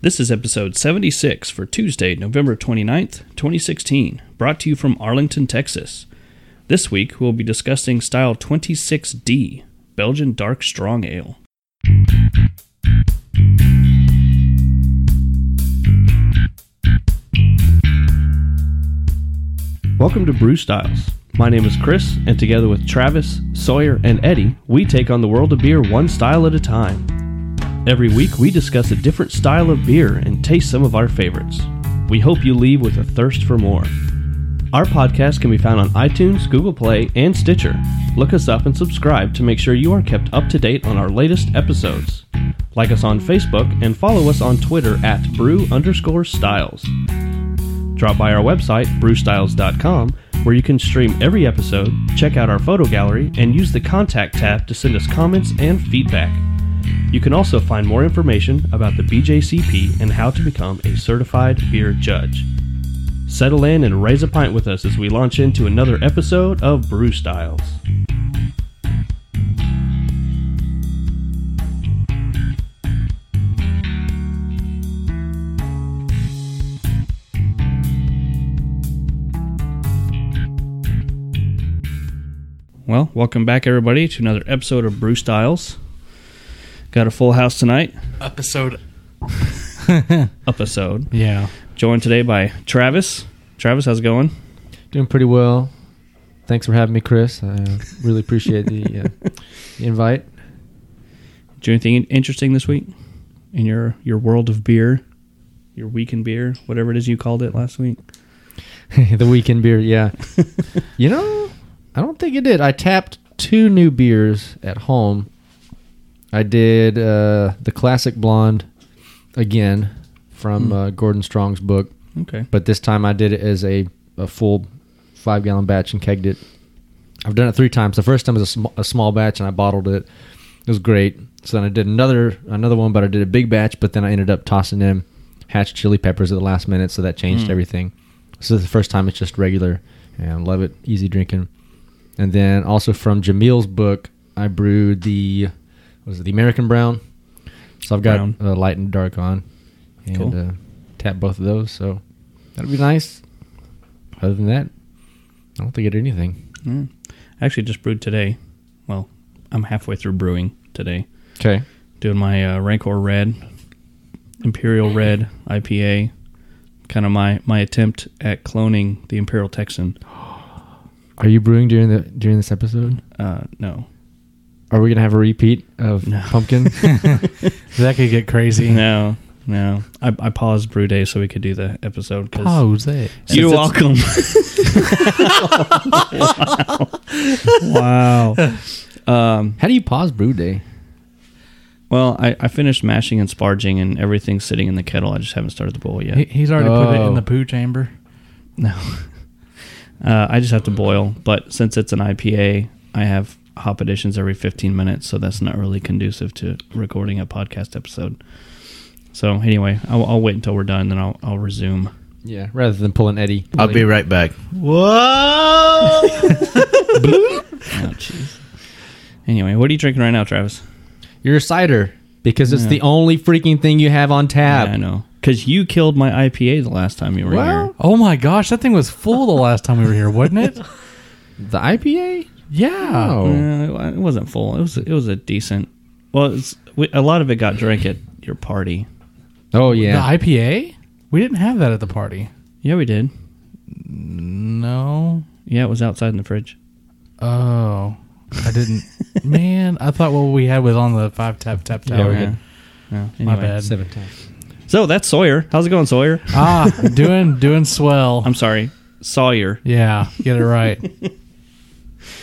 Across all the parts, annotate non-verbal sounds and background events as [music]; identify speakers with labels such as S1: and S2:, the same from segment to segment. S1: This is episode 76 for Tuesday, November 29th, 2016, brought to you from Arlington, Texas. This week, we'll be discussing style 26D, Belgian Dark Strong Ale.
S2: Welcome to Brew Styles. My name is Chris, and together with Travis, Sawyer, and Eddie, we take on the world of beer one style at a time. Every week, we discuss a different style of beer and taste some of our favorites. We hope you leave with a thirst for more. Our podcast can be found on iTunes, Google Play, and Stitcher. Look us up and subscribe to make sure you are kept up to date on our latest episodes. Like us on Facebook and follow us on Twitter at brew underscore styles. Drop by our website, brewstyles.com, where you can stream every episode, check out our photo gallery, and use the contact tab to send us comments and feedback. You can also find more information about the BJCP and how to become a certified beer judge. Settle in and raise a pint with us as we launch into another episode of Brew Styles.
S1: Well, welcome back, everybody, to another episode of Brew Styles. Got a full house tonight,
S3: episode.
S1: [laughs] episode.
S3: Yeah,
S1: Joined today by Travis. Travis, how's it going?
S4: Doing pretty well. Thanks for having me, Chris. I uh, really appreciate the uh, invite. [laughs]
S1: Did you do anything in- interesting this week in your your world of beer, your week in beer, whatever it is you called it last week?
S4: the weekend beer, yeah. you know, I don't think it did. I tapped two new beers at home. I did uh, the classic blonde again from
S1: Hmm.
S4: uh, Gordon Strong's book,
S1: Okay,
S4: but this time I did it as a, a full five gallon batch and kegged it. I've done it three times. The first time was a, sm- a small batch and I bottled it. It was great. So then I did another another one, but I did a big batch. But then I ended up tossing in hatch chili peppers at the last minute, so that changed
S1: Mm.
S4: everything. So the first time it's just regular, and love it, easy drinking. And then also from Jamil's book, I brewed the what was it the American Brown. So I've got
S1: Brown.
S4: uh, light and dark on, and
S1: Cool.
S4: uh, tap both of those. So that'll be nice. Other than that, I don't think I did anything.
S1: Mm. I actually just brewed today. Well, I'm halfway through brewing today,
S4: Okay.
S1: doing my uh, Rancor Red, Imperial Red IPA, kind of my my attempt at cloning the Imperial Texan.
S4: Are you brewing during the during this episode?
S1: Uh, no,
S4: Are we gonna have a repeat of
S1: No.
S4: [laughs] pumpkin?
S3: that could get crazy.
S1: no, no. I, I paused brew day so we could do the episode. 'cause-
S3: How's that?
S1: You're
S4: Since
S1: welcome. wow. Um,
S4: How do you pause brew day?
S1: [laughs] well, I, I finished mashing and sparging and everything's sitting in the kettle. I just haven't started the boil yet.
S3: He, he's already put it
S4: Oh.
S3: in the poo chamber.
S1: [laughs] No. Uh, I just have to boil. But since it's an IPA, I have hop additions every 15 minutes. So that's not really conducive to recording a podcast episode. So anyway, I'll, I'll wait until we're done, then I'll, I'll [laughs] resume.
S4: Yeah, rather than pulling Eddie.
S5: I'll be right back.
S1: Oh, jeez. Anyway, what are you drinking right now, Travis?
S4: You're a cider because it's
S1: Yeah.
S4: the only freaking thing you have on tap.
S1: Yeah, I know. Because you killed my IPA the last time you were
S4: Well-
S1: here.
S3: Oh my gosh, that thing was full the last time we were here, wasn't it?
S4: The IPA?
S3: Yeah.
S4: Oh.
S1: Uh, it wasn't full. It was it was a decent. Well, it's, we, a lot of it got drank at your party.
S4: Oh yeah.
S3: The IPA? We didn't have that at the party.
S1: Yeah, we did.
S3: No.
S1: Yeah, it was outside in the fridge.
S3: Oh, I didn't. [laughs] Man, I thought what we had was on the five tap tap tap.
S4: Yeah, we
S1: Oh, yeah.
S4: did.
S1: Yeah,
S3: My
S1: anyway.
S3: bad.
S4: Seven times.
S1: So that's Sawyer. How's it going, Sawyer?
S3: ah, doing doing swell.
S1: I'm sorry, Sawyer.
S3: Yeah, get it right,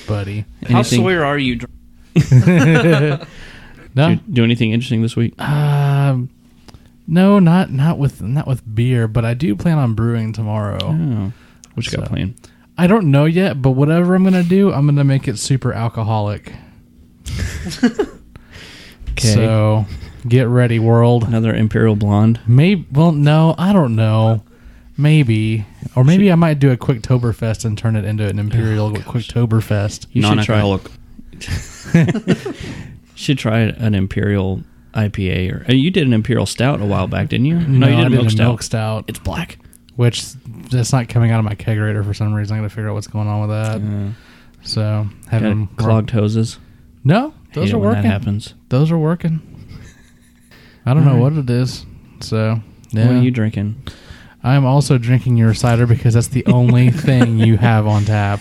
S3: buddy.
S1: Anything?
S5: are you? Dr-
S1: do,
S3: No,
S1: do anything interesting this week?
S3: Um, no, not not with not with beer, but I do plan on brewing tomorrow.
S1: Oh, what you got
S3: So-
S1: playing?
S3: I don't know yet, but whatever I'm gonna do, I'm gonna make it super
S1: [laughs]
S3: alcoholic.
S1: 'Kay.
S3: So get ready, world.
S1: Another Imperial Blonde.
S3: Maybe well, no, I don't know. Maybe, or maybe I might do a Quicktoberfest and turn it into an Imperial
S1: Oh,
S3: Quicktoberfest.
S1: [laughs] You should try. Should try an Imperial IPA or and you did an imperial stout a while back, didn't you?
S3: No,
S1: you
S3: I did
S1: milk
S3: a milk stout,
S1: It's black.
S3: which that's not coming out of my kegerator for some reason. I got to figure out what's going on with that.
S1: Uh,
S3: So
S1: got
S3: having them work-
S1: clogged hoses.
S3: No,
S1: Hate
S3: those
S1: it
S3: are
S1: when
S3: working.
S1: That happens.
S3: Those are working. I don't know
S1: Alright.
S3: what it is. So yeah,
S1: What are you drinking?
S3: I'm also drinking your cider because that's [laughs] the only thing you have on tap.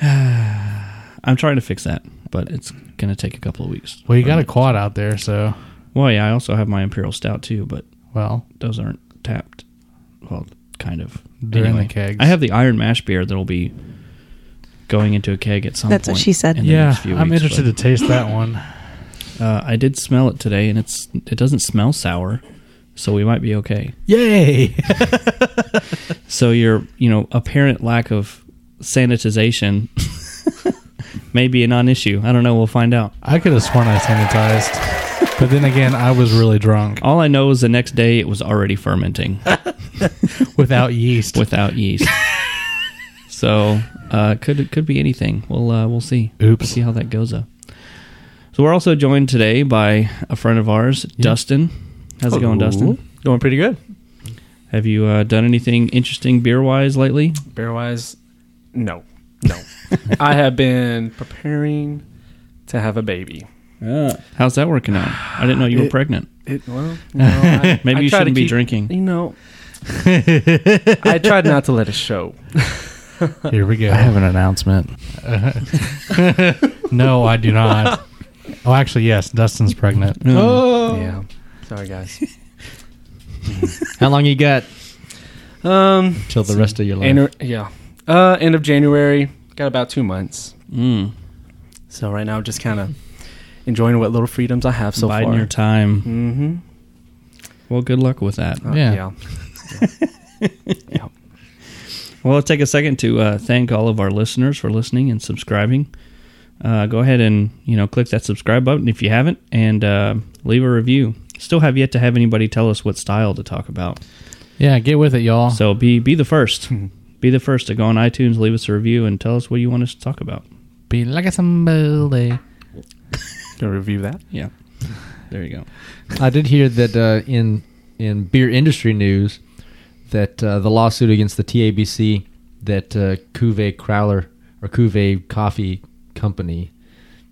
S1: I'm trying to fix that, but it's gonna take a couple of weeks.
S3: Well, you
S1: for
S3: got
S1: me.
S3: a quad out there, so
S1: Well, yeah, I also have my imperial stout too, but
S3: well,
S1: those aren't tapped. Well, kind of.
S3: they're in the kegs.
S1: I have the iron mash beer that'll be going into a keg at some
S5: That's
S1: point.
S5: what she said.
S1: in the
S3: yeah,
S1: next few
S3: I'm
S1: weeks,
S3: interested
S1: but-
S3: to taste that one.
S1: Uh, I did smell it today, and it's it doesn't smell sour, so we might be okay.
S3: Yay!
S4: [laughs]
S1: So your you know apparent lack of sanitization [laughs] may be a non-issue. I don't know. We'll find out.
S3: I could have sworn I sanitized, but then again, I was really [laughs] drunk
S1: All I know is the next day it was already fermenting
S3: without yeast.
S1: without yeast. so uh, could could be anything. We'll uh, we'll see. We'll
S3: Oops.
S1: see how that goes up. So we're also joined today by a friend of ours, Dustin. How's it going, Dustin?
S6: Going pretty good.
S1: Have you uh, done anything interesting beer wise lately?
S6: Beer wise, no, no. [laughs] I have been preparing to have a baby.
S1: How's that working out? I didn't know you were
S6: It-
S1: pregnant.
S6: It well, you know, I-
S1: Maybe
S6: I
S1: you
S6: try to
S1: shouldn't be
S6: keep-
S1: drinking.
S6: You know, I tried not to let it show.
S3: Here we go.
S7: I have an announcement.
S3: [laughs] No, I do not. Oh, actually, yes. Dustin's pregnant.
S1: Hmm. Oh.
S4: Oh.
S6: Yeah, sorry guys.
S4: How long you got
S6: Um,
S4: till the rest of your life?
S6: enter- yeah, uh, end of January. Got about two months.
S1: Mm.
S6: So right now, just kind of enjoying what little freedoms I have so
S1: Biding
S6: far.
S1: your time.
S6: mm-hmm. Uh,
S1: Well, good luck with that.
S3: Yeah.
S6: yeah.
S1: Well, let's take a second to uh, thank all of our listeners for listening and subscribing. Uh, go ahead and you know click that subscribe button if you haven't, and uh, leave a review. Still have yet to have anybody tell us what style to talk about.
S3: [laughs] Yeah, get with it, y'all.
S1: So be be the first.
S3: Hmm.
S1: Be the first to go on iTunes, leave us a review, and tell us what you want us to talk about.
S3: Be like somebody.
S6: Gonna review that.
S1: Yeah. There you go.
S4: I did hear that uh, in in beer industry news that uh, the lawsuit against the TABC that uh, Cuvée Crowler or Cuvée Coffee Company,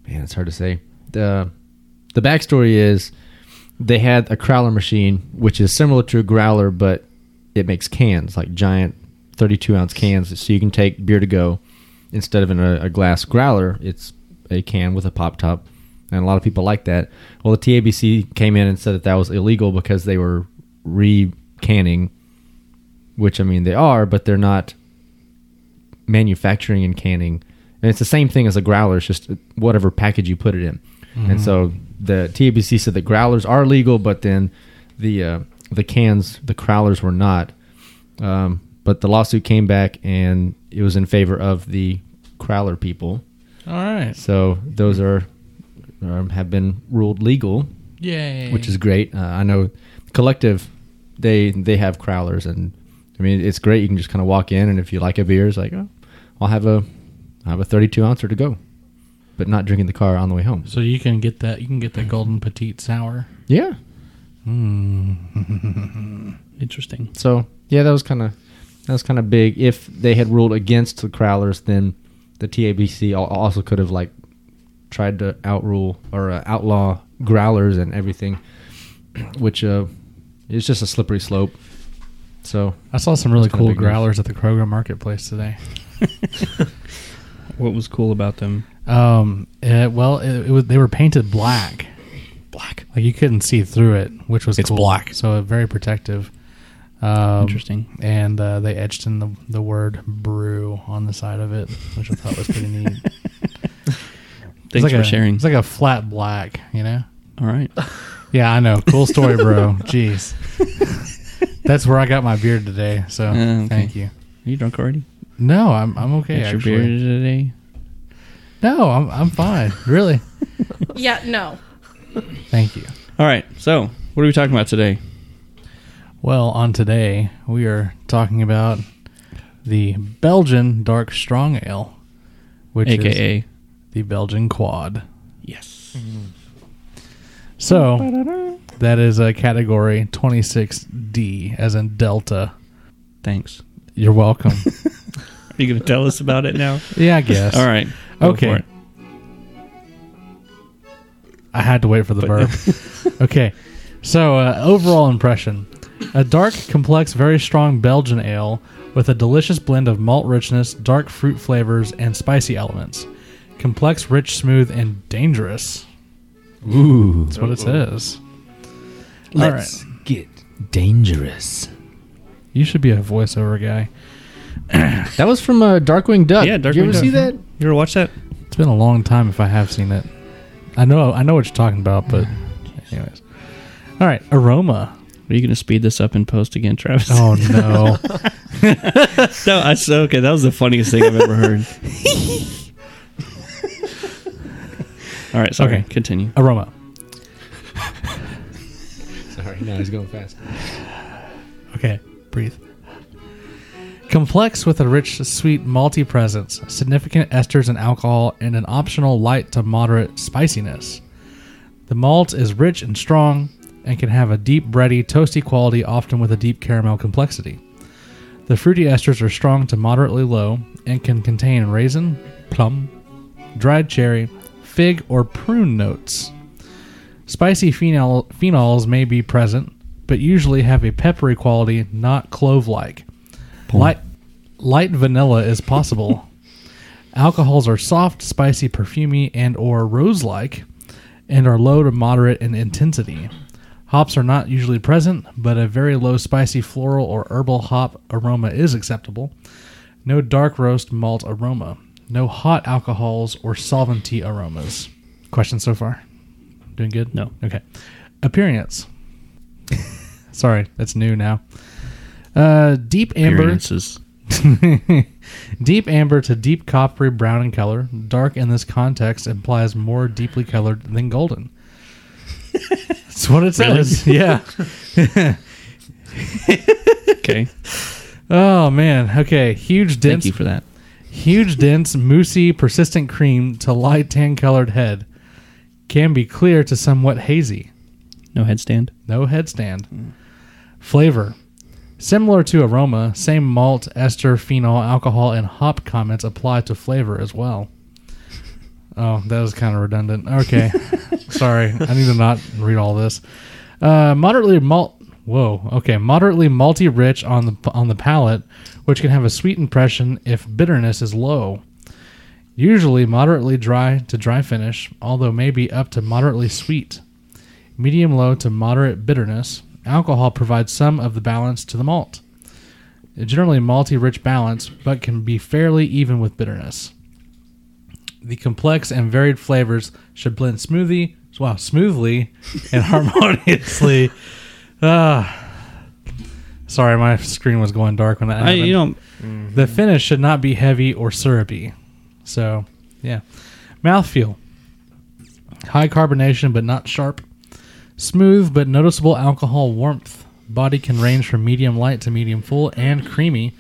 S4: man, it's hard to say. The the backstory is they had a Crowler machine, which is similar to a growler, but it makes cans like giant thirty-two ounce cans, so you can take beer to go instead of in a, a glass growler. It's a can with a pop top, and a lot of people like that. Well, the TABC came in and said that that was illegal because they were re canning, which I mean they are, but they're not manufacturing and canning. And it's the same thing as a growler, it's just whatever package you put it in. And so the TABC said that growlers are legal, but then the uh, the cans, the crowlers were not. Um, but the lawsuit came back and it was in favor of the crowler people.
S3: All right.
S4: So those are um, have been ruled legal,
S3: Yay.
S4: which is great. Uh, I know collective they they have crowlers and I mean it's great. You can just kind of walk in and if you like a beer, it's like oh, I'll have a I have a 32 ouncer to go, but not drinking the car on the way home.
S3: So you can get that. You can get that golden petite sour.
S4: Yeah.
S3: Hmm.
S1: Interesting.
S4: So yeah, that was kind of that was kind of big. If they had ruled against the Crowlers, then the TABC al- also could have like tried to outrule or uh, outlaw growlers and everything, [clears throat] which uh, is just a slippery slope. So
S3: I saw some really
S4: That's kinda
S3: cool
S4: big news.
S3: growlers at the Kroger Marketplace today.
S1: What was cool about them?
S3: Um, uh, well, it, it was they were painted black, black. Like you couldn't see through it, which was
S7: It's
S3: cool.
S7: black.
S3: so uh, very protective. Um,
S1: Interesting.
S3: And uh, they etched in the the word "brew" on the side of it, which I thought was pretty [laughs] neat. It's
S1: Thanks
S3: like
S1: for
S3: a,
S1: sharing.
S3: It's like a flat black, you know.
S1: all right.
S3: Yeah, I know. Cool story, bro. [laughs] Jeez. That's where I got my beard today. So
S1: Yeah, Oh, okay.
S3: thank you.
S1: you drunk already?
S3: No, I'm I'm okay.
S1: Got your
S3: actually.
S1: beer today?
S3: No, I'm I'm fine. Really.
S5: Yeah, no.
S3: Thank you.
S1: All right. So, what are we talking about today?
S3: Well, on today we are talking about the Belgian dark strong ale, which is
S1: AKA.
S3: the Belgian quad.
S1: Yes.
S3: So that is a category 26D, as in Delta.
S1: Thanks. [laughs]
S3: You're welcome.
S1: Are you going to tell us about it now?
S3: yeah, I guess.
S1: [laughs] All right. go for
S3: Okay.
S1: it.
S3: I had to wait for the verb.
S1: [laughs]
S3: okay. So, uh, overall impression a dark, complex, very strong Belgian ale with a delicious blend of malt richness, dark fruit flavors, and spicy elements. Complex, rich, smooth, and dangerous.
S4: Ooh.
S3: That's what it says.
S4: Let's get dangerous.
S3: You should be a voiceover guy.
S4: That was from uh, Darkwing Duck.
S1: Yeah,
S4: Did you
S1: Darkwing
S4: ever
S1: Duck.
S4: see that?
S1: [laughs] You ever watch that?
S3: It's been a long time if I have seen it. I know I know what you're talking about, but anyways. All right, aroma.
S1: Are you going to speed this up in post again, Travis?
S3: Oh no.
S1: [laughs] no, I so okay. That was the funniest thing I've ever [laughs] heard. All right, sorry.
S3: Okay.
S1: Continue.
S3: [laughs] aroma.
S4: Sorry, no, he's going fast.
S3: Okay, breathe. Complex with a rich, sweet, malty presence, significant esters and alcohol, and an optional light to moderate spiciness. The malt is rich and strong and can have a deep, bready, toasty quality, often with a deep caramel complexity. The fruity esters are strong to moderately low and can contain raisin, plum, dried cherry, fig, or prune notes. Spicy phenol- phenols may be present, but usually have a peppery quality, not clove like. Light, light vanilla is possible. Alcohols are soft, spicy, perfumy, and or rose-like, and are low to moderate in intensity. Hops are not usually present, but a very low spicy floral or herbal hop aroma is acceptable. No dark roast malt aroma. No hot alcohols or solventy aromas. Questions so far? Doing good?
S1: No.
S3: Okay. Appearance. Sorry, that's new now. Uh, deep amber.
S1: Appearances.
S3: [laughs] deep amber to deep coppery brown in color. Dark in this context implies more deeply colored than golden. That's what it says. [laughs] Yeah.
S1: [laughs] Okay.
S3: Oh man. Okay. Huge
S1: Thank
S3: dense
S1: you for that.
S3: huge dense moosey persistent cream to light tan colored head. Can be clear to somewhat hazy.
S1: No headstand.
S3: No headstand. Flavor. Similar to aroma, same malt, ester, phenol, alcohol, and hop comments apply to flavor as well. Oh, that was kind of redundant. Okay. Sorry. I need to not read all this. Uh, moderately malt. Whoa. Okay. Moderately malty rich on the on the palate, which can have a sweet impression if bitterness is low. Usually moderately dry to dry finish, although maybe up to moderately sweet medium low to moderate bitterness. Alcohol provides some of the balance to the malt. A generally malty rich balance, but can be fairly even with bitterness. The complex and varied flavors should blend smoothly, wow, smoothly
S1: [laughs]
S3: and harmoniously. Ah. sorry, my screen was going dark when that
S1: I,
S3: happened.
S1: you know,
S3: The finish should not be heavy or syrupy. So, yeah. Mouthfeel. High carbonation but not sharp. Smooth but noticeable alcohol warmth. Body can range from medium light to medium full and creamy.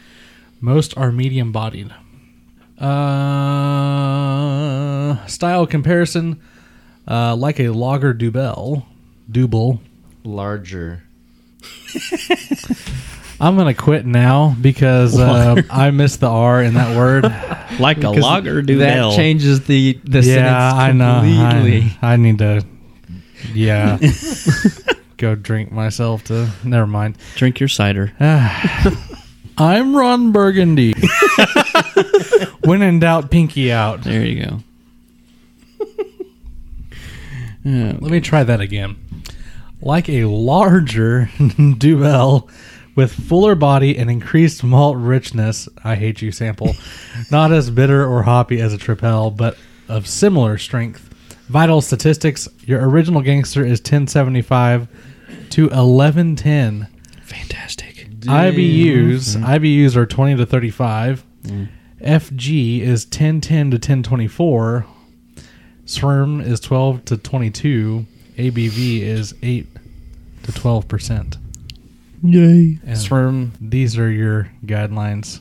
S3: Most are medium bodied. Uh, style comparison uh, like a lager dubel. Dubel.
S4: Larger.
S3: I'm going to quit now because uh, I missed the R in that word.
S1: like a lager do
S4: that changes the the completely.
S3: I, I need to. Yeah. Go drink myself to. Never mind.
S1: Drink your cider.
S3: I'm Ron Burgundy. when in doubt, pinky out.
S1: There you [laughs] go. Yeah.
S3: Let me try that again. Like a larger [laughs] Duvel with fuller body and increased malt richness. I hate you sample. Not as bitter or hoppy as a Tripel, but of similar strength. Vital statistics your original gangster is 1075 to 1110.
S1: Fantastic.
S3: IBUs IBUs are 20 to 35.
S1: Mm.
S3: FG is 1010 to 1024. SRM is 12 to 22. ABV is 8 to 12%.
S1: Yay.
S3: And SRM, these are your guidelines.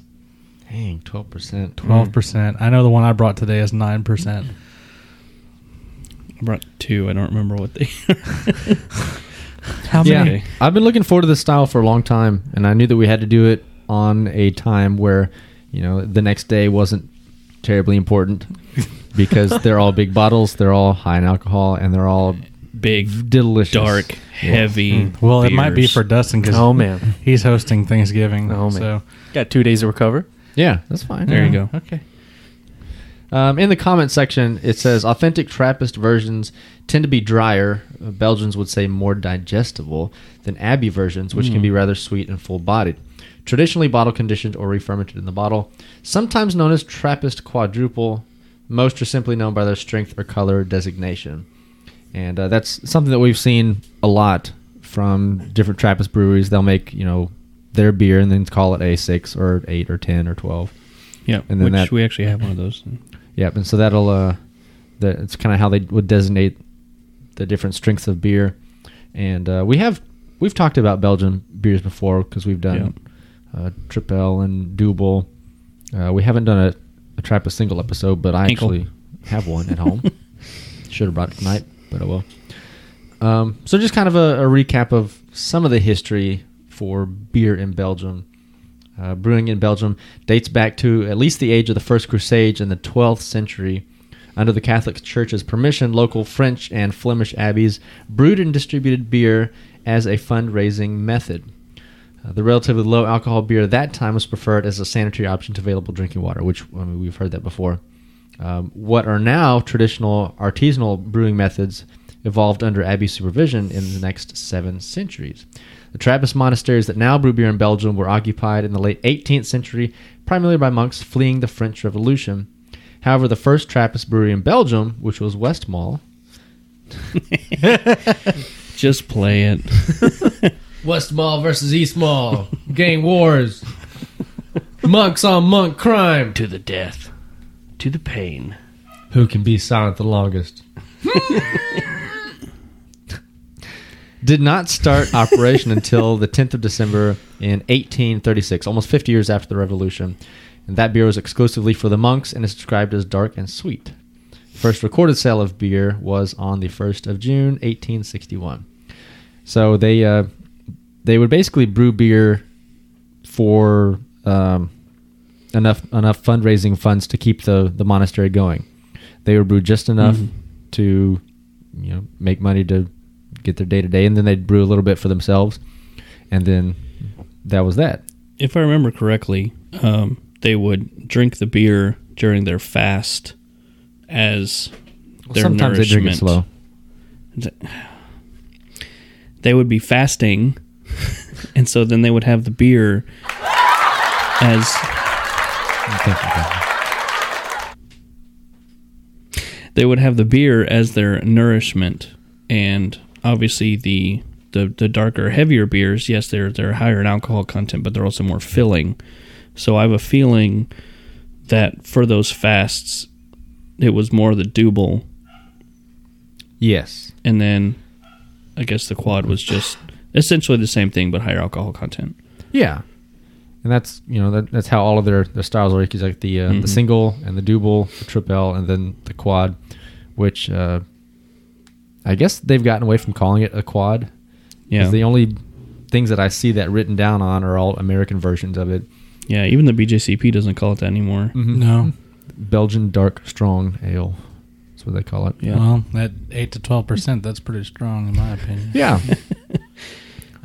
S4: Dang, twelve
S1: Mm.
S4: percent.
S3: 12%. I know the one I brought today is 9%.
S1: I brought two. I don't remember what they.
S3: How
S4: Yeah,
S3: many?
S4: I've been looking forward to this style for a long time, and I knew that we had to do it on a time where, you know, the next day wasn't
S3: [laughs]
S4: terribly important because they're all big bottles, they're all high in alcohol, and they're all
S1: [laughs] Big,
S4: delicious,
S1: dark, heavy.
S4: hmm.
S3: Well, it might be
S1: beers.
S3: for Dustin because
S6: Oh, man.
S3: he's hosting Thanksgiving.
S6: Oh, man.
S3: So
S6: Got two days to recover.
S4: Yeah, that's fine.
S1: There you go.
S4: Okay. Um, in the comment section, it says authentic Trappist versions tend to be drier. uh, Belgians would say more digestible than Abbey versions, which can be rather sweet and full bodied. Traditionally bottle conditioned or re-fermented in the bottle, sometimes known as Trappist quadruple. Most are simply known by their strength or color designation. And uh, that's something that we've seen a lot from different Trappist breweries. They'll make, you know, their beer and then call it A6 or 8 or 10 or 12.
S1: Yeah,
S4: And then
S1: which
S4: that-
S1: we actually have one of those.
S4: Yep, and so that'll uh, that it's kind of how they would designate the different strengths of beer, and uh, we have we've talked about Belgian beers before because we've done uh, Tripel and Double. Uh, we haven't done a, a Trappist single episode, but I
S1: Ankle.
S4: actually have one
S1: [laughs]
S4: at [laughs] home. Should have brought it tonight, but I will. Um, so just kind of a, a recap of some of the history for beer in Belgium. Uh, brewing in Belgium dates back to at least the age of the First Crusade in the 12th century. Under the Catholic Church's permission, local French and Flemish abbeys brewed and distributed beer as a fundraising method. Uh, the relatively low alcohol beer at that time was preferred as a sanitary option to available drinking water, which I mean, we've heard that before. Um, what are now traditional artisanal brewing methods evolved under abbey supervision in the next seven centuries. The Trappist monasteries that now brew beer in Belgium were occupied in the late 18th century primarily by monks fleeing the French Revolution. However, the first Trappist brewery in Belgium, which was Westmalle,
S1: Just play it.
S5: West Mall versus East Mall. Gang wars. Monks on monk crime.
S1: to the death, to the pain.
S5: Who can be silent the longest?
S4: [laughs] did not start operation until the 10th of December in 1836, almost 50 years after the Revolution. And that beer was exclusively for the monks and is described as dark and sweet. First recorded sale of beer was on the 1st of June, 1861. So they uh, they would basically brew beer for um, enough enough fundraising funds to keep the the monastery going. They would brew just enough
S1: Mm-hmm.
S4: to you know make money to get their day to day, and then they'd brew a little bit for themselves, and then that was that.
S1: If I remember correctly, um, they would drink the beer during their fast as their
S4: Sometimes they drink it
S1: nourishment.
S4: slow.
S1: They would be fasting, [laughs] and so then they would have the
S4: [laughs]
S1: beer as they would have the beer as their nourishment and obviously the the, the darker heavier beers yes they're they're higher in alcohol content but they're also more filling so i have a feeling that for those fasts it was more the double
S4: Yes,
S1: and then i guess the quad was just essentially the same thing but higher alcohol content
S4: yeah, and that's you know that, that's how all of their, their styles are. It's like the uh,
S1: Mm-hmm.
S4: the single and the double, the triple, and then the quad, which uh, I guess they've gotten away from calling it a quad. 'Cause
S1: yeah
S4: The only things that I see that written down on are all American versions of it.
S1: yeah even the bjcp doesn't call it that
S3: Mm.
S1: anymore
S3: no.
S4: Belgian dark strong ale. That's what they call it.
S1: Yeah.
S3: Well, at eight to twelve percent, that's pretty strong in my opinion.
S1: [laughs]
S4: Yeah.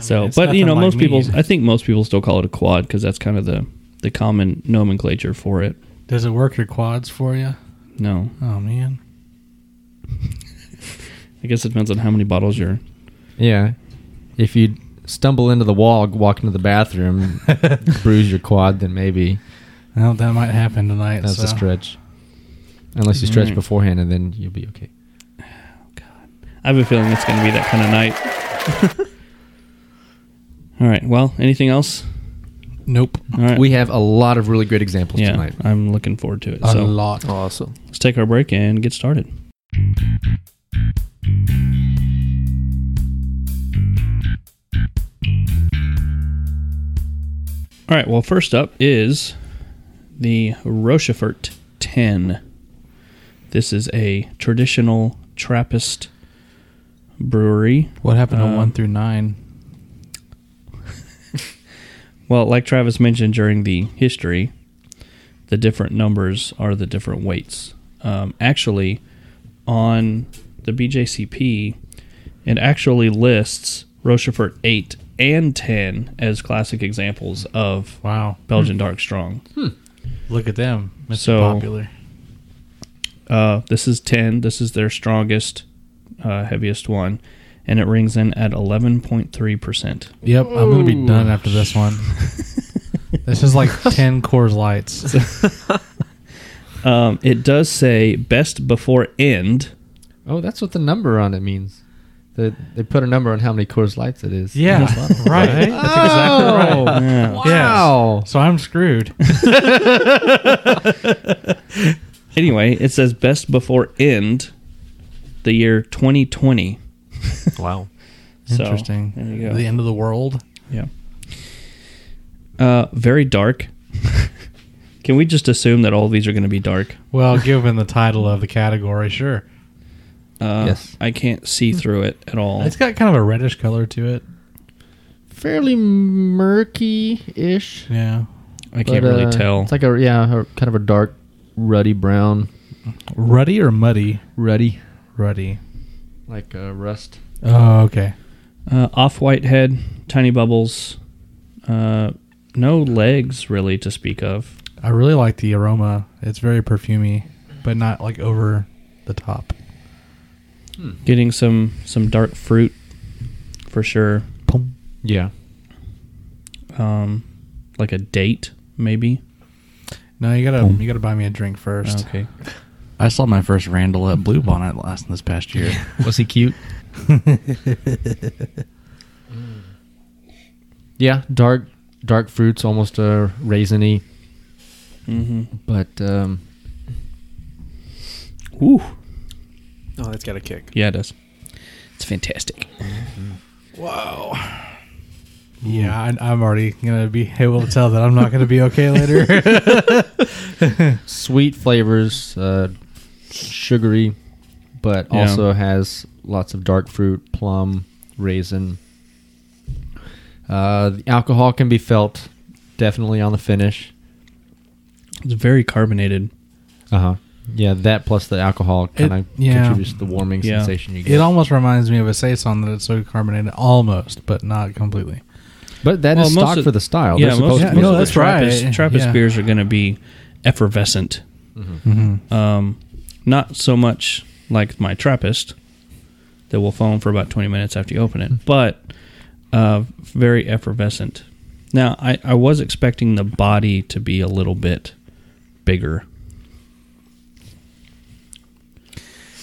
S1: So,
S3: it's
S1: but you
S3: nothing
S1: know,
S3: like
S1: most
S3: mead.
S1: people, I think most people still call it a quad because that's kind of the the common nomenclature for it.
S3: Does it work your quads for you?
S1: No,
S3: Oh man,
S1: I guess it depends on how many bottles you're.
S4: yeah. If you stumble into the wall, walk into
S1: [laughs]
S4: the bathroom, bruise your quad, then maybe
S3: well, that might happen tonight.
S4: that's
S3: so.
S4: a stretch. Unless you stretch
S1: Right.
S4: beforehand and then you'll be okay.
S1: I have a feeling it's going to be that kind of night. [laughs] All right. Well, anything else?
S3: Nope,
S1: All right.
S4: We have a lot of really great examples
S1: yeah,
S4: tonight. Um,
S1: I'm looking forward to it.
S3: a
S1: So
S3: lot.
S6: Awesome.
S1: let's take our break and get started. All right. Well, first up is the Rochefort 10. This is a traditional Trappist brewery.
S3: What happened to
S1: Uh,
S3: one through nine?
S1: Well, like Travis mentioned during the history, the different numbers are the different weights. Um, actually, on the BJCP, it actually lists Rochefort 8 and 10 as classic examples of
S3: Wow.
S1: Belgian Dark Strong.
S3: Look at them. Mr.
S1: So-
S3: Popular.
S1: Uh, this is 10. This is their strongest, uh, heaviest one. And it rings in at 11.3%.
S3: Yep, I'm gonna be done after this one. this is like ten Coors Lights.
S1: Um, it does say best before end.
S4: Oh, that's what the number on it means. That they put a number on how many Coors Lights it is.
S3: Yeah,
S1: [laughs]
S3: right.
S4: Oh,
S1: Yeah.
S4: wow.
S3: So I'm screwed.
S1: Anyway, it says best before end the year 2020.
S4: Wow.
S1: [laughs] So,
S3: Interesting.
S1: there you go.
S3: The end of the world.
S1: Uh, very dark. [laughs] Can we just assume that all these are going to be dark?
S3: Well, given the title of the category, sure.
S1: Uh,
S4: Yes.
S1: I can't see through it at all.
S3: It's got kind of a reddish color to it.
S4: Fairly murky ish.
S3: Yeah.
S1: I can't really
S3: uh,
S1: tell.
S4: uh, It's like a yeah, a, kind of a dark ruddy brown,
S3: Ruddy or muddy?
S4: ruddy
S3: Ruddy.
S4: like uh, rust.
S3: Oh, okay.
S1: uh, Off white head, tiny bubbles, uh, no legs really to speak of.
S3: I really like the aroma. It's very perfumey, but not like over the top.
S4: Hmm.
S1: Getting some some dark fruit for sure.
S3: Pum.
S4: Yeah.
S1: Um, like a date maybe.
S3: No, you gotta you gotta buy me a drink first.
S1: Okay.
S7: I saw my first Randall at Blue Bonnet last this past
S3: [laughs]
S7: year.
S4: Was he cute? [laughs] yeah, dark dark fruits, almost uh, raisiny,
S1: hmm
S4: but um,
S1: Ooh.
S6: Oh, that's got a kick.
S1: Yeah, it does. It's fantastic.
S3: Yeah, I, I'm already gonna be able to tell that I'm not gonna be
S7: [laughs]
S3: okay later. [laughs]
S4: sweet flavors, uh, sugary, but
S1: Yeah.
S4: also has lots of dark fruit, plum, raisin. Uh, the alcohol can be felt definitely on the finish.
S1: It's very carbonated.
S4: Uh
S1: Uh-huh.
S4: huh. Yeah, that plus the alcohol kind of
S3: yeah.
S4: contributes to the warming
S1: Yeah.
S4: sensation you get.
S3: it almost reminds me of a saison that it's so carbonated, almost, but not completely.
S4: but that is
S1: Well, most
S4: stock
S1: of-
S4: for the style. They're
S1: yeah, most,
S4: supposed
S1: most
S4: to be.
S1: of the
S3: that's
S1: Trappist,
S3: right.
S1: Trappist
S3: Yeah.
S1: beers are going to be effervescent.
S4: Mm-hmm.
S1: Um, not so much like my Trappist that will foam for about 20 minutes after you open
S4: Mm-hmm.
S1: it, but uh, very effervescent. Now, I, I was expecting the body to be a little bit bigger.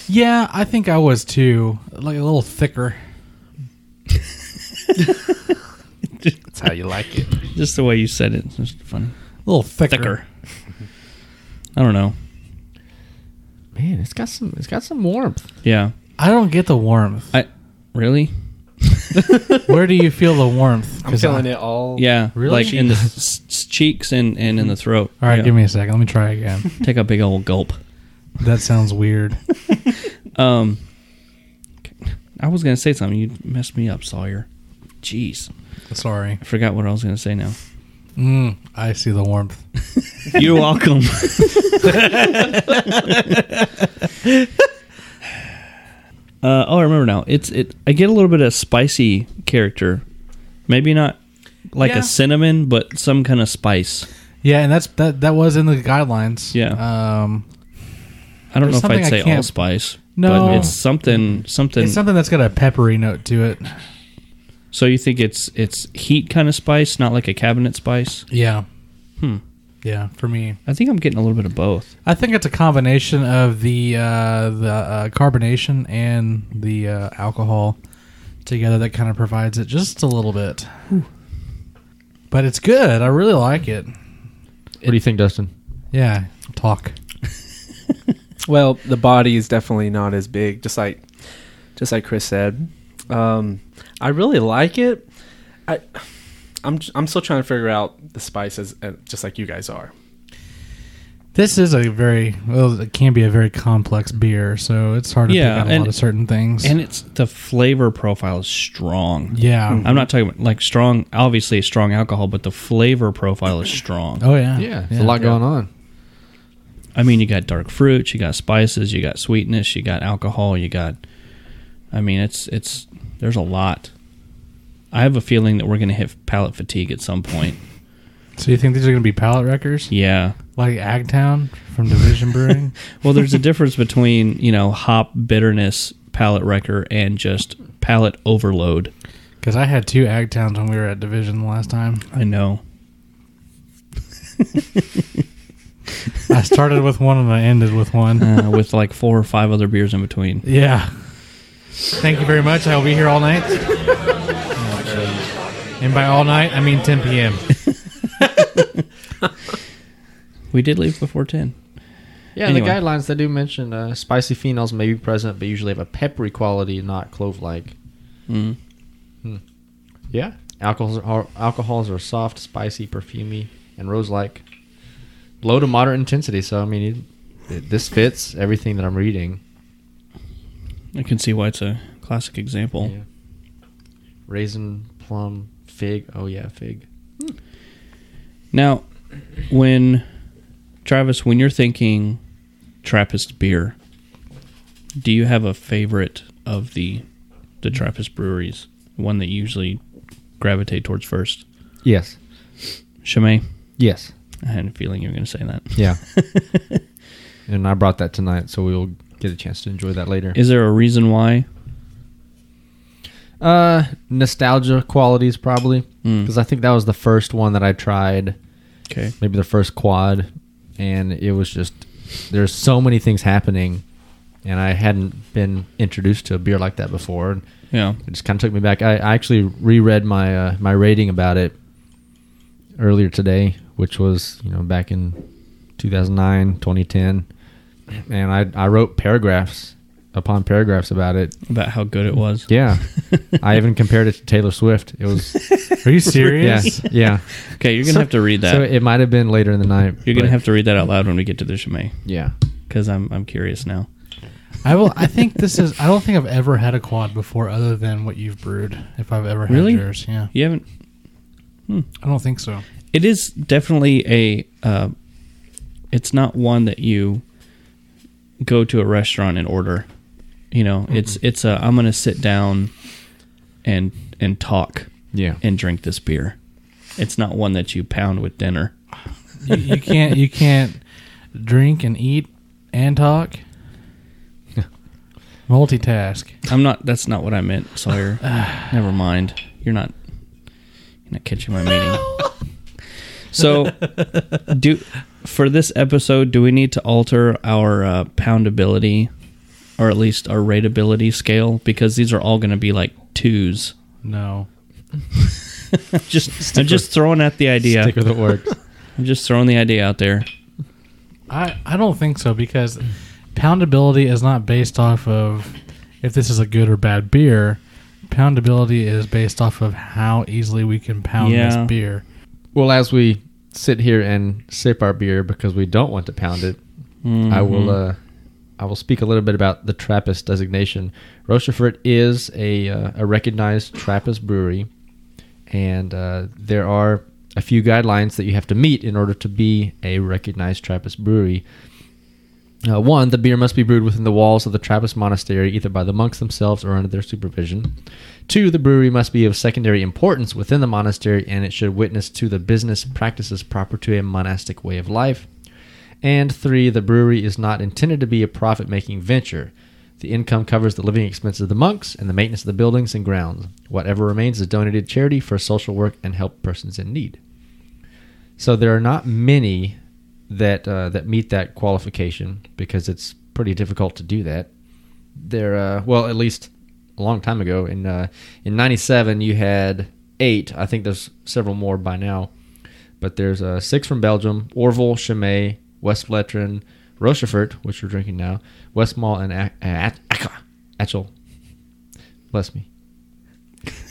S3: Yeah, I think I was too, like a little thicker.
S7: That's how you like it.
S1: Just the way you said it. It's just funny.
S3: A little thicker.
S1: Thicker. [laughs] I don't know.
S4: Man, it's got some. It's got some warmth.
S1: Yeah.
S3: I don't get the warmth.
S1: I Really?
S3: Where do you feel the warmth?
S6: I'm feeling it all.
S1: Yeah.
S3: Really?
S1: Like in the s- s- cheeks and, and in the throat.
S3: All right,
S1: Yeah.
S3: give me a second. Let me try again.
S1: Take a big old gulp.
S3: that sounds weird.
S1: Um, I was gonna say something. You messed me up, Sawyer. Jeez,
S3: Sorry.
S1: I forgot what I was gonna say
S3: [laughs]
S1: now.
S3: Mm, I see the warmth.
S1: You're
S3: [laughs]
S1: welcome. uh, oh, I remember now. It's it. I get a little bit of spicy character. Maybe not like
S3: Yeah.
S1: a cinnamon, but some kind of spice.
S3: Yeah, and that's that. That was in the guidelines.
S1: Yeah.
S3: Um,
S1: I don't
S3: There's
S1: know if
S3: something I
S1: I'd say
S3: can't-
S1: allspice.
S3: No.
S1: but it's something. Something.
S3: it's something that's got a peppery note to it.
S1: so you think it's it's heat kind of spice, not like a cabinet spice?
S3: Yeah.
S1: Hmm.
S3: Yeah. For me,
S1: I think I'm getting a little bit of both.
S3: I think it's a combination of the uh, the uh, carbonation and the uh, alcohol together that kind of provides it just a little bit. But it's good. I really like it.
S4: What do you think, Dustin?
S3: Yeah, talk.
S6: Well, the body is definitely not as big, just like just like Chris said. Um, I really like it. I I'm I'm still trying to figure out the spices, uh, just like you guys are.
S3: This is a very well, it can be a very complex beer, so it's hard to
S1: Yeah,
S3: pick out a
S1: and-
S3: lot of certain things.
S1: and it's the flavor profile is strong.
S3: yeah.
S1: I'm not talking about like strong, obviously strong alcohol, but the flavor profile is strong.
S3: Oh yeah.
S4: Yeah, it's a lot going on.
S1: I mean, you got dark fruits, you got spices, you got sweetness, you got alcohol, you got. I mean, it's it's there's a lot. I have a feeling that we're gonna hit palate fatigue at some point.
S3: So you think these are going to be pallet wreckers
S1: yeah.
S3: like Agtown from
S1: [laughs]
S3: Division Brewing?
S1: Well, there's a difference between you know hop bitterness palate wrecker and just palate overload.
S3: Because I had two Agtowns when we were at Division the last time.
S1: I know.
S3: I started with one and I ended with one.
S1: Uh, with like four or five other beers in between.
S3: Yeah. Thank you very much. I will be here
S1: [laughs]
S3: all night. and by all night, I mean 10 p.m.
S1: We did leave before ten.
S4: Yeah,
S1: Anyway.
S4: the guidelines they do mention uh, spicy phenols may be present, but usually have a peppery quality, not clove-like.
S1: Mm.
S4: Yeah, alcohols are alcohols are soft, spicy, perfumey, and rose-like. Low to moderate intensity. So I mean, it, it- this fits everything that I'm reading.
S1: I can see why it's a classic example.
S4: Yeah. Raisin, plum, fig. Oh yeah, fig.
S1: Now, when Travis, when you're thinking Trappist beer, do you have a favorite of the the Trappist breweries? One that you usually gravitate towards first?
S4: Yes.
S1: Chimay.
S4: Yes.
S1: I had a feeling you were going to say that.
S4: Yeah.
S1: [laughs]
S4: and I brought that tonight, so we'll get a chance to enjoy that later.
S1: Is there a reason why?
S4: Uh, nostalgia qualities probably
S1: Mm.
S4: because I think that was the first one that I tried,
S1: Okay.
S4: maybe the first quad, and it was just there's so many things happening, and I hadn't been introduced to a beer like that before. And
S1: Yeah.
S4: it just kind of took me back. I, I actually reread my uh, my rating about it earlier today, which was you know back in 2009, 2010, and I I wrote paragraphs upon paragraphs about it.
S1: About how good it was. [laughs]
S4: Yeah, I even compared it to Taylor Swift. It was
S3: Are
S1: [laughs]
S3: you serious?
S4: yeah, yeah.
S1: Okay, you're going to have to read that.
S4: So it might have been later in the night.
S1: you're going
S4: but-
S1: to have to read that out loud when we get to the Chimay
S4: Yeah.
S1: because I'm, I'm curious now.
S3: I will. I think this is. I don't think I've ever had a quad before, other than what you've brewed. If I've ever had
S1: Really?
S3: yours, yeah,
S1: You haven't hmm.
S3: I don't think so.
S1: it is definitely a uh, it's not one that you go to a restaurant and order you know
S4: Mm-hmm.
S1: it's it's a i'm gonna sit down and and talk
S4: Yeah.
S1: and drink this beer it's not one that you pound with dinner
S3: You, you can't. You can't drink and eat and talk. [laughs] Multitask.
S1: i'm not that's not what i meant sawyer never mind you're not you're not catching my meaning so do for this episode do we need to alter our uh, poundability or at least our rateability scale because these are all going to be like
S4: [laughs]
S1: twos
S3: No.
S1: just i'm just throwing out the idea
S4: Stick with it works.
S1: i'm just throwing the idea out there
S3: I, I don't think so because poundability is not based off of if this is a good or bad beer. Poundability is based off of how easily we can pound
S1: Yeah.
S3: this beer.
S4: [laughs] well, as we sit here and sip our beer because we don't want to pound it, I will uh, I will speak a little bit about the Trappist designation. Rochefort is a uh, a recognized Trappist brewery, and uh, there are a few guidelines that you have to meet in order to be a recognized Trappist brewery. Uh, one, the beer must be brewed within the walls of the Trappist monastery, either by the monks themselves or under their supervision. Two, the brewery must be of secondary importance within the monastery and it should witness to the business practices proper to a monastic way of life. And three, the brewery is not intended to be a profit making venture. The income covers the living expenses of the monks and the maintenance of the buildings and grounds. Whatever remains is donated to charity for social work and help persons in need. So there are not many that uh, that meet that qualification because it's pretty difficult to do that. There, uh, well, at least a long time ago in uh, in '97, you had eight. I think there's several more by now, but there's uh, six from Belgium: Orville, Chimay, West Vletren, Rochefort, which we're drinking now, Westmalle, and A- A- Ac- Achel. Bless me.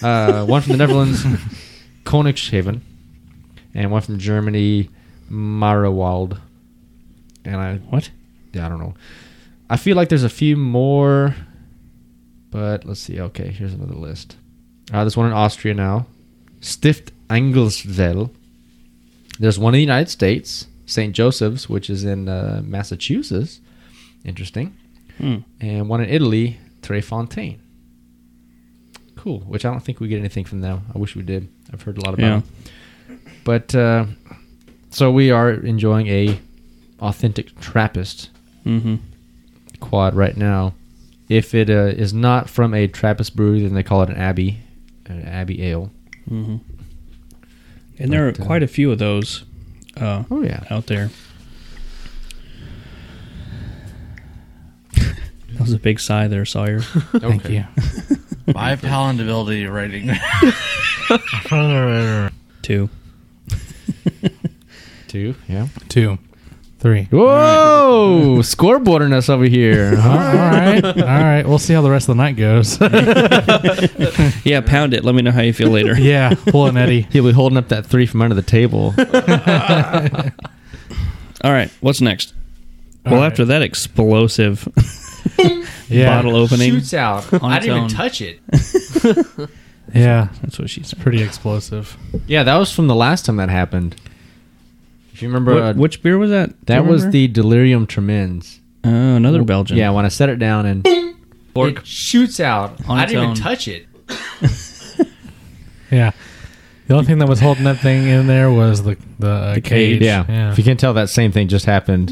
S4: Uh, one from the Netherlands, Koningshaven, and one from Germany, Marewald. and I
S1: What?
S4: yeah, I don't know. I feel like there's a few more, but let's see. Okay, here's another list. Uh, there's one in Austria now, Stift Engelsville. There's one in the United States, St. Joseph's, which is in uh, Massachusetts. Interesting.
S1: Hmm.
S4: And one in Italy, Trefontaine. Cool. Which I don't think we get anything from them. I wish we did. I've heard a lot about
S1: Yeah.
S4: them. But uh, so we are enjoying a authentic Trappist
S1: Mm-hmm.
S4: quad right now. If it uh, is not from a Trappist brewery, then they call it an Abbey, an Abbey [laughs] Ale.
S1: Mm-hmm. And there are
S4: But, uh,
S1: quite a few of those uh,
S4: Oh yeah,
S1: out there. that was a big sigh there,
S4: [laughs]
S1: Sawyer.
S7: Thank you. My palatability rating.
S1: Two.
S4: two, yeah.
S3: Two, three.
S4: Whoa, [laughs] scoreboarding us over
S1: [laughs]
S4: here.
S3: All right, all right. We'll see how the rest of the night goes.
S1: [laughs]
S3: [laughs]
S1: Yeah, pound it. Let me know how you feel
S4: [laughs]
S1: later.
S3: yeah, pull an Eddie.
S4: He'll be holding up that three from under the
S1: [laughs]
S4: table. [laughs]
S1: All right, what's next?
S3: All
S1: well,
S3: right.
S1: after that explosive [laughs]
S3: Yeah,
S1: bottle opening,
S4: out.
S1: On its own.
S4: touch it.
S3: yeah,
S1: that's what she said.
S3: pretty explosive.
S4: Yeah, that was from the last time that happened. If you remember, uh,
S1: What, which beer was that? Do you
S4: that was
S1: remember?
S4: the Delirium Tremens.
S1: oh, another Belgian.
S4: Yeah, when I set it down and
S1: Fork.
S4: it shoots out.
S1: On its own.
S4: touch it.
S3: Yeah. The only thing that was holding that thing in there was the the, uh, cage.
S4: Yeah. If you can tell, that same thing just happened.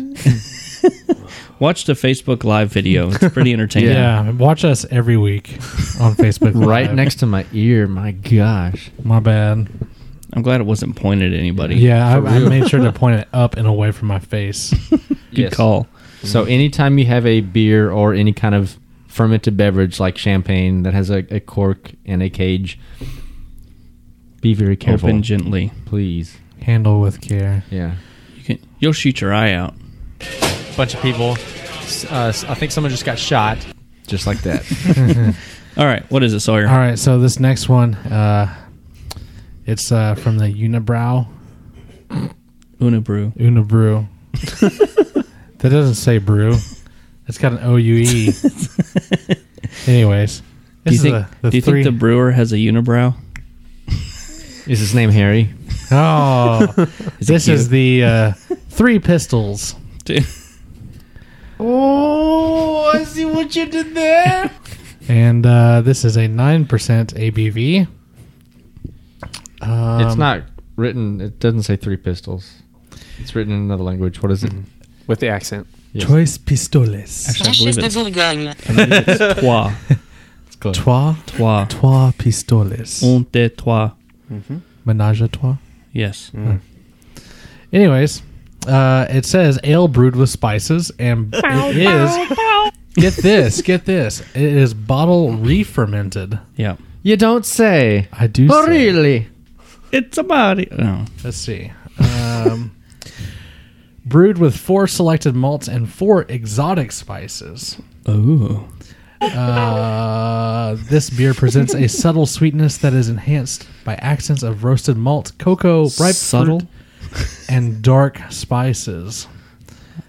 S1: Watch the Facebook live video.
S3: [laughs]
S1: It's pretty entertaining.
S3: Yeah, watch us every week on Facebook. [laughs]
S4: right
S3: Live.
S4: next to my ear. My gosh.
S3: My bad.
S1: I'm glad it wasn't pointed at anybody.
S3: Yeah, I, I made sure to point it up and away from my face.
S1: [laughs] Good call.
S4: So anytime you have a beer or any kind of fermented beverage like champagne that has a, a cork and a cage, be very careful,
S1: Open gently.
S4: please.
S3: Handle with care.
S4: Yeah.
S1: You can, you'll shoot your eye out.
S4: Bunch of people. Uh, I think someone just got shot. Just like that.
S1: [laughs] All right, what is it, Sawyer?
S3: All right, so this next one, uh, it's uh, from the Unibrow
S1: Una
S3: [laughs]
S1: Brew.
S3: Una Brew. that doesn't say brew. It's got an O U E. Anyways,
S1: Do you
S3: this is
S1: think?
S3: a, the
S1: do you
S3: three.
S1: think the brewer has a
S3: [laughs]
S1: unibrow?
S4: Is his name Harry?
S3: oh,
S1: Is it
S3: this is the uh, Three Pistols.
S1: cute?
S4: Oh, I see what you did there.
S3: [laughs] And uh, this is a 9% ABV. Um,
S4: it's not written. It doesn't say three pistols. It's written in another language. What is it?
S6: with the accent.
S3: Choice Pistoles.
S1: Actually, I believe it's,
S8: Gagne.
S1: I believe it's trois,
S4: It's close.
S3: Trois,
S1: trois,
S3: trois pistoles.
S1: un, deux, trois.
S3: Menage à trois.
S1: Yes.
S3: Anyways, uh, it says ale brewed with spices, and it is. Get this, get this. It is bottle re-fermented.
S1: Yeah.
S4: You don't say.
S3: I do.
S4: Oh,
S3: say.
S4: really?
S1: It's a body. No.
S3: Let's see. Um, brewed with four selected malts and four exotic spices.
S1: Ooh.
S3: Uh, this beer presents a subtle sweetness that is enhanced by accents of roasted malt, cocoa, ripe
S1: Subtle?
S3: fruit, and dark spices.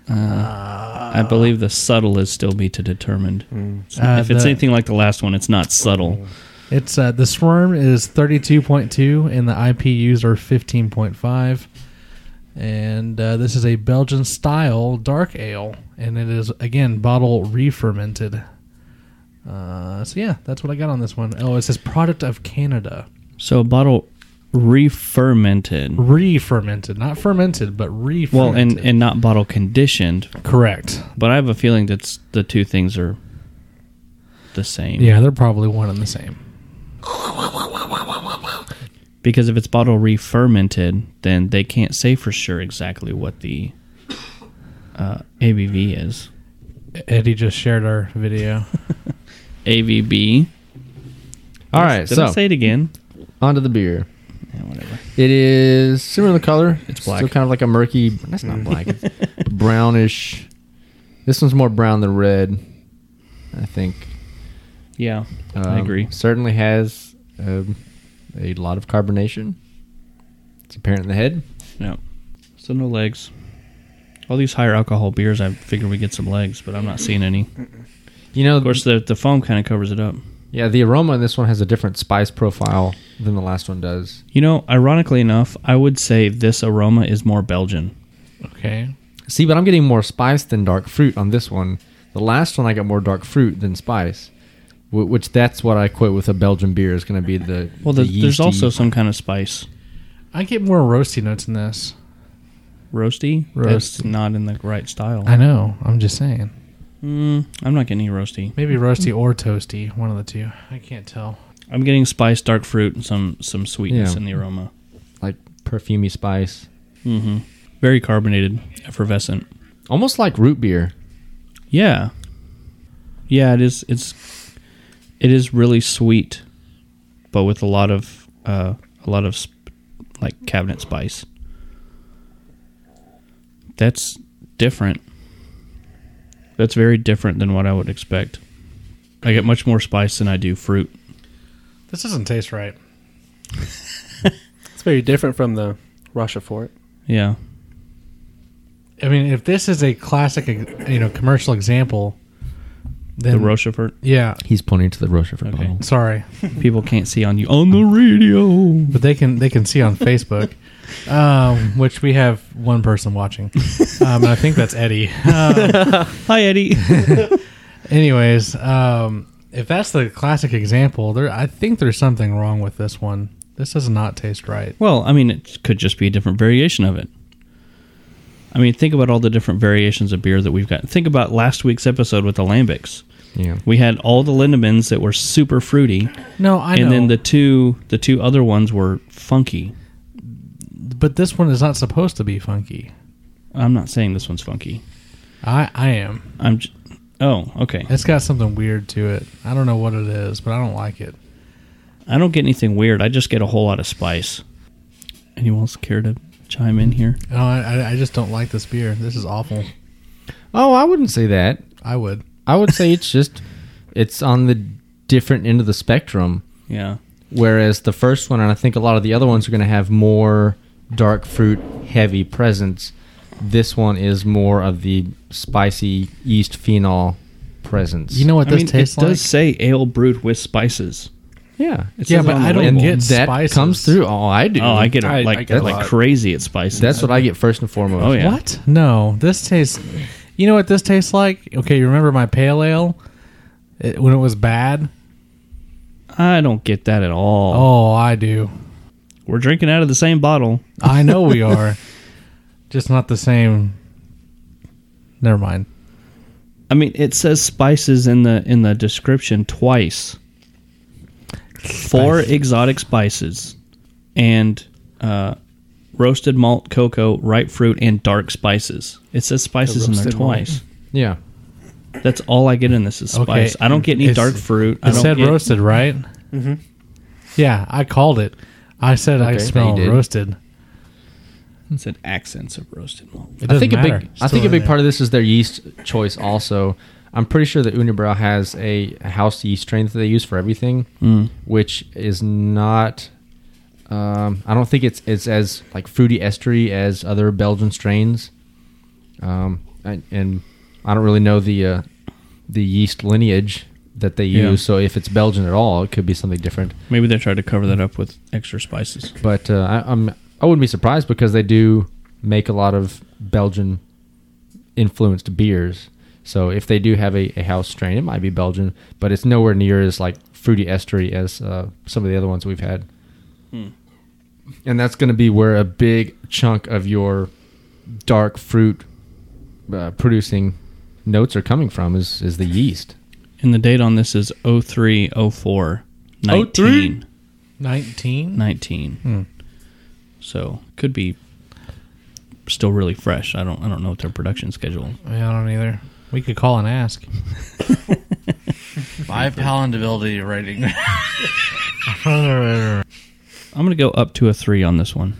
S1: I believe the subtle is still be to determined. It's not-
S3: Uh,
S1: if it's
S3: the-
S1: anything like the last one, it's not subtle.
S3: It's uh, the swarm is thirty two point two, and the IPUs are fifteen point five. And uh, this is a Belgian style dark ale, and it is again bottle re-fermented. Uh, so yeah, that's what I got on this one. Oh, it says product of Canada,
S1: So a bottle re-fermented.
S3: re-fermented, not fermented, but re-fermented.
S1: Well, and, and not bottle conditioned,
S3: correct.
S1: but I have a feeling that's the two things are the same.
S3: Yeah, they're probably one and the same.
S1: Because if it's bottle re-fermented, then they can't say for sure exactly what the uh, ABV is.
S3: Eddie just shared our
S1: [laughs]
S3: video.
S1: AVB.
S4: All right.
S1: Did
S4: So
S1: I say it again?
S4: onto the beer.
S1: Yeah, whatever.
S4: It is similar in color.
S1: It's
S4: Still
S1: black.
S4: kind of like a murky. That's not black. It's [laughs] brownish. This one's more brown than red. I think.
S1: [laughs] Yeah, I
S4: Um,
S1: agree.
S4: Certainly has um, a lot of carbonation. It's apparent in the head.
S1: No. So no legs. All these higher alcohol beers, I figure we get some legs, but I'm not seeing any.
S4: You know,
S1: Of course, the the foam kind of covers it up.
S4: yeah, the aroma in this one has a different spice profile than the last one does.
S1: You know, ironically enough, I would say this aroma is more Belgian.
S3: Okay.
S4: See, but I'm getting more spice than dark fruit on this one. The last one I got more dark fruit than spice, wh- which that's what I equate with a Belgian beer is going to be the
S1: Well, the, there's
S4: yeasty-
S1: also some kind of spice,
S3: I get more roasty notes in this.
S1: roasty. That's
S3: Roasty.
S1: not in the right style.
S3: I know. I'm just saying.
S1: Mm, I'm not getting any roasty.
S3: Maybe roasty or toasty, one of the two. I can't tell.
S1: I'm getting spice, dark fruit, and some some sweetness
S4: Yeah.
S1: in the aroma.
S4: like perfumey spice,
S1: hmm Very carbonated, effervescent.
S4: almost like root beer.
S1: Yeah, yeah. It is. It's. It is really sweet, but with a lot of uh, a lot of sp- like cabinet spice. That's different. That's very different than what I would expect. I get much more spice than I do fruit.
S3: This doesn't taste right.
S6: It's very different from the Rochefort.
S1: Yeah.
S3: I mean, if this is a classic, you know, commercial example,
S1: The
S3: then
S1: Rochefort.
S3: yeah.
S4: He's pointing to the Rochefort
S1: Okay.
S4: bottle.
S3: Sorry,
S1: People can't see on you on the radio.
S3: but they can they can see
S1: [laughs]
S3: on Facebook, um, which we have one person watching, um, and I think that's Eddie. [laughs] Um,
S1: Hi, Eddie.
S3: anyways, um, if that's the classic example, there I think there's something wrong with this one. This does not taste right.
S1: Well, I mean, it could just be a different variation of it. I mean, think about all the different variations of beer that we've got. Think about last week's episode with the lambics.
S4: Yeah.
S1: We had all the Lindemans that were super fruity,
S3: No, I
S1: and
S3: know,
S1: then the two the two other ones were funky.
S3: but this one is not supposed to be funky.
S1: I'm not saying this one's funky.
S3: I I am.
S1: I'm j- oh okay.
S3: It's got something weird to it. I don't know what it is, but I don't like it.
S1: I don't get anything weird. I just get a whole lot of spice. Anyone else care to chime in here?
S3: No, I- I I just don't like this beer. This is awful.
S4: Oh, I wouldn't say that.
S3: I would.
S4: I would say it's just it's on the different end of the spectrum.
S1: Yeah.
S4: Whereas the first one, and I think a lot of the other ones are going to have more dark fruit heavy presence. This one is more of the spicy yeast phenol presence.
S3: You know what
S1: I
S3: this
S1: mean, it
S3: tastes
S1: does
S3: like?
S1: say ale brewed with spices.
S4: yeah, it
S3: Yeah,
S4: says
S3: but
S4: on the
S3: I don't
S4: label.
S3: get
S4: that
S3: spices.
S4: comes through. Oh, I do.
S1: Oh, I get it
S6: I-
S1: like
S6: I get a
S1: like
S6: lot.
S1: crazy. It's spicy.
S4: That's what I get first and foremost.
S1: Oh yeah.
S3: What? No, this tastes. You know what this tastes like? Okay, you remember my pale ale it, when it was bad?
S1: I don't get that at all.
S3: Oh, I do.
S1: We're drinking out of the same bottle.
S3: I know we are, just not the same. Never mind.
S1: I mean, it says spices in the in the description twice. Four exotic spices, and uh, roasted malt, cocoa, ripe fruit, and dark spices. It says spices in there
S6: roasted malt.
S1: twice.
S4: yeah.
S1: That's all I get in this is
S3: Okay,
S1: spice. I don't get any
S3: it's-
S1: dark fruit. I
S3: It
S1: don't
S3: said
S1: get-
S3: roasted, right? Mm-hmm. Yeah, I called it. I said I
S4: Okay,
S3: smell
S4: you did.
S3: roasted.
S1: It said accents of roasted malt.
S3: It
S4: I
S3: doesn't
S4: think
S3: matter.
S4: a big I think a big part of this is their yeast choice also. I'm pretty sure that Unibrow has a house yeast strain that they use for everything,
S3: Mm.
S4: which is not um, I don't think it's it's as like fruity estery as other Belgian strains. Um, and, and I don't really know the uh, the yeast lineage that they
S1: Yeah.
S4: use, so if it's Belgian at all, it could be something different.
S1: Maybe they tried to cover that up with extra spices.
S4: But uh, I, I'm I wouldn't be surprised because they do make a lot of Belgian influenced beers. So if they do have a, a house strain, it might be Belgian, but it's nowhere near as like fruity estery as uh, some of the other ones we've had. And that's going to be where a big chunk of your dark fruit uh, producing notes are coming from is is the yeast.
S1: And the date on this is 0304 19.
S3: nineteen.
S1: 19.
S4: Hmm.
S1: So could be still really fresh. I don't I don't know what their production schedule.
S3: Yeah, I don't either. We could call and ask.
S7: My palatability
S4: [laughs]
S7: rating.
S1: I'm going to go up to a 3 on this one.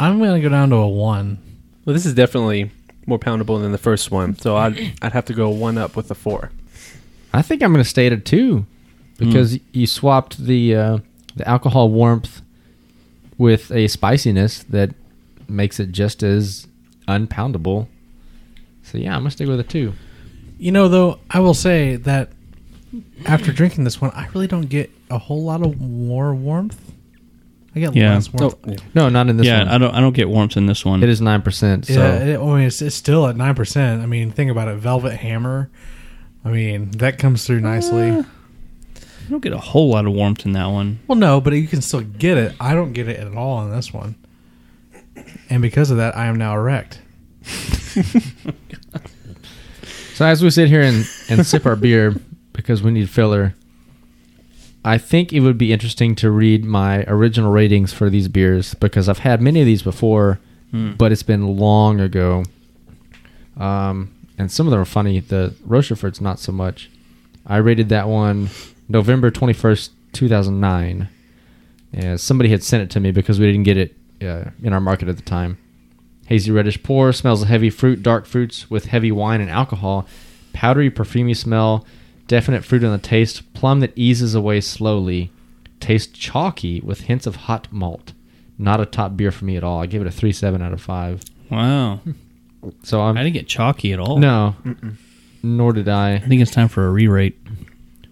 S3: I'm gonna go down to a one.
S6: Well, this is definitely more poundable than the first one, so I'd I'd have to go one up with the four.
S4: I think I'm going to stay at a two because
S1: Hmm.
S4: you swapped the uh, the alcohol warmth with a spiciness that makes it just as unpoundable So yeah, I'm gonna stick with a two.
S3: You know, though, I will say that after drinking this one, I really don't get a whole lot of more warmth. I get
S1: Yeah.
S3: less
S6: Oh.
S3: warmth.
S4: No, not in this
S1: yeah,
S4: one.
S1: I don't. I don't get warmth in this one.
S4: it is nine percent. So
S3: Yeah, it, I mean, it's, it's still at nine percent. I mean, think about it. Velvet Hammer. I mean, that comes through nicely.
S4: Ah.
S1: I don't get a whole lot of warmth in that one.
S3: well, no, but you can still get it. I don't get it at all in this one, and because of that, I am now erect.
S4: So as we sit here and, and sip our beer because we need filler, I think it would be interesting to read my original ratings for these beers because I've had many of these before, but it's been long ago. Um, and some of them are funny. The Rocheford's not so much. I rated that one November twenty first, two thousand nine. Yeah, somebody had sent it to me because we didn't get it uh, in our market at the time. Hazy reddish pour, smells of heavy fruit, dark fruits with heavy wine and alcohol, powdery perfumy smell, definite fruit on the taste, plum that eases away slowly, taste chalky with hints of hot malt. Not a top beer for me at all. I gave it a three seven out of five.
S1: Wow,
S4: So
S1: I
S4: I'm
S1: didn't get chalky at all.
S4: no, nor did I.
S1: I think it's time for a re-rate.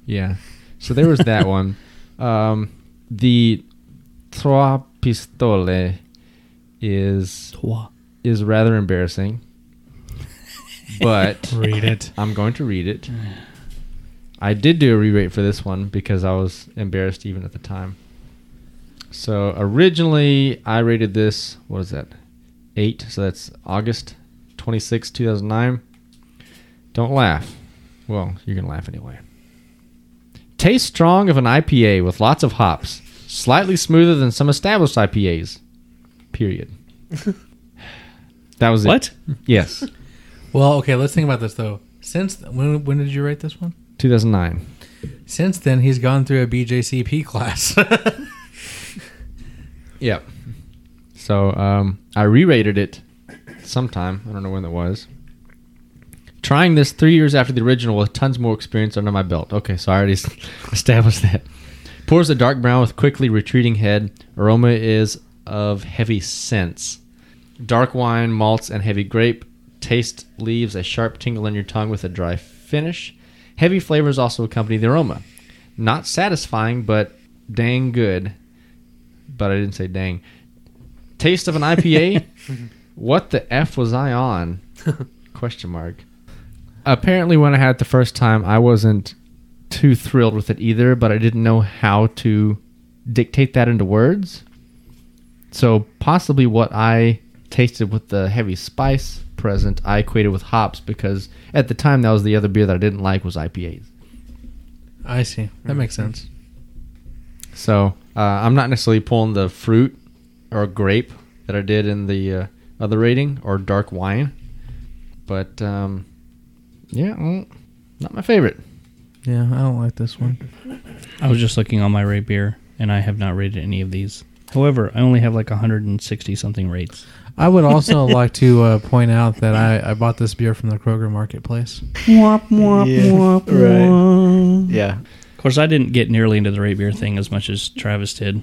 S4: Yeah. So there was that one. Um, the Trois Pistoles is is rather embarrassing,
S3: [laughs]
S4: but
S3: Read it.
S4: I'm going to read it. I did do a re-rate for this one because I was embarrassed even at the time. So originally I rated this. What is that? Eight. So that's August 26, 2009. Don't laugh. Well, you're gonna laugh anyway. Taste strong of an IPA with lots of hops, slightly smoother than some established IPAs. Period. that was it.
S1: What?
S4: Yes.
S3: Well, okay, let's think about this though. Since when? When did you write this one?
S4: 2009.
S3: Since then, he's gone through a BJCP [laughs] class.
S4: Yep. So um, I re-rated it sometime. I don't know when that was. Trying this three years after the original with tons more experience under my belt. Okay, so I already [laughs] s- established that. Pours a dark brown with quickly retreating head. Aroma is of heavy scents. Dark wine, malts, and heavy grape. Taste leaves a sharp tingle in your tongue with a dry finish. Heavy flavors also accompany the aroma. Not satisfying, but dang good but I didn't say dang. Taste of an IPA? [laughs] what the F was I [laughs] on? Question mark. Apparently, when I had it the first time, I wasn't too thrilled with it either, but I didn't know how to dictate that into words. So, possibly what I tasted with the heavy spice present, I equated with hops because at the time that was the other beer that I didn't like was IPAs.
S3: I see. That makes sense.
S4: So uh, I'm not necessarily pulling the fruit or grape that I did in the uh, other rating or dark wine, but um, yeah, mm, not my favorite.
S3: Yeah, I don't like this one.
S1: I was just looking on my rate beer, and I have not rated any of these. However, I only have like 160 something rates.
S3: I would [laughs] also like to uh, point out that I, I bought this beer from the Kroger Marketplace.
S6: Yeah.
S1: Of course, I didn't get nearly into the rate beer thing as much as Travis did.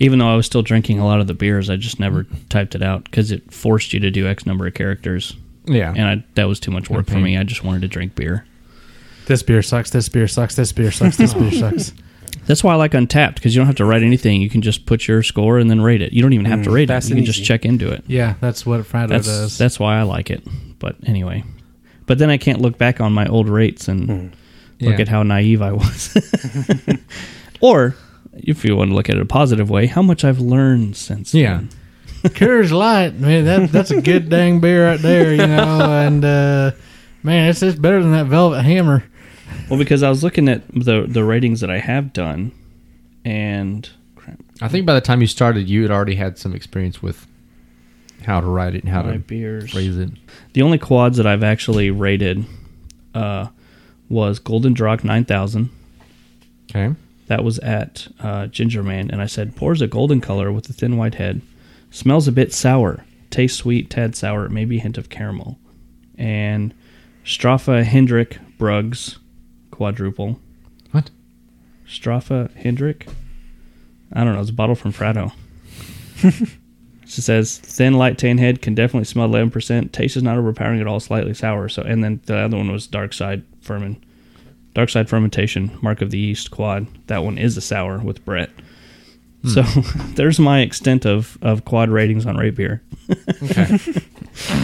S1: Even though I was still drinking a lot of the beers, I just never typed it out because it forced you to do X number of characters,
S4: Yeah,
S1: and I, that was too much work for me. I just wanted to drink beer.
S3: This beer sucks. This beer sucks. This beer sucks. This [laughs] beer sucks.
S1: That's why I like Untapped because you don't have to write anything. You can just put your score and then rate it. You don't even have to rate it.
S6: fast
S1: You
S6: and
S1: can just
S6: easy.
S1: check into it.
S3: Yeah, that's what Frado
S1: That's
S3: does.
S1: that's why I like it. But anyway, but then I can't look back on my old rates and look
S4: Yeah.
S1: at how naive I was. or if you want to look at it a positive way, how much I've learned since.
S4: yeah.
S3: Coors Light, man, that that's a good dang beer right there, you know. And uh, man, it's it's better than that Velvet Hammer.
S1: Well, because I was looking at the the ratings that I have done, and crap,
S4: I think by the time you started, you had already had some experience with how to write it and how
S1: my
S4: to
S1: beers.
S4: phrase it.
S1: The only quads that I've actually rated uh, was Golden Drock nine thousand. [laughs]
S4: Okay.
S1: That was at uh, Ginger Man, and I said, pours a golden color with a thin white head. Smells a bit sour. Tastes sweet, tad sour, maybe a hint of caramel. And Straffa Hendrick Bruggs quadruple.
S4: What?
S1: Straffa Hendrick? I don't know. It's a bottle from Fratto. She says thin, light tan head can definitely smell eleven percent. Taste is not overpowering at all, slightly sour. So, and then the other one was dark side ferment, dark side fermentation, mark of the yeast quad. That one is a sour with Brett. So [laughs] there's my extent of of quad ratings on rate beer.
S4: Okay.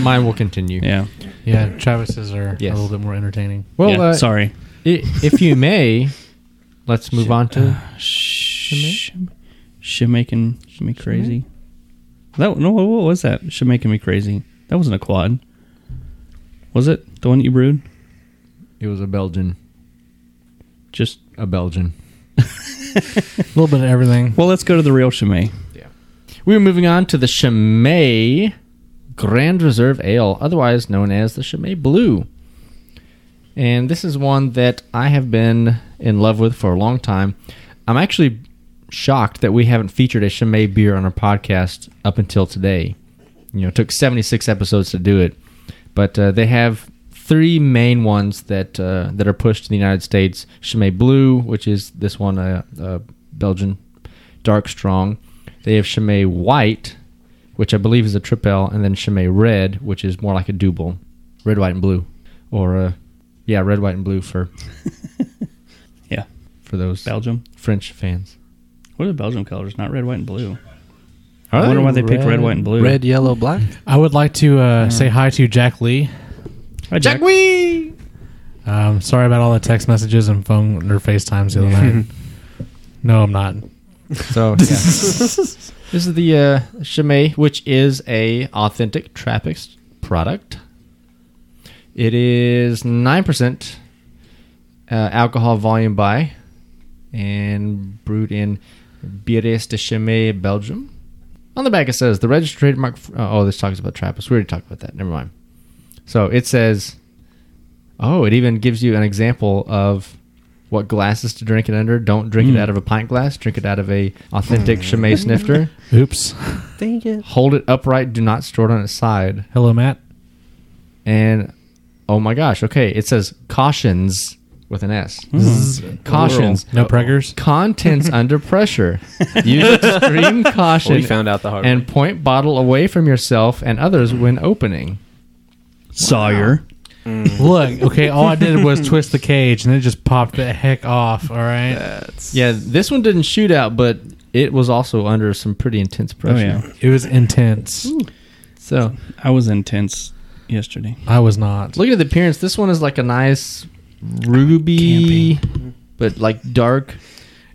S4: Mine will continue.
S1: Yeah.
S3: Yeah, Travis's are
S4: Yes.
S3: a little bit more entertaining.
S4: Well,
S1: Yeah,
S4: uh,
S1: sorry.
S4: i- if you may, let's move on to.
S1: Sh- making me crazy. That no, what what was that? She making me crazy. That wasn't a quad, was it? The one that you brewed?
S4: It was a Belgian.
S1: Just
S4: A Belgian.
S3: A little bit of everything.
S1: well, let's go to the real Chimay.
S4: We are moving on to the Chimay Grand Reserve Ale, otherwise known as the Chimay Blue. And this is one that I have been in love with for a long time. I'm actually shocked that we haven't featured a Chimay beer on our podcast up until today. You know, it took 76 episodes to do it. But uh, they have three main ones that uh, that are pushed in the United States Chimay Blue, which is this one, a uh, uh, Belgian dark strong. They have Chimay White, which I believe is a triple, and then Chimay Red, which is more like a double, red, white, and blue, or uh, yeah, red, white, and blue for
S1: [laughs] Yeah.
S4: for those
S1: Belgium.
S4: French fans.
S1: What are the Belgium colors? Not red, white, and blue. I wonder why they picked red, white, and blue.
S7: Red, yellow, black.
S3: I would like to uh,
S4: Mm-hmm.
S3: say hi to Jack Lee.
S1: [laughs] Hi, Jack.
S4: Wee!
S3: Um, sorry about all the text messages and phone or FaceTimes the other
S4: [laughs]
S3: night. No, I'm not.
S4: So yeah. this is the uh, Chimay, which is a authentic Trappist product. It is nine percent uh, alcohol volume by, and brewed in Bieres de Chimay, Belgium. On the back it says the registered trademark. f- oh, this talks about Trappist. We already talked about that. Never mind. So it says, oh, it even gives you an example of what glasses to drink it under. Don't drink it out of a pint glass. Drink it out of a authentic Chimay snifter.
S3: Oops.
S6: Thank you.
S4: Hold it upright. Do not store it on its side.
S3: Hello, Matt.
S4: And oh my gosh, okay, it says cautions with an S.
S3: Hmm.
S4: Cautions.
S3: No preggers.
S4: Contents under pressure. Use extreme caution
S6: we found out the hard
S4: and point bottle away from yourself and others when opening.
S1: Sawyer.
S3: Look, okay, all I did was twist the cage and it just popped the heck off, all right?
S4: Yeah, this one didn't shoot out, but it was also under some pretty intense
S1: Oh
S4: pressure.
S1: yeah.
S3: It was intense.
S4: So
S1: I was intense yesterday.
S3: I was not.
S4: looking at the appearance, this one is like a nice ruby, but like dark,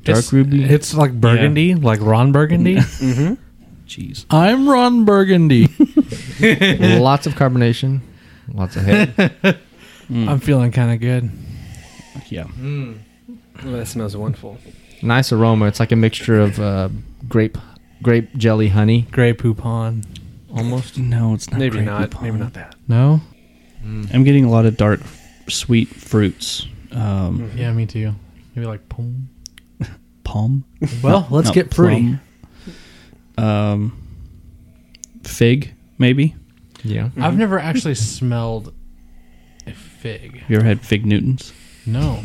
S4: dark
S3: It's-
S4: ruby.
S3: It's like burgundy, like Ron Burgundy.
S1: Mm.
S6: Mm-hmm.
S1: Jeez.
S3: I'm Ron Burgundy.
S4: [laughs] lots of carbonation, lots of head.
S3: [laughs] I'm feeling kind of good.
S1: Yeah.
S3: Mm-hmm.
S6: Oh, that smells wonderful.
S4: nice aroma. It's like a mixture of uh, grape, grape jelly, honey.
S3: Gray poupon.
S4: Almost.
S1: No, it's not.
S6: Maybe
S1: grape
S6: not.
S1: upon.
S6: Maybe not that.
S3: No? Mm.
S1: I'm getting a lot of dark, sweet fruits. Um,
S3: Yeah, me too. Maybe like boom.
S1: Palm.
S3: Well, let's
S1: No,
S3: get pretty.
S1: plum. Um, fig, maybe.
S4: Yeah.
S3: I've never actually smelled a fig.
S1: Have you ever had fig Newtons? [laughs]
S3: No.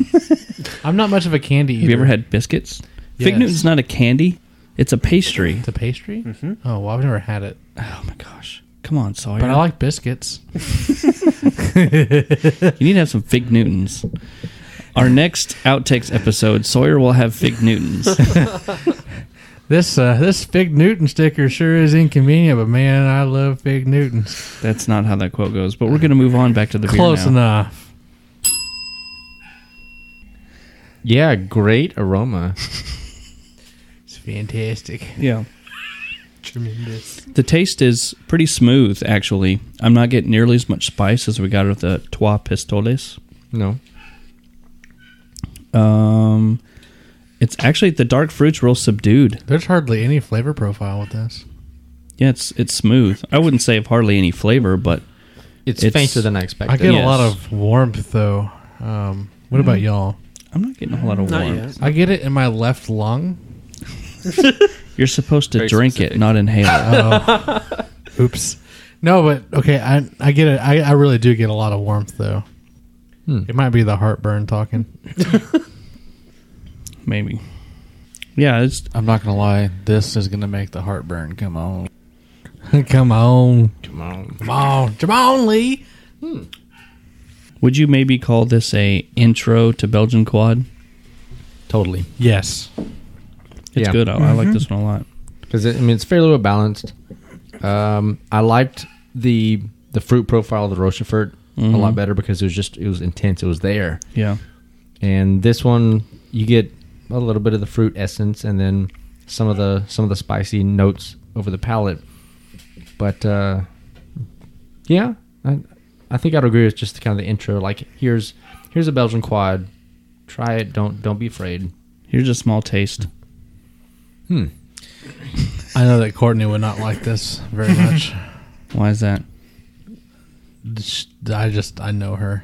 S3: I'm not much of a candy eater.
S1: Have you ever had biscuits? Fig
S3: Yes.
S1: Newton's not a candy; it's a pastry.
S3: It's a pastry? Oh, well, I've never had it.
S1: Oh my gosh! Come on, Sawyer.
S3: But I like biscuits.
S1: you need to have some Fig Newtons. Our next outtakes episode, Sawyer will have Fig Newtons.
S3: This uh, this Fig Newton sticker sure is inconvenient, but man, I love Fig Newtons.
S1: That's not how that quote goes. But we're going to move on back to the beer
S3: Close
S1: now.
S3: enough.
S4: Yeah, great aroma.
S3: It's fantastic.
S1: Yeah.
S3: Tremendous.
S1: The taste is pretty smooth, actually. I'm not getting nearly as much spice as we got with the Trois Pistoles.
S4: No.
S1: Um, it's actually the dark fruit's real subdued.
S3: There's hardly any flavor profile with this.
S1: Yeah, it's it's smooth. I wouldn't say of hardly any flavor, but
S4: It's,
S1: It's-
S4: fainter than I
S3: I
S4: expected.
S3: get
S1: Yes.
S3: a lot of warmth though. Um, what about y'all?
S1: I'm not getting a whole lot of
S6: Not
S1: warmth.
S6: yet.
S3: I get it in my left lung.
S1: You're supposed to
S6: Very
S1: drink it,
S6: specific.
S1: not inhale it.
S6: [laughs]
S3: Oops. No, but okay, I I get it. I, I really do get a lot of warmth though. It might be the heartburn talking.
S1: Oh, Maybe. Yeah, it's
S8: I'm not gonna lie, this is gonna make the heartburn come on.
S3: [laughs] Come on. Come on. Come on. Come on, Lee.
S1: Would you maybe call this a intro to Belgian quad?
S4: Totally.
S3: Yes.
S1: It's
S4: Yeah.
S1: good. I, I
S6: Mm-hmm.
S1: like this one a lot.
S4: because I mean it's fairly well balanced. Um, I liked the the fruit profile of the Rochefort a lot better because it was just it was intense. It was there,
S1: Yeah.
S4: and this one you get a little bit of the fruit essence and then some of the some of the spicy notes over the palate. But uh, yeah, I, I think I'd agree with just the kind of the intro. Like here's here's a Belgian quad. Try it. Don't don't be afraid.
S1: Here's a small taste.
S3: I know that Courtney would not like this very much.
S1: Why is that?
S3: I just, I know her.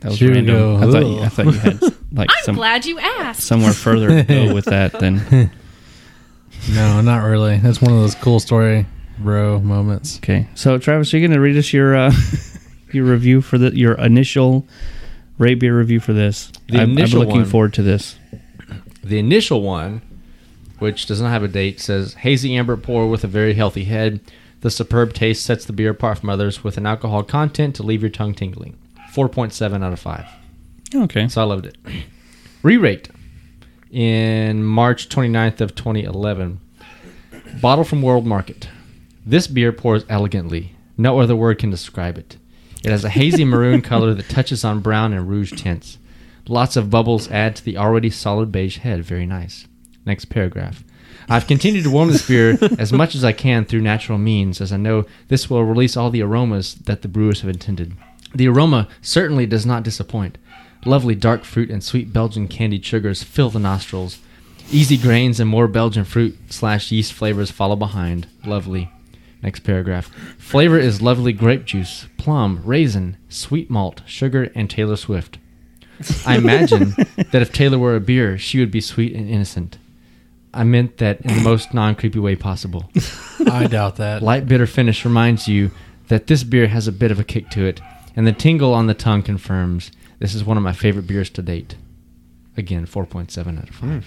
S1: That was
S3: Here we
S1: random.
S3: go.
S1: I thought you, I thought you had like
S8: I'm
S1: some,
S8: glad you asked.
S1: somewhere further to go with that than
S3: No, not really. That's one of those cool story
S1: [laughs]
S3: bro moments.
S1: okay. So Travis, you're gonna read us your uh, [laughs] your review for the your initial rate beer review for this.
S4: The
S1: I'm, I'm
S4: initial
S1: looking
S4: one.
S1: forward to this.
S4: The initial one, which does not have a date, says hazy amber pour with a very healthy head. The superb taste sets the beer apart from others with an alcohol content to leave your tongue tingling. 4.7 out of 5.
S1: Okay.
S4: So I loved it. Re-rate in March 29th of 2011. Bottle from World Market. This beer pours elegantly. No other word can describe it. It has a hazy maroon color that touches on brown and rouge tints. Lots of bubbles add to the already solid beige head. Very nice. Next paragraph. I've continued to warm this beer as much as I can through natural means, as I know this will release all the aromas that the brewers have intended. The aroma certainly does not disappoint. Lovely dark fruit and sweet Belgian candied sugars fill the nostrils. Easy grains and more Belgian fruit slash yeast flavors follow behind. Lovely. Next paragraph. Flavor is lovely grape juice, plum, raisin, sweet malt, sugar, and Taylor Swift. I imagine that if Taylor were a beer, she would be sweet and innocent. I meant that in the most non creepy way possible.
S3: I doubt that.
S4: Light bitter finish reminds you that this beer has a bit of a kick to it, and the tingle on the tongue confirms this is one of my favorite beers to date. Again, 4.7 out of 5.
S1: Hmm.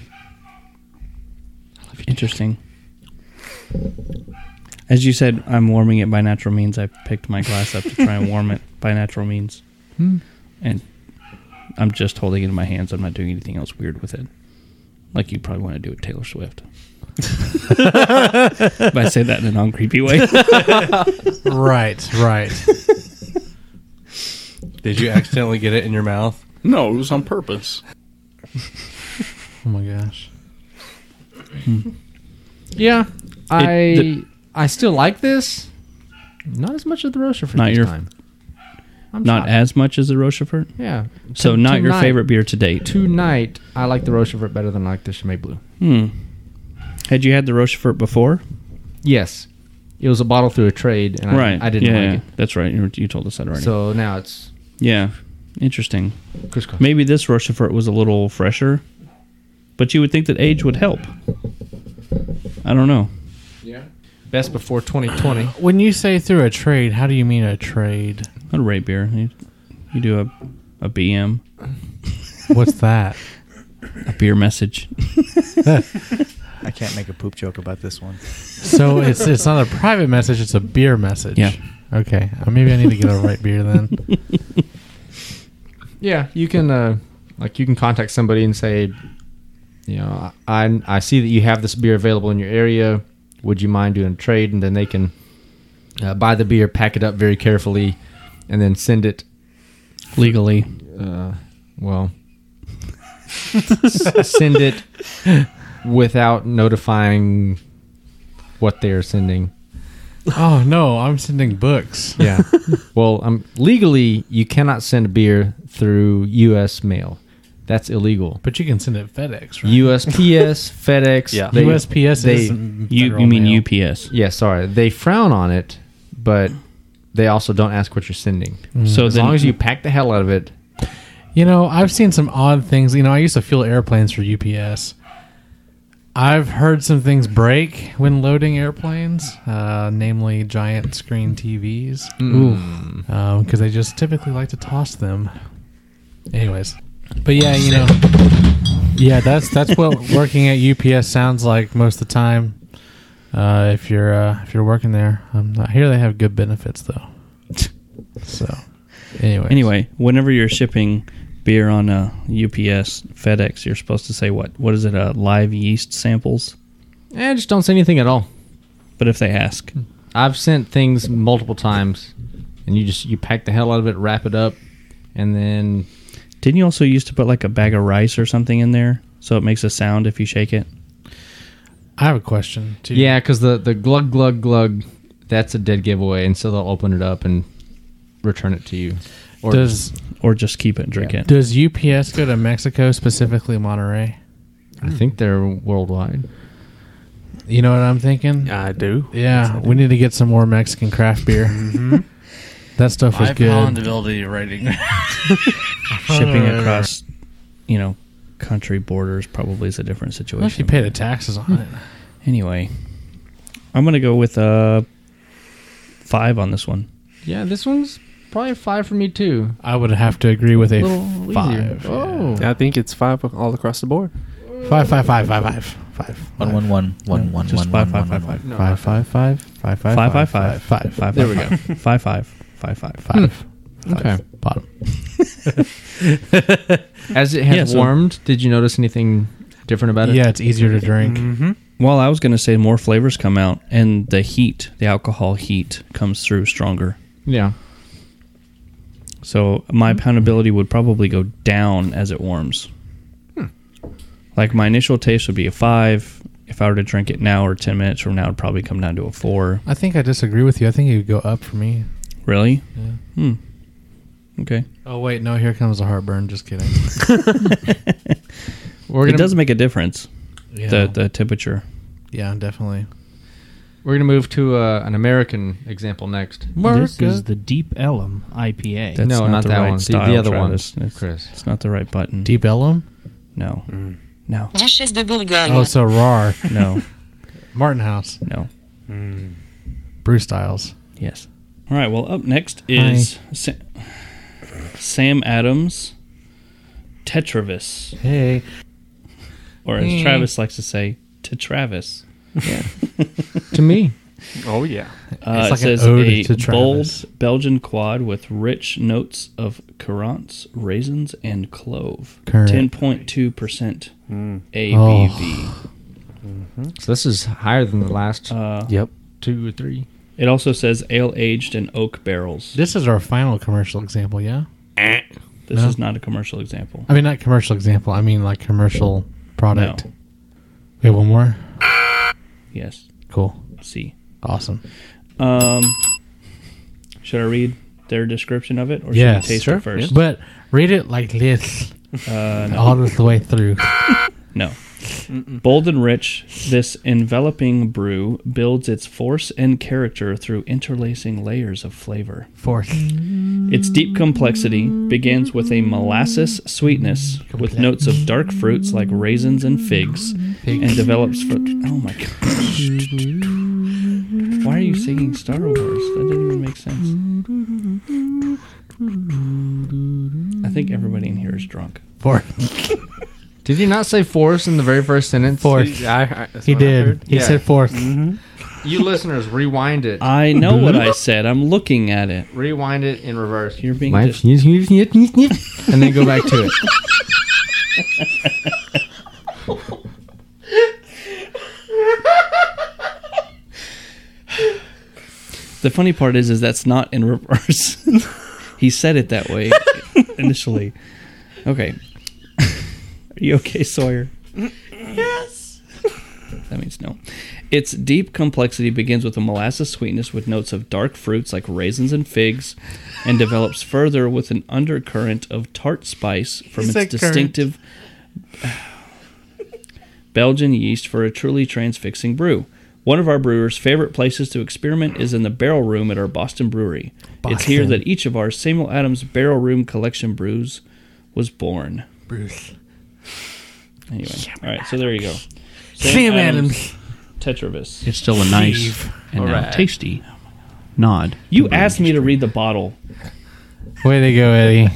S1: Interesting. As you said, I'm warming it by natural means. I picked my glass up to try and warm it by natural means.
S4: Hmm.
S1: And I'm just holding it in my hands. I'm not doing anything else weird with it. Like you probably want to do with Taylor
S4: [laughs]
S1: Swift. but I say that in a non creepy way.
S3: right, right.
S9: [laughs] Did you accidentally get it in your mouth?
S7: [laughs] No, it was on purpose.
S3: Oh my gosh.
S4: Yeah. I
S1: the-
S4: I still like this. Not as much as the Rocher for
S1: Not
S4: this
S1: your-
S4: time. I'm
S1: Not
S4: shocked.
S1: as much as the Rochefort.
S4: yeah.
S1: So,
S4: To-
S1: not your
S4: tonight-
S1: favorite beer to date.
S4: Tonight, I like the Rochefort better than I like the Chimay Blue.
S1: Hmm. Had you had the Rochefort before?
S4: Yes, it was a bottle through a trade, and
S1: right.
S4: I, I didn't
S1: yeah,
S4: like
S1: That's right. You you told us that
S4: it.
S1: already.
S4: So now it's
S1: yeah. Interesting.
S4: crisscross.
S1: Maybe this Rochefort was a little fresher, but you would think that age would help. I don't know.
S4: Best before 2020.
S3: When you say through a trade, how do you mean a trade?
S1: Not a rate beer. You, you do a, a BM,
S3: What's that?
S1: a beer message. [laughs]
S10: I can't make a poop joke about this one.
S3: so it's it's not a private message, it's a beer message.
S1: Yeah.
S3: Okay. Uh, maybe I need to get a right
S1: [laughs]
S3: beer then.
S4: Yeah, you can uh, like you can contact somebody and say, you know, I, I I see that you have this beer available in your area. Would you mind doing a trade? And then they can uh, buy the beer, pack it up very carefully, and then send it.
S1: Legally.
S4: Uh, well, [laughs] s- send it without notifying what they are sending.
S3: Oh no, I'm sending books.
S4: Yeah. well, um, legally, you cannot send beer through U.S. mail. That's illegal.
S3: But you can send it FedEx, right? [laughs]
S4: USPS, FedEx.
S9: Yeah.
S4: they-
S3: USPS
S4: they-
S3: is
S1: You, you mean UPS.
S4: Yeah, sorry. They frown on it, but they also don't ask what you're sending.
S3: Mm.
S1: So
S4: As
S1: then,
S4: long as you pack the hell out of it.
S3: You know, I've seen some odd things. You know, I used to fuel airplanes for UPS. I've heard some things break when loading airplanes, uh, namely giant screen TVs, because they just typically like to toss them. Anyways, but yeah, you know, yeah, that's that's what working at UPS sounds like most of the time. Uh, if you're uh, if you're working there, I'm not here. They have good benefits though. so, anyway,
S1: Anyway, whenever you're shipping beer on uh, a UPS, FedEx, you're supposed to say what? What is it? Uh, live yeast samples.
S4: Eh, just don't say anything at all.
S1: But if they ask,
S4: Hmm. I've sent things multiple times, and you just you pack the hell out of it, wrap it up, and then
S1: didn't you also used to put like a bag of rice or something in there so it makes a sound if you shake it?
S3: I have a question too.
S4: yeah, because the the glug glug glug, that's a dead giveaway, and so they'll open it up and return it to you. Or
S3: does
S1: Or just keep it and drink it?
S3: does UPS go to Mexico specifically Monterey?
S4: I think they're worldwide.
S3: You know what I'm thinking?
S6: I do.
S3: Yeah, we need to get some more Mexican craft beer.
S4: Mm-hmm.
S3: [laughs] That stuff was
S11: Five
S3: good.
S11: pound ability rating.
S1: Shipping across, you know, country borders probably is a different situation.
S3: Well, if you pay the taxes on it,
S1: Anyway, I'm gonna go with uh five on this one.
S4: Yeah, this one's probably five for me too.
S3: I would have to agree with a
S4: little
S3: five.
S4: Oh,
S6: I think it's five all across the board.
S3: Five, five, five, five, five, five,
S12: One one one one one
S1: Just
S12: one
S1: five,
S12: one
S1: five,
S12: one
S1: five,
S12: one.
S1: five.
S3: five, five, five, five,
S1: Five, five, five,
S3: five,
S1: Hmm.
S3: five, five.
S1: There we go. [laughs] Five, five, five, five.
S3: Five.
S4: Okay.
S3: Bottom.
S4: As it has
S1: Yeah, so-
S4: warmed, did you notice anything different about it?
S3: Yeah, it's easier to drink.
S4: Mm-hmm.
S1: Well, I was going to say more flavors come out, and the heat, the alcohol heat, comes through stronger.
S4: yeah.
S1: So my poundability would probably go down as it warms. Hmm. Like my initial taste would be a five. If I were to drink it now or ten minutes from now, it'd probably come down to a four.
S3: I think I disagree with you. I think it would go up for me.
S1: Really? Hmm. Okay.
S3: Oh wait, no. Here comes the heartburn. Just kidding.
S1: it
S4: We're gonna
S1: does make a difference.
S3: Yeah,
S1: The the temperature.
S3: yeah definitely.
S4: we're gonna move to uh, an American example next.
S10: This is the Deep Ellum IPA.
S1: That's
S4: no,
S1: not,
S4: not,
S1: the
S4: that
S1: right
S4: one. The-
S1: Style,
S4: the other one,
S1: Travis. It's,
S4: Chris.
S1: it's not the right button.
S3: Deep Ellum.
S1: No. No.
S8: Ashes de Bulgaria.
S3: Oh, so rar.
S1: No.
S3: [laughs] Martin House.
S1: no.
S6: Mm-hmm.
S3: Brew Styles.
S1: Yes. All right. Well, up next is Sa- Sam Adams Tetravis,
S3: Hey.
S1: or as Travis likes to say, to Travis.
S4: to me.
S6: Oh yeah.
S1: Uh,
S3: It's like
S1: it says
S3: an ode
S1: a
S3: to Travis.
S1: bold Belgian quad with rich notes of currants, raisins, and clove.
S3: Correct.
S1: Ten point two percent ABV.
S3: Oh.
S4: So this is higher than the last
S1: Uh,
S6: Yep.
S4: two or three.
S1: It also says ale aged in oak barrels.
S3: This is our final commercial example. Yeah.
S1: This
S3: No.
S1: is not a commercial example.
S3: I mean, not commercial example. I mean, like commercial product. We have one more.
S1: Yes.
S3: Cool.
S1: See.
S3: Awesome.
S1: Um, should I read their description of it, or
S3: Yes.
S1: should we taste
S3: Sure.
S1: it first?
S3: But read it like this
S1: Uh, no.
S3: all the way through.
S1: No. Bold and rich, this enveloping brew builds its force and character through interlacing layers of flavor.
S3: Fourth.
S1: Its deep complexity begins with a molasses sweetness with notes of dark fruits like raisins and figs and develops for Oh my gosh. Why are you singing Star Wars? That didn't even make sense. I think everybody in here is drunk.
S3: Fourth.
S4: Did you not say force in the very first sentence?
S3: Fourth. He did. He
S4: Yeah.
S3: said fourth.
S1: Mm-hmm.
S4: You listeners, rewind it.
S1: I know what I said. I'm looking at it.
S4: rewind it in reverse.
S1: You're being
S4: Wipe,
S1: dis-
S4: sniff, sniff, sniff, sniff, sniff, and then go back to it.
S1: The funny part is, is that's not in [laughs] reverse. he said it that way initially. Okay. [laughs] Are you okay, Sawyer? yes. That means no. Its deep complexity begins with a molasses sweetness with notes of dark fruits like raisins and figs, and develops further with an undercurrent of tart spice from its distinctive [sighs] Belgian yeast for a truly transfixing brew. One of our brewers' favorite places to experiment is in the barrel room at our Boston brewery. It's here that each of our Samuel Adams Barrel Room Collection brews was born. Anyway, all right, so there you go. Sam, Adams, Tetravis.
S10: It's still a nice and now tasty nod.
S1: You asked me to read the bottle.
S3: Way to go, Eddie.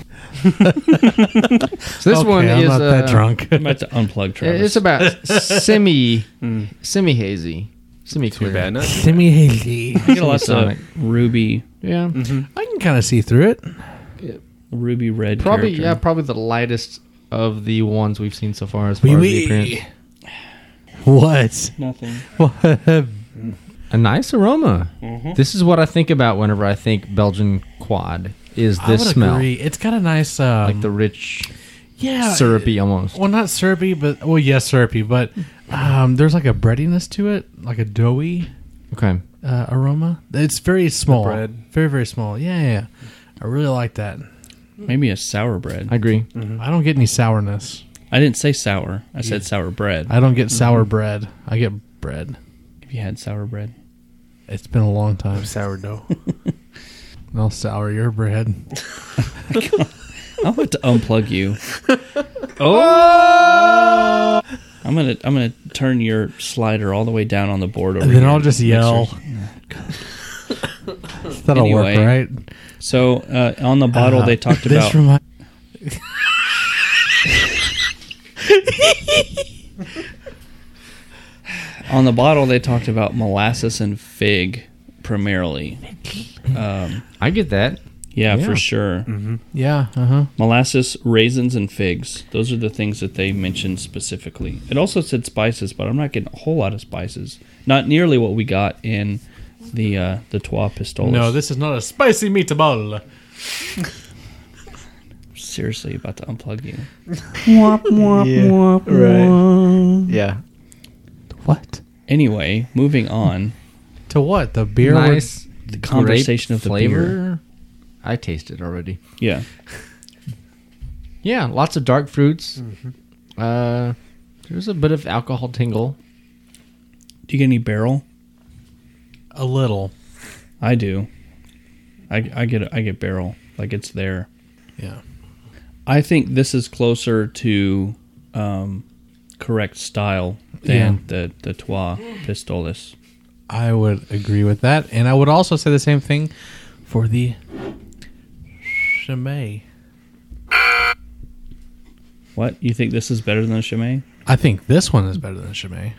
S4: So this one
S3: I'm
S4: is
S3: not that [laughs]
S4: uh,
S3: drunk.
S1: I'm about to unplug Travis.
S4: It's about semi semi hazy. Semi
S6: Too bad, not too
S3: Semi
S1: You get lots of ruby.
S4: Yeah.
S3: I can kind of see through it.
S1: Ruby red.
S4: Probably
S1: character.
S4: yeah, probably the lightest of the ones we've seen so far as
S1: Wee
S4: far
S1: wee.
S4: as the appearance.
S3: What? [laughs]
S1: Nothing.
S4: a nice aroma.
S1: Mm-hmm.
S3: Mhm.
S4: This is what I think about whenever I think Belgian quad is
S3: I would
S4: this smell.
S3: agree. It's got a nice um,
S4: Like the rich
S3: yeah
S4: syrupy almost.
S3: Well, not syrupy, but well, yes, syrupy, but um, there's like a breadiness to it, like a doughy
S4: Okay.
S3: uh, aroma. It's very small,
S6: bread.
S3: very very small. Yeah, yeah, yeah. I really like that.
S1: Maybe a sour bread.
S4: I agree.
S3: I don't get any sourness.
S1: I didn't say sour. I said sour bread.
S3: I don't get sour bread. I get bread.
S1: Have you had sour bread?
S3: It's been a long time.
S6: Sourdough.
S3: And [laughs] I'll sour your bread.
S1: I'm about to unplug you.
S6: Oh!
S1: I'm gonna I'm gonna turn your slider all the way down on the board over.
S3: And then
S1: here.
S3: I'll just yell. [laughs] That'll work,
S1: Anyway,
S3: right?
S1: So uh, on the bottle
S3: Uh,
S1: they talked about.
S3: this remi-
S1: on the bottle they talked about molasses and fig primarily. Um,
S4: I get that.
S1: Yeah,
S3: Yeah. Mm-hmm.
S1: for sure.
S3: Yeah, uh-huh.
S1: Molasses, raisins, and figs. Those are the things that they mentioned specifically. It also said spices, but I'm not getting a whole lot of spices. Not nearly what we got in the uh, the Trois Pistoles.
S3: No, this is not a spicy meatball.
S1: seriously about to unplug you.
S10: Yeah,
S4: Mm-hmm.
S10: right. Yeah.
S1: Anyway, moving on.
S3: To what? The beer? we're-
S4: nice
S1: The conversation
S4: grape
S1: of the
S4: flavor.
S1: beer.
S4: I taste it already.
S1: Yeah.
S4: Yeah, lots of dark fruits. Uh, there's a bit of alcohol tingle.
S1: Do you get any barrel?
S3: A little.
S1: I do. I, I get I get barrel like it's there.
S3: Yeah.
S1: I think this is closer to um, correct style than the the Trois Pistoles.
S3: I would agree with that, and I would also say the same thing for the Chimay.
S1: What you think this is better than the Chimay?
S3: I think this one is better than Chimay.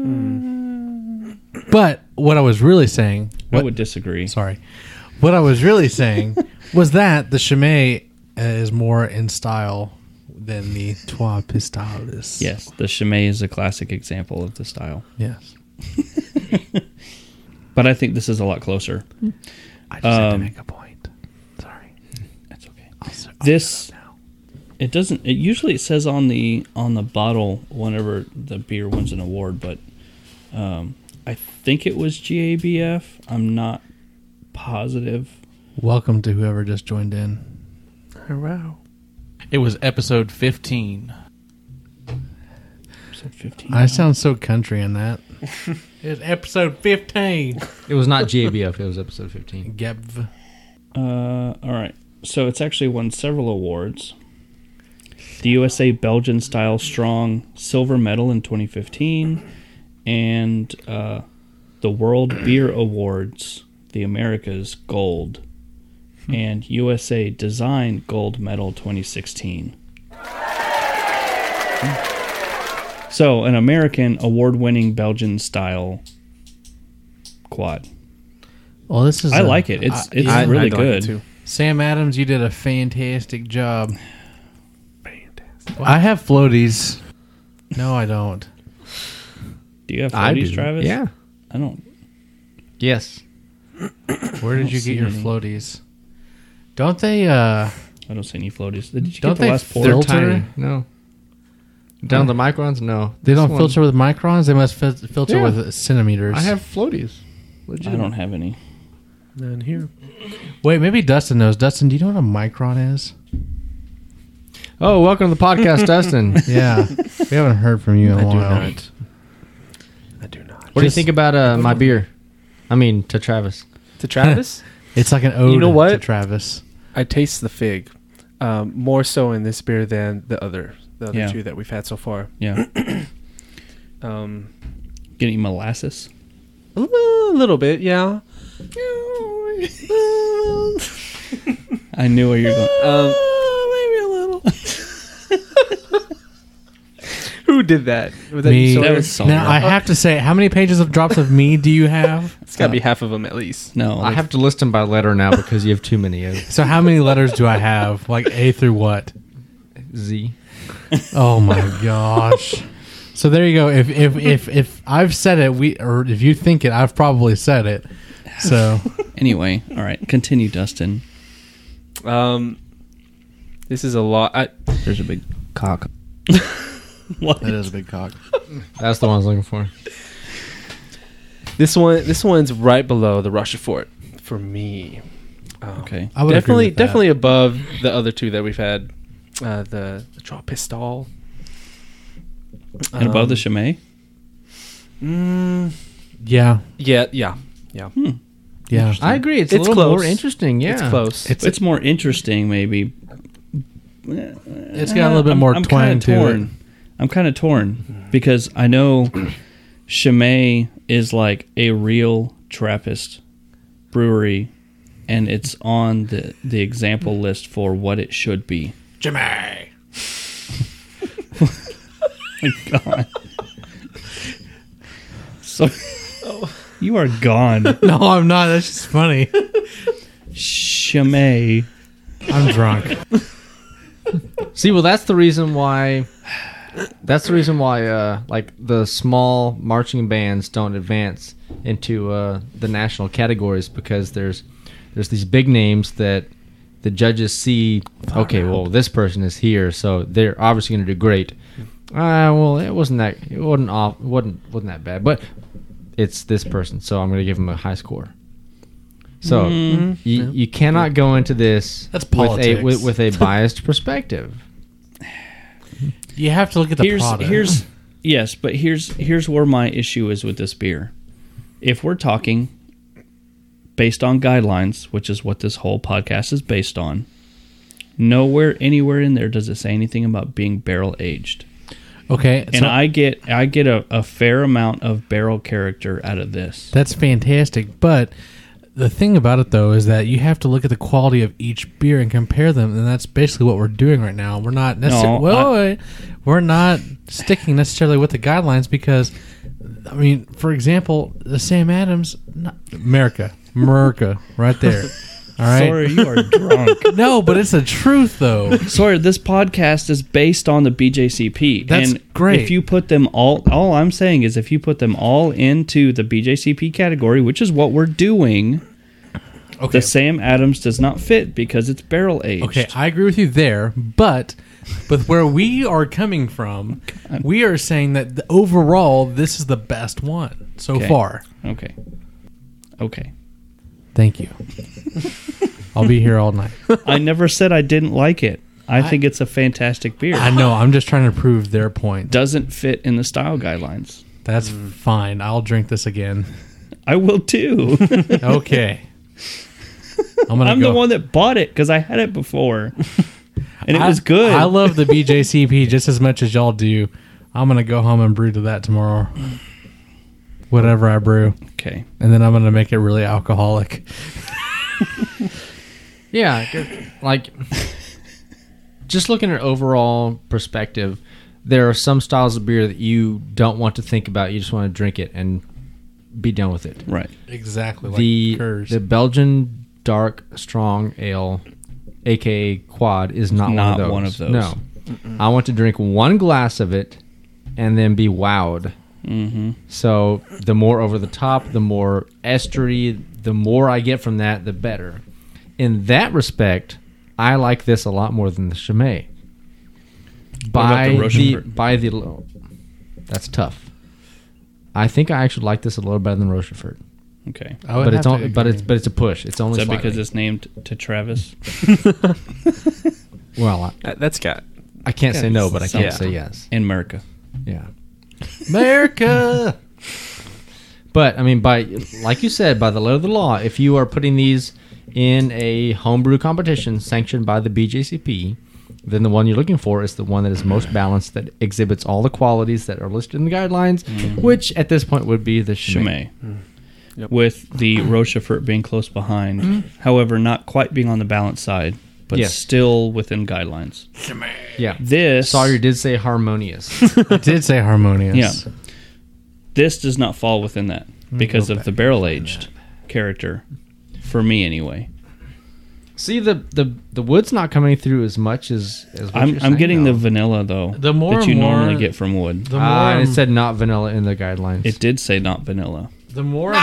S1: Uh,
S3: But what I was really saying,
S1: I would disagree.
S3: [laughs] sorry, what I was really saying was that the Chimay uh, is more in style than the Trois Pistoles.
S1: Yes, the Chimay is a classic example of the style,
S3: Yes.
S1: but I think this is a lot closer.
S3: I just had to
S1: Um,
S3: make a point. Sorry.
S1: That's okay.
S3: Also,
S1: this it doesn't it usually it says on the on the bottle whenever the beer wins an award but um i think it was gabf i'm not positive
S3: welcome to whoever just joined in.
S6: Wow.
S8: It was episode 15.
S1: episode 15
S3: I sound so country in that. it's episode fifteen.
S4: It was not JBF. it was episode 15.
S3: Gebv.
S1: uh all right so it's actually won several awards the usa belgian style strong silver medal in 2015 and uh the world beer awards the americas gold and usa design gold medal 2016 so an american award-winning belgian style quad
S3: Well, this is.
S1: I
S3: a-
S1: like it. It's-
S3: I-
S1: it's
S3: yeah.
S1: really I'd like it good. too.
S3: Sam Adams, you did a fantastic job. Fantastic. I have floaties. No, I don't.
S1: do you have
S4: I
S1: floaties
S4: do.
S1: travis
S4: Yeah.
S1: i don't
S4: Yes.
S3: Where did you
S1: see
S3: get your
S1: any.
S3: floaties? Don't they? uh
S1: I don't see any floaties. Did you
S3: Don't
S1: get the
S3: they
S1: last pour?
S3: They're
S4: They're
S3: filter?
S4: tiny. No. Down the microns? No.
S3: They
S4: This
S3: don't
S4: one-
S3: filter with microns. They must fil- filter
S4: Yeah.
S3: with centimeters.
S4: I have floaties.
S1: I don't have any.
S6: None here.
S3: Wait, maybe Dustin knows. Dustin, do you know what a micron is?
S4: Oh, welcome to the [laughs] podcast, Dustin.
S3: Yeah, [laughs] we haven't heard from you in a
S6: I do
S3: while.
S6: not. I do not.
S4: What do you think about uh, my beer? I mean, to Travis.
S6: To Travis,
S3: It's like an ode to
S6: know what?
S3: Travis.
S6: [laughs] I taste the fig um, more so in this beer than the other, the other
S1: Yeah.
S6: two that we've had so far.
S1: Yeah.
S6: Um,
S1: [clears throat] Getting molasses.
S6: a li- little bit, yeah. Um,
S1: I knew
S6: [laughs]
S1: where you were going.
S6: Um, maybe a little. [laughs] Who did that? Was that
S3: me.
S6: you, Sawyer?
S3: now I have to say, how many pages of drops of me do you have?
S6: It's got to be half of them at least.
S4: I have to list them by letter now because you have too many. uh, Of
S3: So how many letters do I have? Like A through what?
S4: Z.
S3: Oh [laughs] my gosh. So there you go. If if if if I've said it, we or if you think it, I've probably said it.
S6: [laughs]
S3: So
S1: anyway, all right, continue, Dustin.
S6: Um, this is a lot. I,
S1: There's a big cock.
S13: What? That is a big cock.
S4: That's the one I was looking for.
S6: This one, this one's right below the Rochefort for me. Um,
S1: Okay.
S3: I would agree
S6: definitely,
S3: with that.
S6: definitely above the other two that we've had. Uh, the the Trois Pistoles.
S1: And above the Chimay?
S6: Um, Mm,
S3: yeah,
S6: yeah, yeah, yeah.
S3: yeah.
S4: I agree. It's,
S6: It's
S4: a little
S6: close.
S4: more interesting. Yeah.
S6: It's close.
S1: It's, it's more interesting, maybe. It's
S3: got a little bit more twang to
S1: torn.
S3: it.
S1: I'm kind of torn because I know Chimay is like a real Trappist brewery, and it's on the the example list for what it should be.
S3: Jimmy.
S1: [laughs] My God. So you are gone,
S3: [laughs] No, I'm not. That's just funny.
S1: Chimay.
S3: I'm drunk.
S6: [laughs]
S4: See, well, that's the reason why. That's the reason why, uh, like the small marching bands don't advance into uh, the national categories because there's there's these big names that the judges see. Okay, well, this person is here, so they're obviously going to do great. Ah, well, it wasn't that. It wasn't off. It wasn't wasn't that bad, but it's this person, so I'm going to give him a high score. So you, you cannot go into this
S3: Mm-hmm. That's
S4: with a
S3: politics.
S4: with, with a biased perspective.
S3: You have to look at the
S1: here's
S3: product.
S1: here's yes, but here's here's where my issue is with this beer. If we're talking based on guidelines, which is what this whole podcast is based on, nowhere anywhere in there does it say anything about being barrel aged.
S3: okay.
S1: And
S3: so
S1: I get I get a, a fair amount of barrel character out of this.
S3: That's fantastic. But the thing about it though is that you have to look at the quality of each beer and compare them, and that's basically what we're doing right now. We're not necessarily
S1: No,
S3: well,
S1: I-
S3: wait, we're not sticking necessarily with the guidelines because, I mean, for example, the Sam Adams, not, America, America, right there. All right.
S1: Sawyer, you are
S3: [laughs]
S1: drunk.
S3: No, but it's the
S1: [laughs]
S3: truth though.
S1: Sawyer, this podcast is based on the BJCP.
S3: That's
S1: and
S3: great.
S1: If you put them all, all I'm saying is if you put them all into the BJCP category, which is what we're doing,
S3: Okay.
S1: the Sam Adams does not fit because it's barrel aged.
S3: Okay, I agree with you there, but but where we are coming from, we are saying that the, overall this is the best one so
S1: Okay.
S3: far.
S1: Okay. Okay.
S3: Thank [laughs] you. I'll be here all night.
S1: I never said I didn't like it. I, think it's a fantastic beer.
S3: I know. I'm just trying to prove their point.
S1: Doesn't fit in the style guidelines.
S3: That's fine. I'll drink this [laughs] again.
S1: I will too.
S3: Okay. I'm
S1: [laughs]
S3: gonna
S1: I'm
S3: go.
S1: the one that bought it because I had it
S3: [laughs]
S1: before, and it
S3: I-
S1: was good.
S3: I love the BJCP just as much as y'all do. I'm gonna go home and brew to that tomorrow. Whatever I brew,
S1: okay.
S3: and then I'm gonna make it really alcoholic.
S4: Yeah, good. like just looking at overall perspective, there are some styles of beer that you don't want to think about. You just want to drink it and be done with it.
S1: Right.
S3: Exactly. Like
S4: the
S3: Kurz.
S4: the Belgian dark strong ale, aka quad, is not,
S1: Not
S4: one
S1: one
S4: of
S1: of
S4: those.
S1: those.
S4: No, I want to drink one glass of it and then be wowed.
S1: Mm-hmm.
S4: So the more over the top, the more estery, the more I get from that, the better. In that respect, I like this a lot more than the Chimay.
S1: about
S4: By
S1: the
S4: the,
S1: Rochenfort?
S4: by the lo- that's tough. I think I actually like this a little better than Rochefort,
S1: Okay.
S3: I would
S4: but it's
S3: have
S4: only
S3: to
S4: but
S3: agree.
S4: it's but it's a push. It's only
S1: Is that
S4: slightly.
S1: because it's named to Travis?
S4: well, I,
S6: That, that's got.
S4: I can't say no, but I can't
S6: Yeah.
S4: say yes.
S1: In America.
S4: Yeah. America. but I mean, by like you said, by the letter of the law, if you are putting these in a homebrew competition sanctioned by the BJCP, then the one you're looking for is the one that is most balanced, that exhibits all the qualities that are listed in the guidelines,
S1: Mm.
S4: which at this point would be the Chimay.
S1: Chimay. With the Rochefort being close behind, however, not quite being on the balance side. but
S4: Mm-hmm. Yes.
S1: still within guidelines.
S4: Yeah.
S1: This
S4: Sawyer did say
S1: [laughs]
S4: harmonious.
S1: I
S8: did say harmonious.
S1: Yeah. This does not fall within that
S4: me
S1: because
S4: go
S1: of the barrel aged character, for me anyway.
S4: See the the the wood's not coming through as much as as what
S1: I'm,
S4: you're
S1: I'm
S4: saying,
S1: getting
S4: though.
S1: the vanilla though
S4: The more
S1: that
S4: and
S1: you
S4: more-
S1: normally get from wood.
S4: The Ah, more- it said not vanilla in the guidelines.
S1: um, It did say not vanilla.
S3: The more,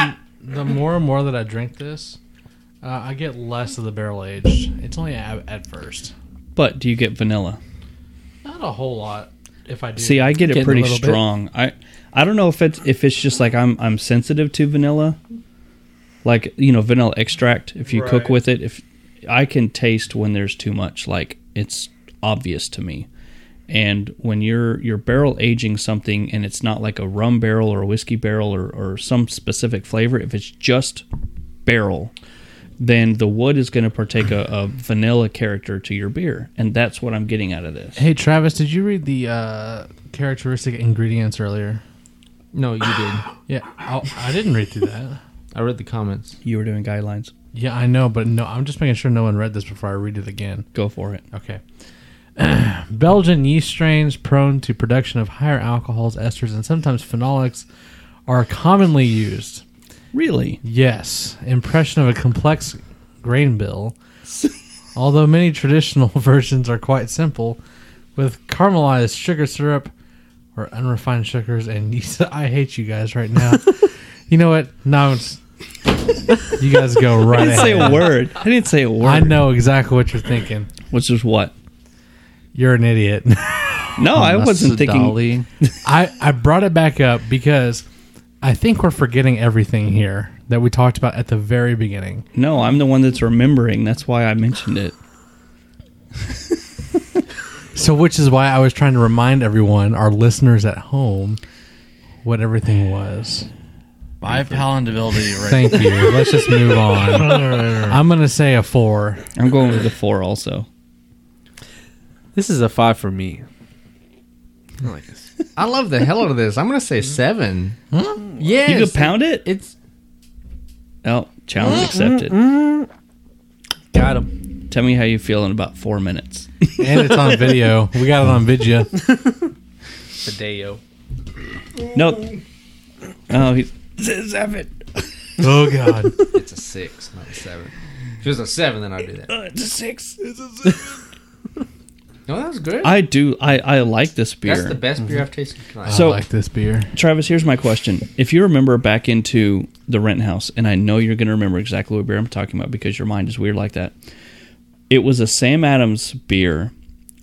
S3: the more and more that I drink this, uh, I get less of the barrel aged. It's only at, at first,
S1: But do you get vanilla?
S3: not a whole lot. If I do,
S1: See, I get it
S3: Getting a
S1: pretty
S3: little bit.
S1: strong. I I don't know if it's if it's just like I'm I'm sensitive to vanilla, like you know vanilla extract. If you cook
S14: Right.
S1: with it, if I can taste when there's too much, like it's obvious to me. And when you're you're barrel aging something and it's not like a rum barrel or a whiskey barrel or, or some specific flavor, if it's just barrel, then the wood is going to partake a, a vanilla character to your beer, and that's what I'm getting out of this.
S3: Hey Travis, did you read the uh, characteristic ingredients earlier?
S4: No, you did.
S3: yeah, I, I didn't read through that. [laughs]
S4: I read the comments.
S1: You were doing guidelines.
S3: Yeah, I know, but no, I'm just making sure no one read this before I read it again.
S1: Go for it.
S3: Okay. [clears throat] Belgian yeast strains prone to production of higher alcohols, esters, and sometimes phenolics are commonly used.
S1: Really?
S3: Yes. Impression of a complex grain bill.
S1: [laughs]
S3: Although many traditional [laughs] versions are quite simple, with caramelized sugar syrup or unrefined sugars and yeast. [laughs] I hate you guys
S1: [laughs]
S3: right now. you know what? No, it's, you guys go
S1: [laughs]
S3: right.
S1: I didn't say a
S4: [laughs]
S3: ahead.
S1: word. I didn't say a word.
S3: I know exactly what you're thinking.
S1: Which is what?
S3: You're an idiot. [laughs]
S1: No, I wasn't thinking- Dolly.
S3: I, I brought it back up because I think we're forgetting everything here that we talked about at the very beginning.
S1: No, I'm the one that's remembering. That's why I mentioned it.
S3: So, which is why I was trying to remind everyone, our listeners at home, what everything was.
S7: My palatability right
S3: Thank you. Let's just move on. [laughs]
S7: Alright.
S3: I'm going to say a four.
S1: I'm going with the four also.
S6: This is a five for me.
S4: I like this. I love the hell out of this. I'm gonna say seven. Yes,
S1: You could pound it?
S4: It's
S1: Oh, challenge accepted.
S6: Got him.
S1: Tell me how you feel in about four minutes.
S3: And it's on video. We got it on video.
S6: Hideo.
S1: Nope. Oh, he's.
S4: seven.
S3: Oh, God.
S4: it's a six, not a seven. If it was a seven, then I'd do that.
S1: it's a six. It's a
S4: seven. no, that was good.
S1: I do. I, I like this beer.
S4: That's the best
S1: Mm-hmm.
S4: beer I've tasted tonight.
S1: So,
S3: this beer.
S1: Travis, here's my question. If you remember back into the rent house, and I know you're going to remember exactly what beer I'm talking about because your mind is weird like that. It was a Sam Adams beer.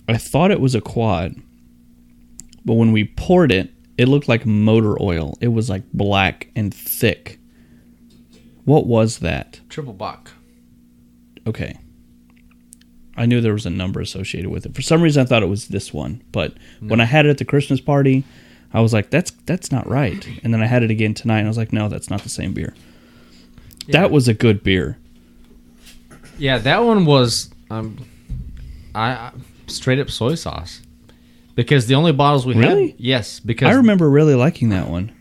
S1: I thought it was a quad, but when we poured it, it looked like motor oil. It was like black and thick. What was that?
S4: Triple Bach.
S1: Okay. I knew there was a number associated with it. For some reason, I thought it was this one. But when I had it at the Christmas party, I was like, "That's that's not right." And then I had it again tonight, and I was like, "No, that's not the same beer." That was a good beer.
S4: Yeah, that one was um, I, I straight up soy sauce because the only bottles we
S1: Really?
S4: had. Yes, because
S1: I remember really liking that one.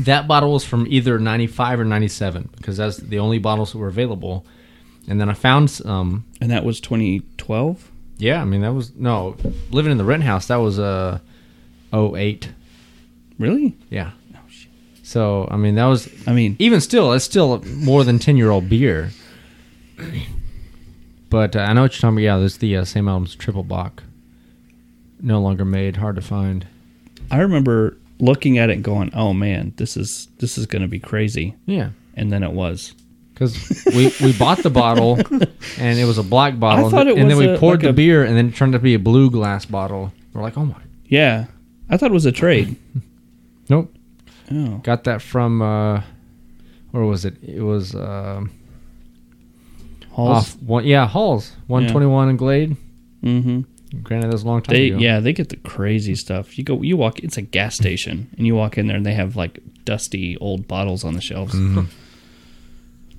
S4: that bottle was from either 95 or 97 because that's the only bottles that were available and then i found um, some
S1: and that was 2012
S4: yeah i mean that was no living in the rent house that was uh 08
S1: really
S4: yeah
S1: Oh,
S4: so i mean that was
S1: i mean
S4: even still it's still a more than 10 year old beer but uh, i know what you're talking about yeah there's the uh, same album's triple block no longer made hard to find
S1: I remember looking at it and going, "Oh man, this is this is going to be crazy."
S4: Yeah.
S1: And then it was.
S4: Because we, we bought the bottle and it was a black bottle.
S1: I thought it
S4: and then
S1: was
S4: we
S1: a-
S4: poured
S1: like
S4: the
S1: a-
S4: beer and then it turned out to be a blue glass bottle. We're like, oh my.
S1: Yeah. I thought it was a trade.
S4: [laughs] Nope.
S1: Oh.
S4: Got that from, uh, where was it? It was, um,
S1: Halls?
S4: off one, yeah, Halls. 121 and Glade.
S1: Mm-hmm.
S4: Granted, that was a long time
S1: They
S4: ago.
S1: yeah, they get the crazy stuff. You go you walk it's a gas station and you walk in there and they have like dusty old bottles on the shelves.
S4: Mhm.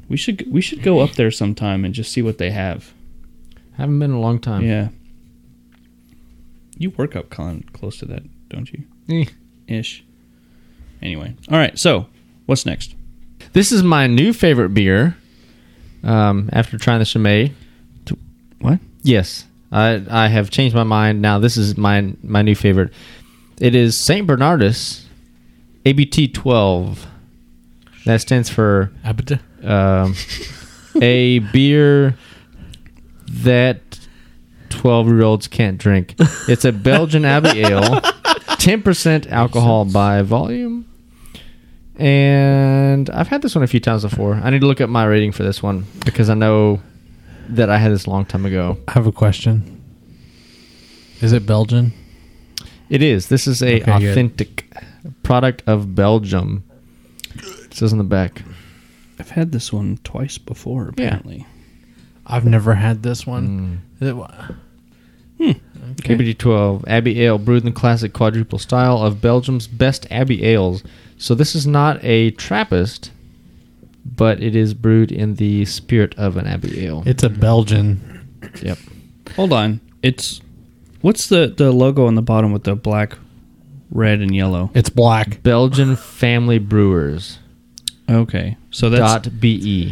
S1: We should we should go up there sometime and just see what they have.
S4: Haven't been in a long time.
S1: Yeah. You work up con close to that, don't you?
S4: Eh.
S1: Ish. Anyway. All right, so what's next?
S4: This is my new favorite beer um, after trying the Chimay.
S1: What?
S4: Yes, I I have changed my mind. Now this is my my new favorite. It is Saint Bernardus, ABT twelve. That stands for um, a beer that twelve year olds can't drink. It's a Belgian Abbey ale, ten percent alcohol by volume. And I've had this one a few times before. I need to look up my rating for this one because I know that I had this a long time ago.
S3: I have a question. Is it Belgian?
S4: It is. This is a
S3: Okay, good.
S4: authentic product of Belgium. It says on the back.
S1: I've had this one twice before, apparently.
S3: I've never had this one. It wa-
S4: Okay. ABD 12 Abbey Ale, brewed in the classic quadruple style of Belgium's best Abbey ales. So this is not a Trappist, but it is brewed in the spirit of an Abbey ale.
S3: It's a Belgian.
S4: Yep.
S1: Hold on. It's what's the the logo on the bottom with the black, red, and yellow?
S3: It's black.
S4: Belgian Family Brewers.
S1: Okay, so that's
S4: dot E. be.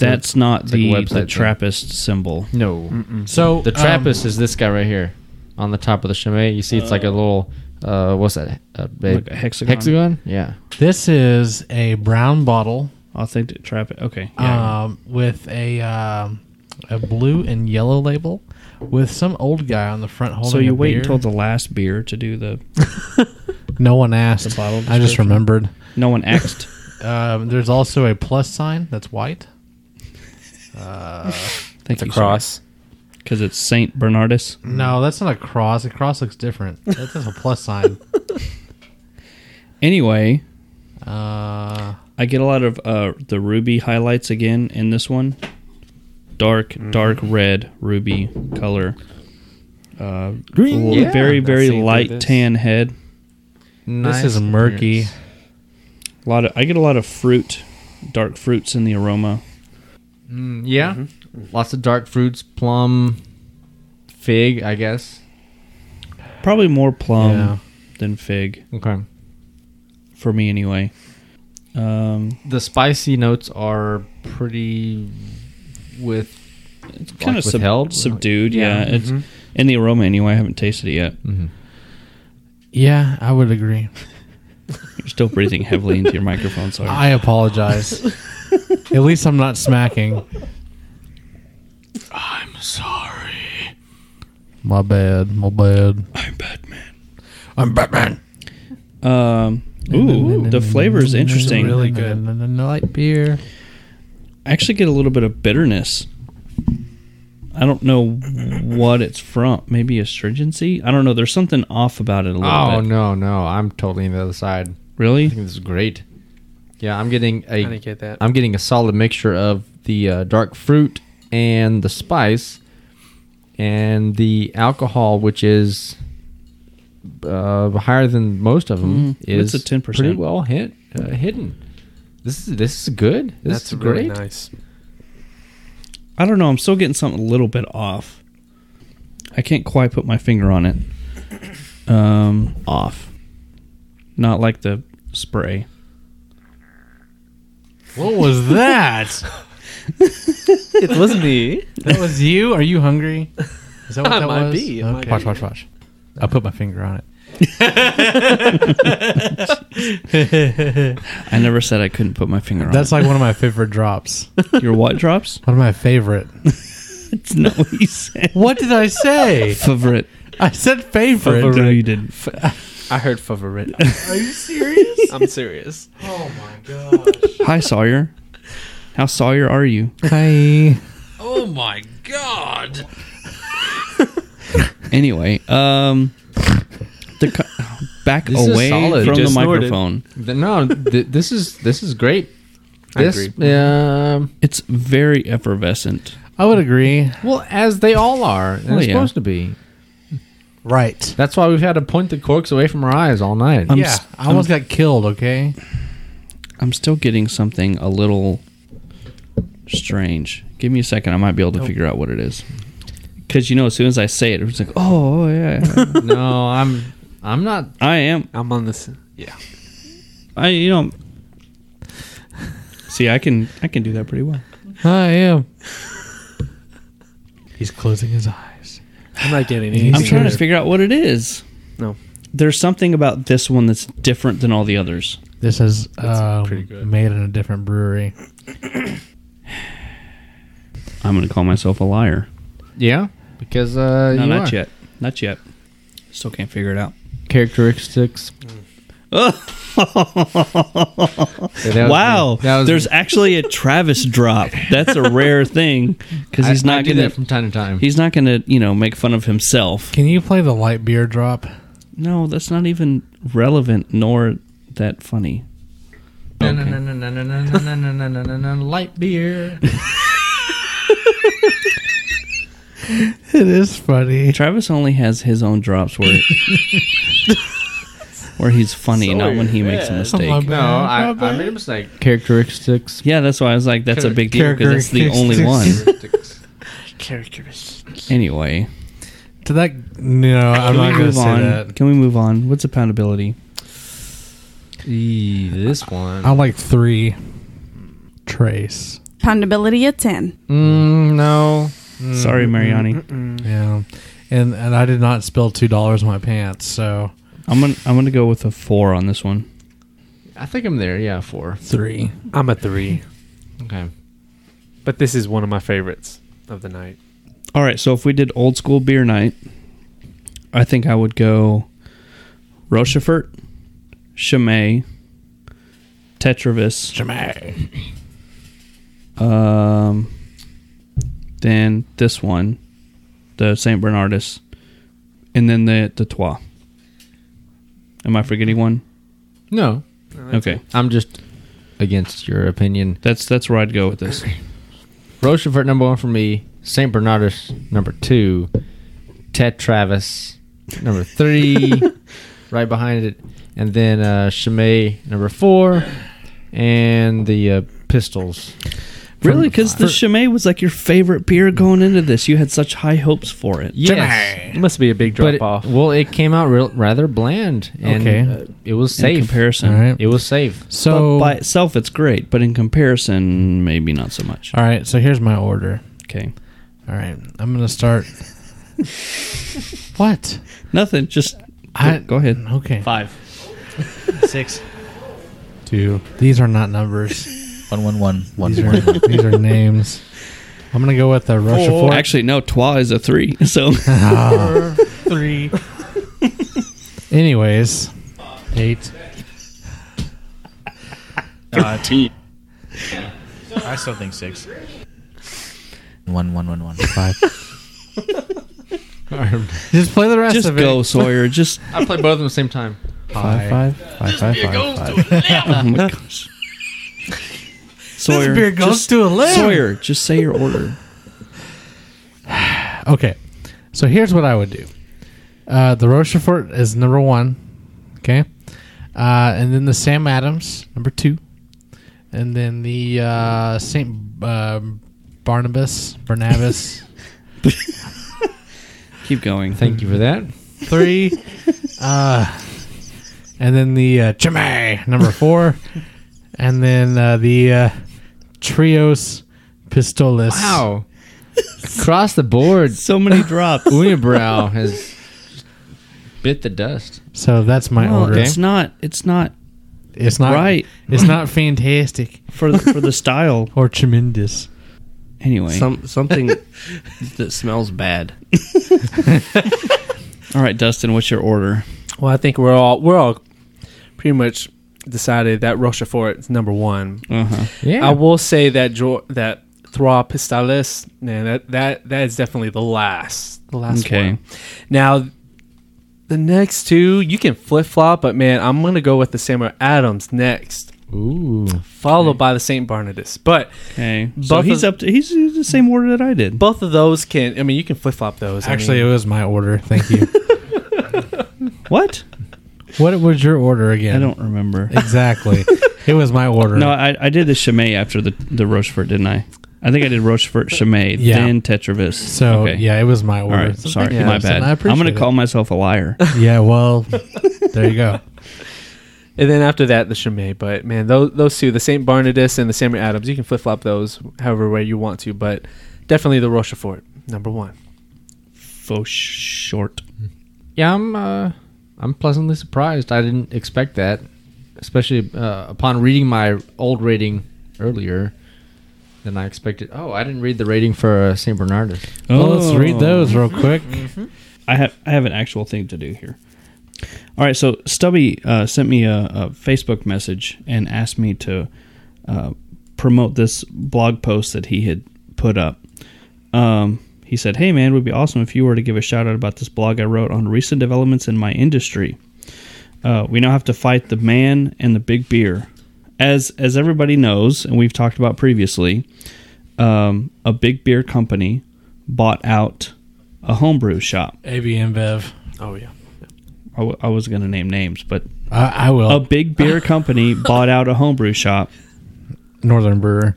S1: that's not
S4: It's like
S1: the,
S4: a
S1: the
S4: website thing.
S1: Trappist symbol.
S4: No.
S3: So
S4: The
S3: um,
S4: Trappist is this guy right here on the top of the Chimay. You see, it's like a little, uh, what's that? Uh,
S1: Like a hexagon.
S4: Hexagon? Yeah.
S3: this is a brown bottle
S1: Authentic Trappist. Okay, yeah.
S3: um, with a um, a blue and yellow label with some old guy on the front holding.
S1: so you
S3: a
S1: wait
S3: beer.
S1: until the last beer to do the.
S3: no one asked.
S1: the bottle
S3: I just
S1: description.
S3: remembered.
S1: No one axed.
S3: Um, there's also a plus sign that's white.
S1: Thank
S6: It's a
S1: you,
S6: cross.
S1: because it's Saint Bernardus.
S3: No, that's not a cross. A cross looks different. That's just a
S1: [laughs]
S3: plus sign.
S1: Anyway,
S3: Uh,
S1: I get a lot of uh, the ruby highlights again in this one. Dark, dark red ruby color. Uh,
S4: Green,
S1: l-
S4: yeah.
S1: very,
S6: I've
S1: very
S6: seen through
S1: light
S6: this.
S1: tan head.
S4: Nice
S3: this is murky.
S4: appearance.
S1: A lot of I get a lot of fruit, dark fruits in the aroma.
S4: Mm, yeah.
S1: Mm-hmm.
S4: Lots of dark fruits, plum, fig, I guess.
S1: Probably more plum
S3: Yeah.
S1: than fig
S4: Okay.
S1: for me, anyway. Um,
S4: The spicy notes are pretty with
S1: it's kind of
S4: withheld?
S1: subdued. Yeah, it's in the aroma anyway. I haven't tasted it yet.
S3: Yeah, I would agree.
S1: You're still breathing heavily into your microphone. Sorry.
S3: I apologize. At least I'm not smacking.
S15: I'm sorry.
S3: My bad. My bad.
S1: I'm Batman.
S3: I'm Batman.
S1: Um, ooh, the flavor is interesting.
S3: Really good. Light beer.
S1: I actually get a little bit of bitterness. I don't know what it's from. Maybe astringency. I don't know. There's something off about it a little
S4: Oh
S1: bit.
S4: no, no, I'm totally on the other side. I
S1: Really?
S4: think this is great. Yeah, I'm getting
S6: I
S4: a
S6: didn't get that.
S4: I'm getting a solid mixture of the uh, dark fruit and the spice and the alcohol, which is uh, higher than most of
S1: Mm,
S4: them. is
S1: it's a 10%.
S4: pretty well hit, uh, hidden. This is this is good. This
S6: That's
S4: is
S6: really
S4: great.
S6: nice.
S1: I don't know. I'm still getting something a little bit off. I can't quite put my finger on it. Um, off. Not like the spray.
S3: What was that?
S6: it was me.
S3: that was you? Are you hungry? Is that what
S6: It
S3: that
S6: might
S3: was?
S6: be, it might
S3: Watch,
S6: be.
S3: watch, watch. I put my finger on it.
S1: I never said I couldn't put my finger on.
S3: That's like one of my favorite drops. One
S1: like your what drops?
S3: of my favorite.
S1: It's not what you said.
S3: What did I
S1: [laughs]
S3: say?
S1: Favorite.
S3: I said favorite.
S1: No, you didn't.
S6: I heard favorite. [laughs] Are you serious? I'm serious.
S1: Hi Sawyer. How Sawyer are you?
S3: Hi.
S16: Oh my god!
S1: Anyway, um, the co- back
S4: This is
S1: away from
S4: solid.
S1: the
S6: You just snorted.
S1: microphone.
S4: Th- No, th- this is this is great.
S6: I
S4: This,
S6: agree.
S4: um,
S1: It's very effervescent.
S3: I would agree.
S4: well, as they all are, and
S1: Well,
S4: it's
S1: Oh, yeah.
S4: supposed to be.
S3: Right.
S4: That's why we've had to point the corks away from our eyes all night.
S1: I'm
S3: yeah,
S1: s-
S3: I almost got killed. Okay.
S1: I'm still getting something a little strange. Give me a second. I might be able to figure out what it is. Because you know, as soon as I say it, it's like, oh oh,
S4: [laughs]
S1: yeah,
S4: no, I'm I'm not
S1: [laughs] I am.
S6: I'm on this.
S1: I you know. See, I can I can do that pretty well.
S3: I am. He's closing his eyes.
S6: I'm not getting
S1: I'm
S6: it.
S1: trying to figure out what it is.
S6: No.
S1: There's something about this one that's different than all the others.
S3: This is um, made in a different brewery.
S1: I'm going to call myself a liar.
S4: Yeah, because uh,
S1: no,
S4: you
S1: not
S4: are.
S1: yet. Not yet. Still can't figure
S4: [laughs]
S1: it out.
S4: characteristics. was-
S1: wow.
S4: that was-
S1: There's actually a Travis drop. That's a rare thing because
S4: I-
S1: he's
S4: I
S1: not
S4: do
S1: going to
S4: that from time to time.
S1: He's not going to you know make fun of himself.
S3: Can you play the light beer drop?
S1: No, that's not even relevant nor that funny.
S4: No, no, no, no, no, no, no, no, no, no, no, no, no, light beer.
S3: It is funny.
S1: Travis only has his own drops where
S3: [laughs]
S1: where he's funny, not when he makes a mistake.
S4: No, I, I made a mistake. Characteristics.
S1: Yeah, that's why I was like, that's a big deal because it's the only one.
S4: Characteristics.
S1: [laughs]
S4: [laughs]
S1: Anyway,
S3: To that, no, I'm
S1: Can we
S3: not going to
S1: move
S3: say
S1: on?
S3: that.
S1: Can we move on? What's the poundability?
S4: Eee, E, this one.
S3: I like three. Trace.
S17: Poundability at 10.
S4: Mm, no.
S1: Sorry, Mariani.
S3: Yeah, and and I did not spill two dollars in my pants, so
S1: I'm gonna I'm gonna go with a four on this one.
S4: I think I'm there. Yeah, four.
S3: three.
S6: I'm a three.
S4: Okay.
S6: But this is one of my favorites of the night.
S1: All right, so if we did old school beer night, I think I would go Rochefort, Chimay, Tetravis,
S3: Chimay.
S1: Um, then this one, the Saint Bernardus, and then the the Trois. Am I forgetting one?
S4: No.
S1: Okay,
S4: I'm just against your opinion.
S1: that's that's where I'd go with this.
S4: Rochefort number one for me. Saint Bernardus number two. Ted Travis number [laughs] three, right behind it, and then uh, Chimay number four, and the uh, Pistols.
S1: Really, because the Chimay was like your favorite beer going into this. You had such high hopes for it.
S4: Yes.
S6: It must be a big
S4: But
S6: drop
S4: it-
S6: off.
S4: well, it came out real, rather bland. And,
S3: Okay.
S4: uh, it was
S1: In
S4: safe.
S1: comparison,
S3: All right.
S4: It was safe.
S3: So
S1: But by itself, it's great, but in comparison, maybe not so much.
S3: all right, so here's my order.
S1: Okay,
S3: All right, I'm going to [laughs] start. what?
S1: nothing. Just
S3: I-
S1: go ahead.
S3: Okay.
S1: Five.
S10: Six.
S3: Two. These are not numbers.
S10: One, one, one, one,
S3: These are
S10: one.
S3: these are names. I'm gonna go with the Rochefort.
S1: Actually, no. Trois is a three. [laughs] So
S3: Ah.
S10: Three.
S3: Anyways, eight.
S14: Thirteen.
S10: I still think six. One, one, one, one.
S3: Five. Just play the rest
S1: just
S3: of it.
S1: go, Sawyer. Just
S4: I played both of them at the same time.
S3: Five, five, five, five, five, five.
S1: oh
S3: [laughs]
S1: my gosh. Sawyer,
S3: beer goes
S1: just,
S3: to a limb.
S1: Sawyer, just say your order.
S3: Okay, so here's what I would do. Uh, the Rochefort is number one. Okay, uh, and then the Sam Adams number two, and then the uh, Saint uh, Barnabas
S1: [laughs]
S3: Barnabas
S1: Keep going.
S4: [laughs] Thank you for that.
S3: three, uh, and then the uh, Chimay number four, and then uh, the uh, Trios Pistoles.
S4: Wow. Across the [laughs] board,
S1: [laughs] So
S3: [laughs]
S1: many drops.
S4: Unibrow has bit the dust.
S3: So that's my
S1: No,
S3: order.
S1: it's not. It's not
S3: It's not
S1: Oh, right.
S3: It's not fantastic
S1: for the, for the
S3: [laughs]
S1: style.
S3: or tremendous.
S1: Anyway,
S2: Some something that smells bad.
S1: all right, Dustin, what's your order?
S6: Well, I think we're all we're all pretty much decided that Rochefort is number one.
S1: Uh-huh.
S6: I will say that jo- that Trois Pistoles, man, that that that is definitely the last, the last
S1: Okay.
S6: one. Now, the next two you can flip flop, but man, I'm gonna go with the Samuel Adams next,
S4: Ooh.
S6: followed by the Saint Barnabas. But
S1: Okay, so
S6: Both
S1: he's
S6: of-
S1: up. To, he's the same order that I did.
S6: both of those can, I mean, you can flip flop those. I
S3: Actually, it
S6: mean,
S3: was my order.
S1: [laughs]
S3: Thank you.
S1: What?
S3: what was your order again?
S1: I don't remember.
S3: exactly. it was my order.
S1: No, I, I did the Chimay after the the Rochefort, didn't I? I think I did Rochefort, Chimay,
S3: Yeah.
S1: then Tetravis.
S3: so yeah, it was my
S1: All
S3: order.
S1: right,
S3: So
S1: sorry,
S3: thank you,
S1: my
S3: Dustin.
S1: bad.
S3: I
S1: I'm
S3: appreciate
S1: going to
S3: it.
S1: call myself a liar. [laughs]
S3: Yeah, well, there you go.
S6: and then after that, the Chimay. But man, those those two, the Saint Barnabas and the Samuel Adams, you can flip flop those however way you want to. But definitely the Rochefort. Number one.
S1: Faux short.
S4: Yeah, I'm. Uh, I'm pleasantly surprised. I didn't expect that, especially uh, upon reading my old rating earlier than I expected. Oh, I didn't read the rating for uh, St. Bernardus.
S3: Oh, let's read those real quick.
S1: I have I have an actual thing to do here. All right, so Stubby uh, sent me a, a Facebook message and asked me to uh, promote this blog post that he had put up. Um, he said, "Hey man, it would be awesome if you were to give a shout out about this blog I wrote on recent developments in my industry. Uh, we now have to fight the man and the big beer. As as everybody knows, and we've talked about previously, um, a big beer company bought out a homebrew shop.
S3: AB InBev.
S6: Oh yeah.
S1: I, w- I was going to name names, but
S3: I, I will.
S1: A big beer company bought out a homebrew shop.
S3: Northern Brewer.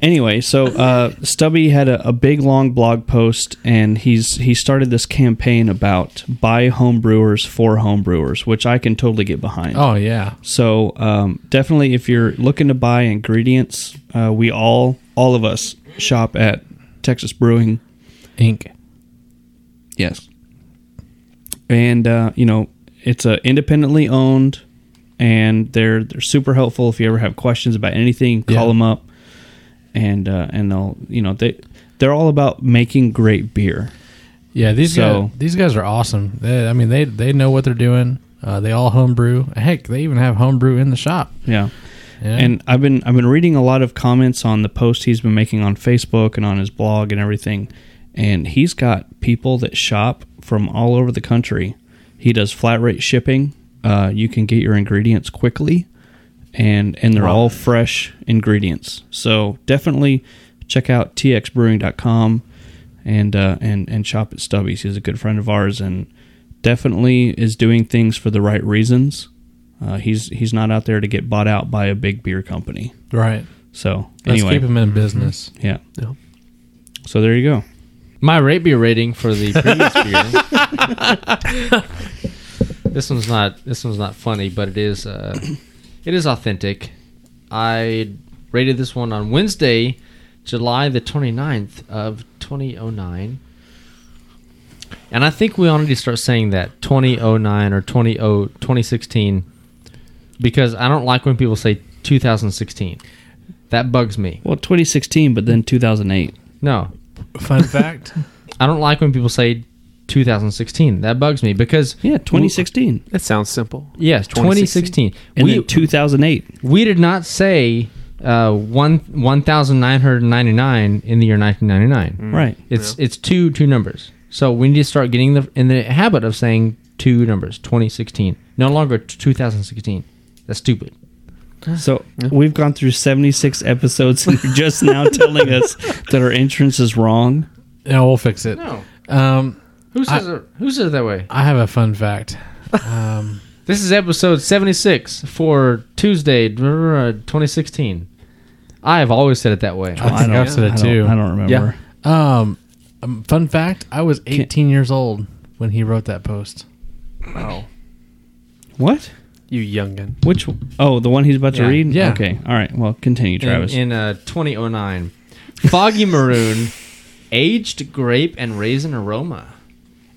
S1: Anyway, so uh, Stubby had a, a big long blog post, and he's he started this campaign about buy homebrewers for homebrewers, which I can totally get behind.
S3: Oh yeah.
S1: So um, definitely, if you're looking to buy ingredients, uh, we all all of us shop at Texas Brewing
S3: Inc.
S1: Yes and uh, you know it's uh, independently owned and they're they're super helpful if you ever have questions about anything call yeah. them up and uh, and they'll you know they they're all about making great beer
S3: yeah these so, guys, these guys are awesome they, i mean they they know what they're doing uh, they all homebrew heck they even have homebrew in the shop
S1: yeah yeah. And I've been I've been reading a lot of comments on the post he's been making on Facebook and on his blog and everything, and he's got people that shop from all over the country. He does flat rate shipping. Uh, you can get your ingredients quickly, and and they're wow. all fresh ingredients. So definitely check out txbrewing.com and uh, and and shop at Stubby's. He's a good friend of ours and definitely is doing things for the right reasons. Uh, he's he's not out there to get bought out by a big beer company.
S3: Right.
S1: So
S3: let's
S1: anyway.
S3: keep him in business.
S1: Yeah. yeah. So there you go.
S4: My rate beer rating for the previous beer. this one's not this one's not funny, but it is uh, it is authentic. I rated this one on Wednesday, July the 29th of 2009. And I think we all need to start saying that 2009 or 20, 2016 because I don't like when people say 2016. That bugs me.
S1: Well, 2016, but then 2008.
S4: No,
S3: Fun [laughs] fact.
S4: I don't like when people say 2016. That bugs me because
S1: yeah, 2016.
S6: That sounds simple.
S4: Yes, 2016. 2016.
S1: And we, then 2008.
S4: We did not say uh, one 1999 in the year 1999.
S1: Mm. Right.
S4: It's yeah. it's two two numbers. So we need to start getting the in the habit of saying two numbers. 2016, no longer 2016. That's stupid.
S1: So we've gone through 76 episodes and you're just [laughs] now telling us that our entrance is wrong.
S3: No, we'll fix it.
S4: No.
S3: Um,
S4: who says I, it, who says it that way?
S3: I have a fun fact. Um,
S4: this is episode 76 for Tuesday, 2016. I have always said it that way.
S3: I, I think I've said it
S1: I
S3: too.
S1: I don't remember.
S3: Yeah. Um, fun fact: I was 18 Can't, years old when he wrote that post.
S6: Wow.
S1: What?
S6: You youngin.
S1: Which? Oh, the one he's about
S4: yeah,
S1: to read.
S4: Yeah.
S1: Okay. All right. Well, continue, Travis.
S4: In, in uh, 2009, foggy maroon, aged grape and raisin aroma,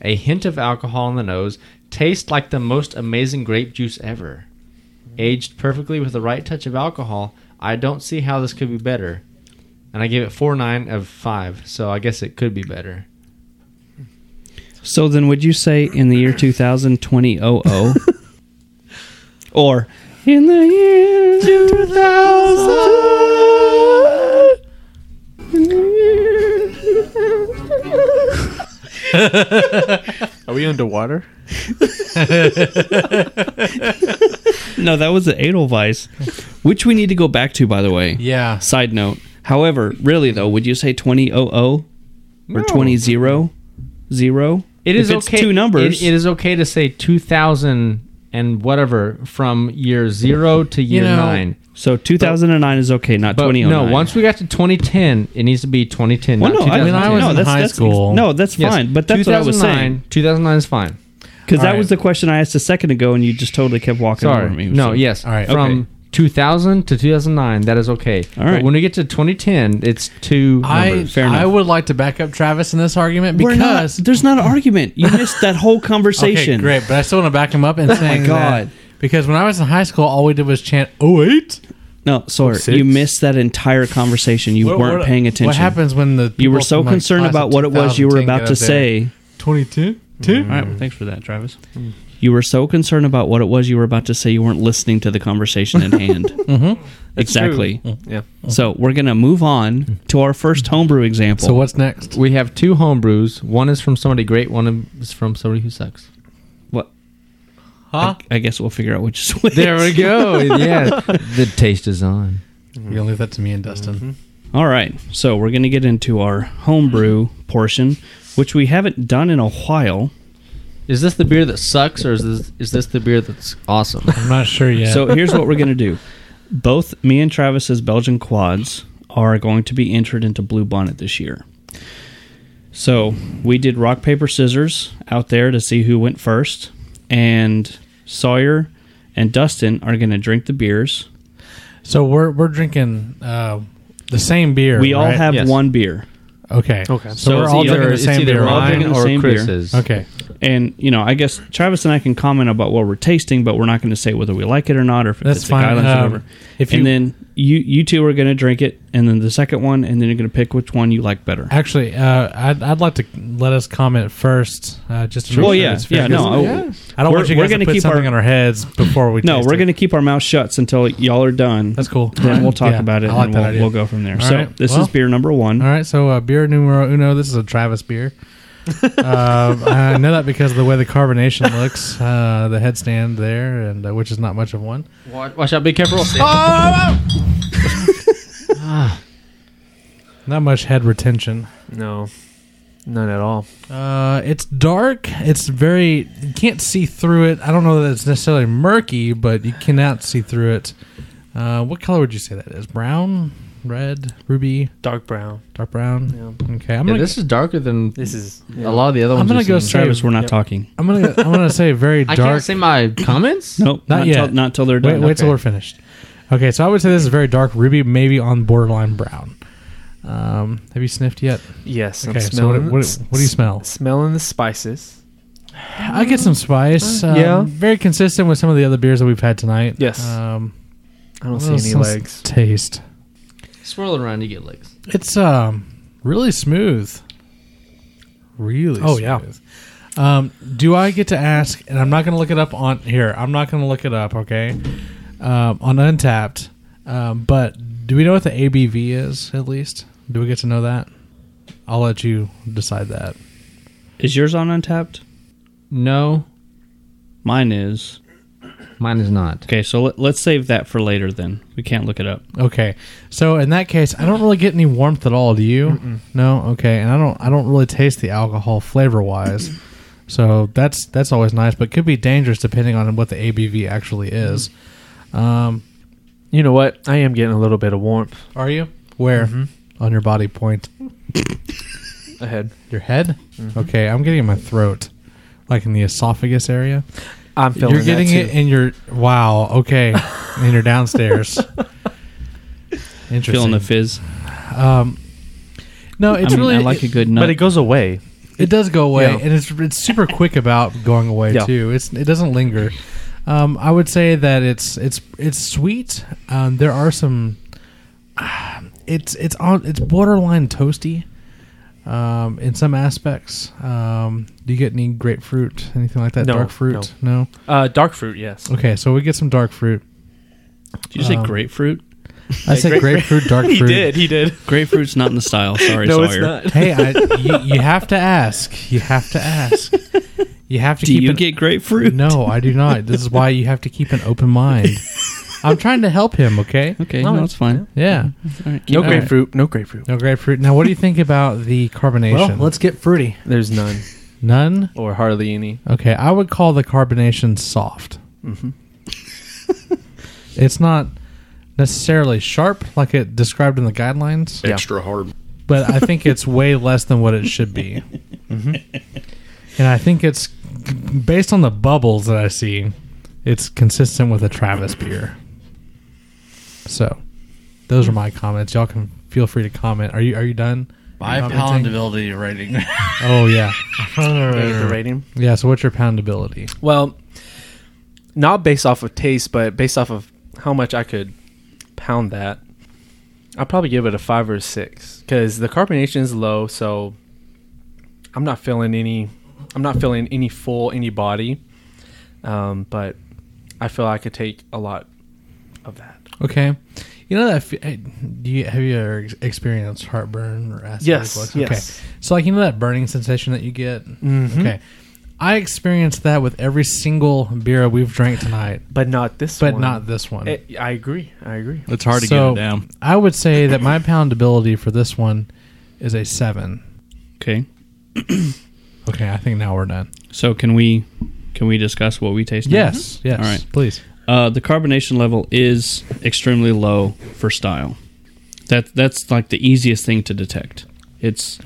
S4: a hint of alcohol in the nose, tastes like the most amazing grape juice ever. Aged perfectly with the right touch of alcohol, I don't see how this could be better. And I gave it four nine of five, so I guess it could be better.
S1: So then, would you say in the [laughs] year 2000, 2000? [laughs] or oh in the year 2000.
S4: [laughs]
S1: In the year
S6: 2000. Are we underwater?
S1: no, that was the Edelweiss, which we need to go back to, by the way.
S3: Yeah.
S1: Side note. However, really though, would you say twenty oh oh or twenty zero zero?
S4: It is okay.
S1: Two numbers.
S4: it, it is okay to say two thousand and whatever from year zero to year you know, nine.
S1: So 2009 but, is okay, not 2009.
S4: No, once we got to 2010, it needs to be 2010.
S1: Well,
S4: no,
S1: I mean I was no, in that's,
S3: high
S1: that's,
S3: school.
S1: No, that's yes, fine. But that's what I was saying.
S4: 2009 is fine.
S1: Because that right. was the question I asked a second ago, and you just totally kept walking
S4: Sorry.
S1: over me.
S4: So. No, yes.
S3: All right.
S4: From
S1: okay.
S4: 2000 to 2009, that is okay.
S1: All right.
S4: But when we get to 2010, it's two
S3: I,
S4: numbers.
S3: I would like to back up Travis in this argument
S1: We're not,
S3: because
S1: there's not an argument. You missed that whole conversation.
S3: Okay, great, but I still want to back him up and
S1: [laughs] Oh my
S3: saying
S1: God.
S3: that because when I was in high school, all we did was chant "Oh, "08."
S1: No, sorry.
S3: Six.
S1: You missed that entire conversation. You
S3: What-
S1: weren't
S3: what-
S1: paying attention.
S3: What happens when the
S1: You were
S3: people
S1: so
S3: from, like,
S1: concerned
S3: class of
S1: about what it was you were
S3: 2010
S1: about
S3: get
S1: to
S3: up there?
S1: say. Mm-hmm.
S3: 22? Two?
S1: All right, well, thanks for that, Travis.
S3: Mm.
S1: You were so concerned about what it was you were about to say, you weren't listening to the conversation in
S3: [laughs]
S1: hand.
S3: Mhm.
S6: That's true.
S1: Exactly.
S3: Mm-hmm.
S6: Mm. Yeah.
S1: So we're going to move on to our first homebrew example.
S3: So what's next?
S4: We have two homebrews. One is from somebody great, one is from somebody who sucks.
S3: Huh?
S1: I guess we'll figure out which is which.
S4: There we go.
S1: Oh,
S4: yeah. [laughs] The taste is on.
S3: You're gonna leave that to me and Dustin.
S1: All right, so we're going to get into our homebrew portion, which we haven't done in a while.
S4: Is this the beer that sucks, or is this is this the beer that's [laughs] awesome?
S3: I'm not sure yet.
S1: So here's what we're going to do. Both me and Travis's Belgian quads are going to be entered into Blue Bonnet this year. So we did rock, paper, scissors out there to see who went first. And Sawyer and Dustin are going to drink the beers.
S3: So we're we're drinking uh, the same beer.
S1: we all
S3: right?
S1: have one beer.
S3: Okay.
S6: Okay.
S3: So,
S1: So
S3: we're
S1: it's
S3: all
S1: either-
S3: drinking the
S1: it's
S3: same
S1: either
S3: beer.
S1: all
S3: right?
S1: drinking the same beer.
S3: Okay.
S1: And, you know, I guess Travis and I can comment about what we're tasting, but we're not going to say whether we like it or not or if
S3: That's
S1: it's
S3: fine.
S1: a guidelines
S3: Um,
S1: or whatever.
S3: if you-
S1: and then you, you two are going to drink it, and then the second one, and then you're going to pick which one you like better.
S3: Actually, uh, I'd, I'd like to let us comment first, uh, just to make
S1: Well,
S3: sure
S1: yeah,
S3: it's fair.
S1: yeah, no, I- Yeah.
S3: I don't
S1: we're-
S3: want you
S1: we're
S3: guys to
S1: gonna
S3: put
S1: keep
S3: something
S1: our-
S3: on our heads before we.
S1: no,
S3: taste
S1: we're
S3: it.
S1: going to keep our mouth shuts until y'all are done.
S3: That's cool.
S1: Then we'll talk
S3: Yeah,
S1: about it,
S3: I like
S1: and
S3: that
S1: we'll,
S3: idea.
S1: we'll go from there.
S3: All
S1: so
S3: right,
S1: this
S3: well-
S1: is beer number one.
S3: All right, so uh, beer numero uno. This is a Travis [laughs] beer. um, I know that because of the way the carbonation looks, uh, the headstand there, and uh, which is not much of one.
S4: Watch, watch out! Be careful. Ah!
S3: Not much head retention.
S6: No, none at all.
S3: Uh, it's dark. It's very you can't see through it. I don't know that it's necessarily murky, but you cannot see through it. Uh, what color would you say that is? Brown, red, ruby,
S6: Dark brown.
S3: dark brown. Okay, I'm
S4: Yeah,
S3: gonna.
S4: this is darker than
S6: This is yeah.
S4: a lot of the other
S3: I'm
S4: ones.
S3: gonna
S4: we've
S3: go
S4: seen.
S3: straight-
S1: Travis, we're not
S6: Yep.
S1: talking.
S3: I'm gonna. I'm gonna say [laughs] very
S4: I
S3: dark.
S4: can't say my comments.
S1: Nope,
S3: Not yet.
S1: Till, not till they're
S3: Wait,
S1: done.
S3: wait till we're finished. Okay, so I would say this is very dark ruby, maybe on borderline brown. Um, have you sniffed yet?
S6: Yes.
S3: Okay, so what- what- what do you smell?
S6: s- Smelling the spices.
S3: I get some spice. Um,
S6: Yeah.
S3: very consistent with some of the other beers that we've had tonight.
S6: Yes.
S3: Um,
S6: I don't
S3: what
S6: see
S3: else
S6: any
S3: does it
S6: legs.
S3: Taste.
S4: Swirl it around, you get legs.
S3: It's um really smooth. Really. Oh yeah. Um, do I get to ask? And I'm not going to look it up on here. I'm not going to look it up. Okay. Um, on Untapped, um, but do we know what the ABV is? At least, do we get to know that? I'll let you decide that.
S1: Is yours on Untapped?
S4: No,
S1: Mine is.
S4: mine is not.
S1: Okay, so let, let's save that for later. Then we can't look it up.
S3: Okay. So in that case, I don't really get any warmth at all. Do you? No. Okay. And I don't. I don't really taste the alcohol flavor wise. so that's that's always nice, but could be dangerous depending on what the ABV actually is. Um,
S6: You know what? I am getting a little bit of warmth
S3: are you where on your body point?
S6: ahead.
S3: Your head? Okay. I'm getting it in my throat, like in the esophagus area.
S6: I'm feeling
S3: You're getting it in your wow. Okay. and you're downstairs. Interesting.
S1: Feeling the fizz.
S3: um, no, it's
S1: I mean,
S3: really
S1: I like a good nut.
S6: but it goes away.
S3: It does go away,
S6: Yeah.
S3: and it's it's super quick about going away
S6: Yeah.
S3: too. It's it doesn't linger. Um, I would say that it's it's it's sweet. Um, there are some. [sighs] ah, It's it's on it's borderline toasty, um, in some aspects. Um, do you get any grapefruit, anything like that?
S6: No,
S3: dark fruit? No.
S6: Uh, dark fruit, yes.
S3: Okay, so we get some dark fruit.
S1: Did you say
S3: um,
S1: grapefruit?
S3: I said grapefruit, dark
S6: he
S3: fruit.
S6: did. He did.
S1: Grapefruit's not in the
S6: [laughs]
S1: style. Sorry,
S6: no,
S3: Oh,
S1: Sawyer.
S6: it's [laughs] not.
S3: Hey, I, you, you have to ask. You have to ask. You have to
S1: Do
S3: keep
S1: you
S3: an
S1: get grapefruit?
S3: No, I do not. This is why you have to keep an open mind. I'm trying to help him, okay?
S1: Okay, no, it's fine.
S3: Yeah.
S1: All right, keep
S6: No
S3: All right.
S6: grapefruit. No grapefruit.
S3: No grapefruit. Now, what do you think about the carbonation?
S18: get fruity.
S6: There's none
S3: None?
S6: or hardly any.
S3: Okay, I would call the carbonation soft. [laughs] it's not necessarily sharp like it described in the guidelines,
S6: Extra
S19: hard.
S3: but I think
S6: [laughs]
S3: it's way less than what it should be.
S6: Mm-hmm.
S3: And I think it's based on the bubbles that I see, it's consistent with a Travis beer. So, those are my comments. Y'all can feel free to comment. Are you Are you done?
S10: My
S3: Are you commenting?
S10: poundability rating.
S3: Oh yeah.
S6: The [laughs] rating?
S3: Yeah. So what's your poundability?
S6: Well, not based off of taste, but based off of how much I could pound that. I'll probably give it a five or a six because the carbonation is low, so I'm not feeling any. I'm not feeling any full any body, um, but I feel I could take a lot of that.
S3: Okay. You know that fe- do you have you ever ex- experienced heartburn or acid
S6: Yes,
S3: reflux?
S6: yes.
S3: Okay. So like you know that burning sensation that you get?
S6: Mhm.
S3: Okay. I experienced that with every single beer we've drank tonight.
S6: But not this
S3: But
S6: one.
S3: not this one.
S6: I, Eh, I agree. I agree.
S3: So, I would say that my poundability for this one is a seven.
S1: Okay.
S3: okay, I think now we're done.
S1: So can we can we discuss what we tasted?
S3: Yes, yes,
S1: All right.
S3: please.
S1: Uh, the carbonation level is extremely low for style. That that's like the easiest thing to detect. It's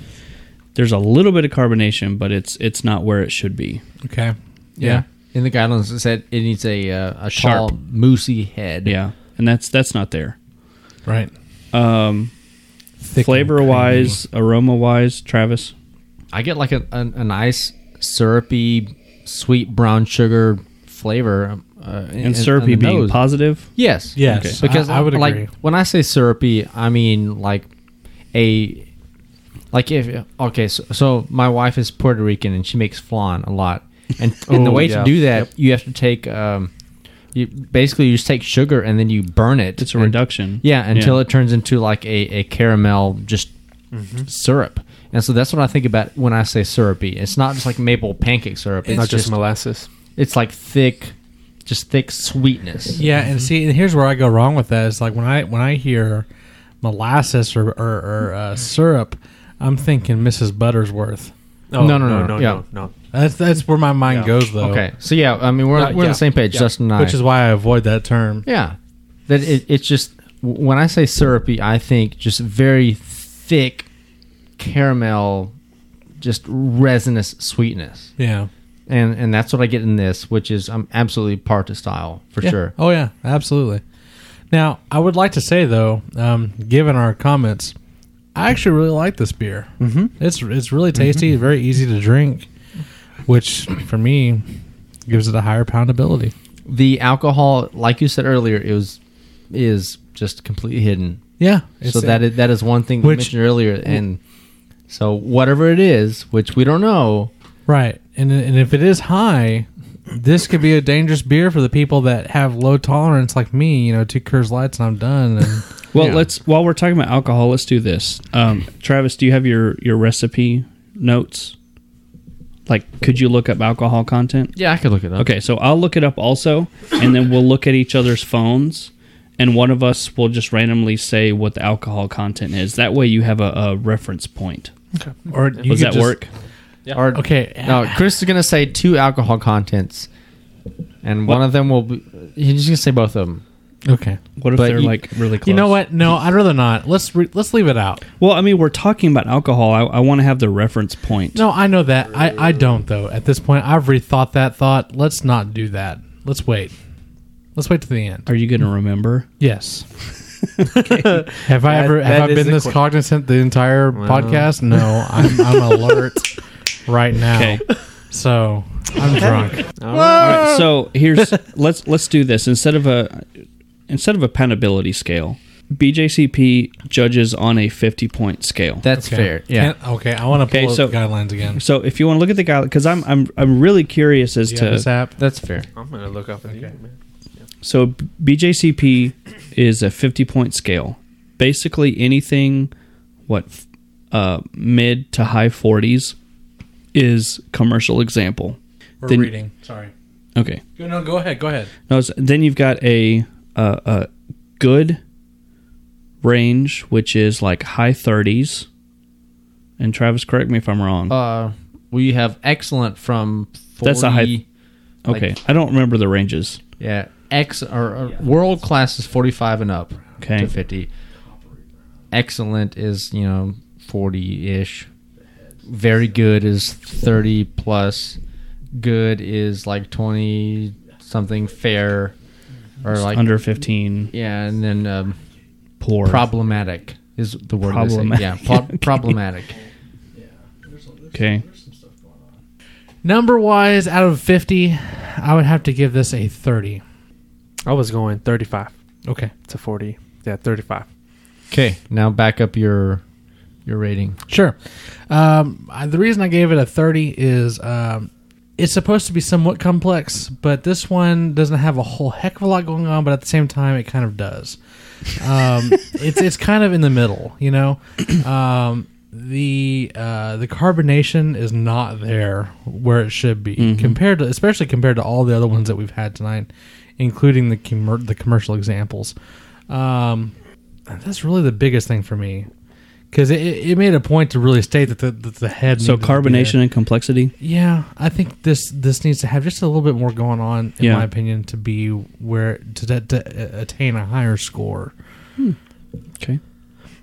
S1: there's a little bit of carbonation, but it's it's not where it should be.
S3: Okay.
S1: Yeah.
S4: In the guidelines, it said it needs a uh, a
S1: Sharp.
S4: tall, moosey head.
S1: Yeah, and that's that's not there.
S3: Right.
S1: Um, flavor wise, aroma wise, Travis.
S4: I get like a, a, a nice syrupy, sweet brown sugar flavor. Uh, in- in-
S1: And syrupy
S4: in the
S1: being
S4: nose.
S1: positive?
S4: Yes.
S1: Yes. Okay.
S4: Because
S1: I- I would
S4: like
S1: agree.
S4: when I say syrupy, I mean like a like if okay, so, so my wife is Puerto Rican and she makes flan a lot. And and the
S6: Oh,
S4: way
S6: yeah.
S4: to do that, you have to take um you basically you just take sugar and then you burn it. It's
S1: a reduction.
S4: Yeah,
S1: Yeah.
S4: until it turns into like a, a caramel just syrup. And so that's what I think about when I say syrupy. It's not just like maple pancake syrup. It's
S6: Not just molasses.
S4: It's like thick, just thick sweetness.
S3: Yeah, and see, and here's where I go wrong with that is like when I when I hear molasses or or, or
S4: Mm-hmm.
S3: uh, syrup, I'm thinking Mrs. Buttersworth.
S4: Oh, No, no, no, no, no, yeah.
S6: no.
S3: That's that's where my mind
S4: Yeah.
S3: goes though.
S4: Okay, so yeah, I mean, we're- we're on the same page, Justin and I.
S3: which is why I avoid that term.
S4: Yeah, that it, it's just when I say syrupy, I think just very thick caramel, just resinous sweetness.
S3: Yeah.
S4: and and that's what I get in this, which is I'm absolutely part to style for
S3: Yeah.
S4: sure.
S3: Oh yeah, absolutely. Now I would like to say though, um, given our comments, I actually really like this beer. Mm-hmm. It's it's really tasty, very easy to drink, which for me gives it a higher poundability.
S4: The alcohol, like you said earlier, it was is just completely hidden.
S3: Yeah,
S4: so
S3: it's-
S4: that is, that is one thing we
S3: Which-
S4: mentioned earlier, and so whatever it is, which we don't know,
S3: Right, and and if it is high, this could be a dangerous beer for the people that have low tolerance, like me. You know, two Coors Lights and I'm done. And
S1: [laughs] Well, let's while we're talking about alcohol, let's do this. Um, Travis, do you have your your recipe notes? Like, could you look up alcohol content?
S4: Yeah, I could look it up.
S1: Okay, so I'll look it up also, and then we'll look at each other's phones, and one of us will just randomly say what the alcohol content is. That way, you have a, a reference point.
S6: Okay.
S3: Or
S1: does
S3: you could
S1: that
S3: just-
S1: work?
S4: Or,
S3: Okay.
S4: No, Chris is gonna say two alcohol contents, and one of them will. be He's just gonna say both of them.
S3: Okay.
S1: What if
S4: But
S1: they're
S4: you-
S1: like really close?
S3: you know what? No, I'd rather not. Let's re- let's leave it out.
S1: Well, I mean, we're talking about alcohol. I, I want to have the reference point.
S3: No, I know that. I, I don't though. At this point, I've rethought that thought. Let's not do that. Let's wait. Let's wait to the end.
S1: Are you going to
S3: [laughs]
S1: remember?
S3: Yes. [laughs] Have I ever have I been this cognizant the entire podcast? No, I'm, I'm [laughs] alert right now.
S1: Okay.
S3: So I'm drunk.
S1: All right, so here's let's let's do this instead of a instead of a penability scale. BJCP judges on a 50 point scale.
S4: That's
S3: Okay. fair, yeah. Can- okay, I wanna pull up the guidelines again.
S1: So if you want to look at the guidelines, because I'm I'm I'm really curious as
S3: Yeah,
S1: to
S3: this app.
S4: That's fair.
S6: I'm gonna look up okay. man.
S1: So BJCP is a 50 point scale. Basically anything what f- uh, mid to high 40s is commercial example.
S3: We're reading. Sorry.
S1: Okay.
S3: Go- No, go ahead. Go ahead.
S1: No, it's- then you've got a, a a good range, which is like high 30s. And Travis, correct me if I'm wrong.
S4: Uh, we have excellent from 40,
S1: That's a high.
S4: like-
S1: Okay, I don't remember the ranges.
S4: yeah, ex or, or world class is forty five and up
S1: Okay.
S4: to fifty. Excellent is you know forty ish. Very good is thirty plus. Good is like twenty something. Fair.
S1: Or like under fifteen.
S4: Yeah, and then um,
S1: poor
S4: problematic is the word. they say.
S1: Problematic.
S4: Yeah, pro- problematic.
S1: Okay.
S3: Number wise, out of 50, I would have to give this a 30.
S6: I was going 35.
S3: Okay.
S6: To 40. Yeah, 35.
S4: Okay, now back up your your rating.
S3: Sure. Um, I, the reason I gave it a 30 is um, it's supposed to be somewhat complex, but this one doesn't have a whole heck of a lot going on, but at the same time, it kind of does. Um, it's, it's kind of in the middle, you know? Um, the uh, the carbonation is not there where it should be compared to, especially compared to all the other ones that we've had tonight, including the commer- the commercial examples. Um, that's really the biggest thing for me because it, it it made a point to really state that the, that the head
S1: So
S3: needed to be there.
S1: carbonation and complexity.
S3: Yeah, I think this this needs to have just a little bit more going on, in
S1: Yeah.
S3: my opinion, to be where to, to, to attain a higher score.
S1: Okay.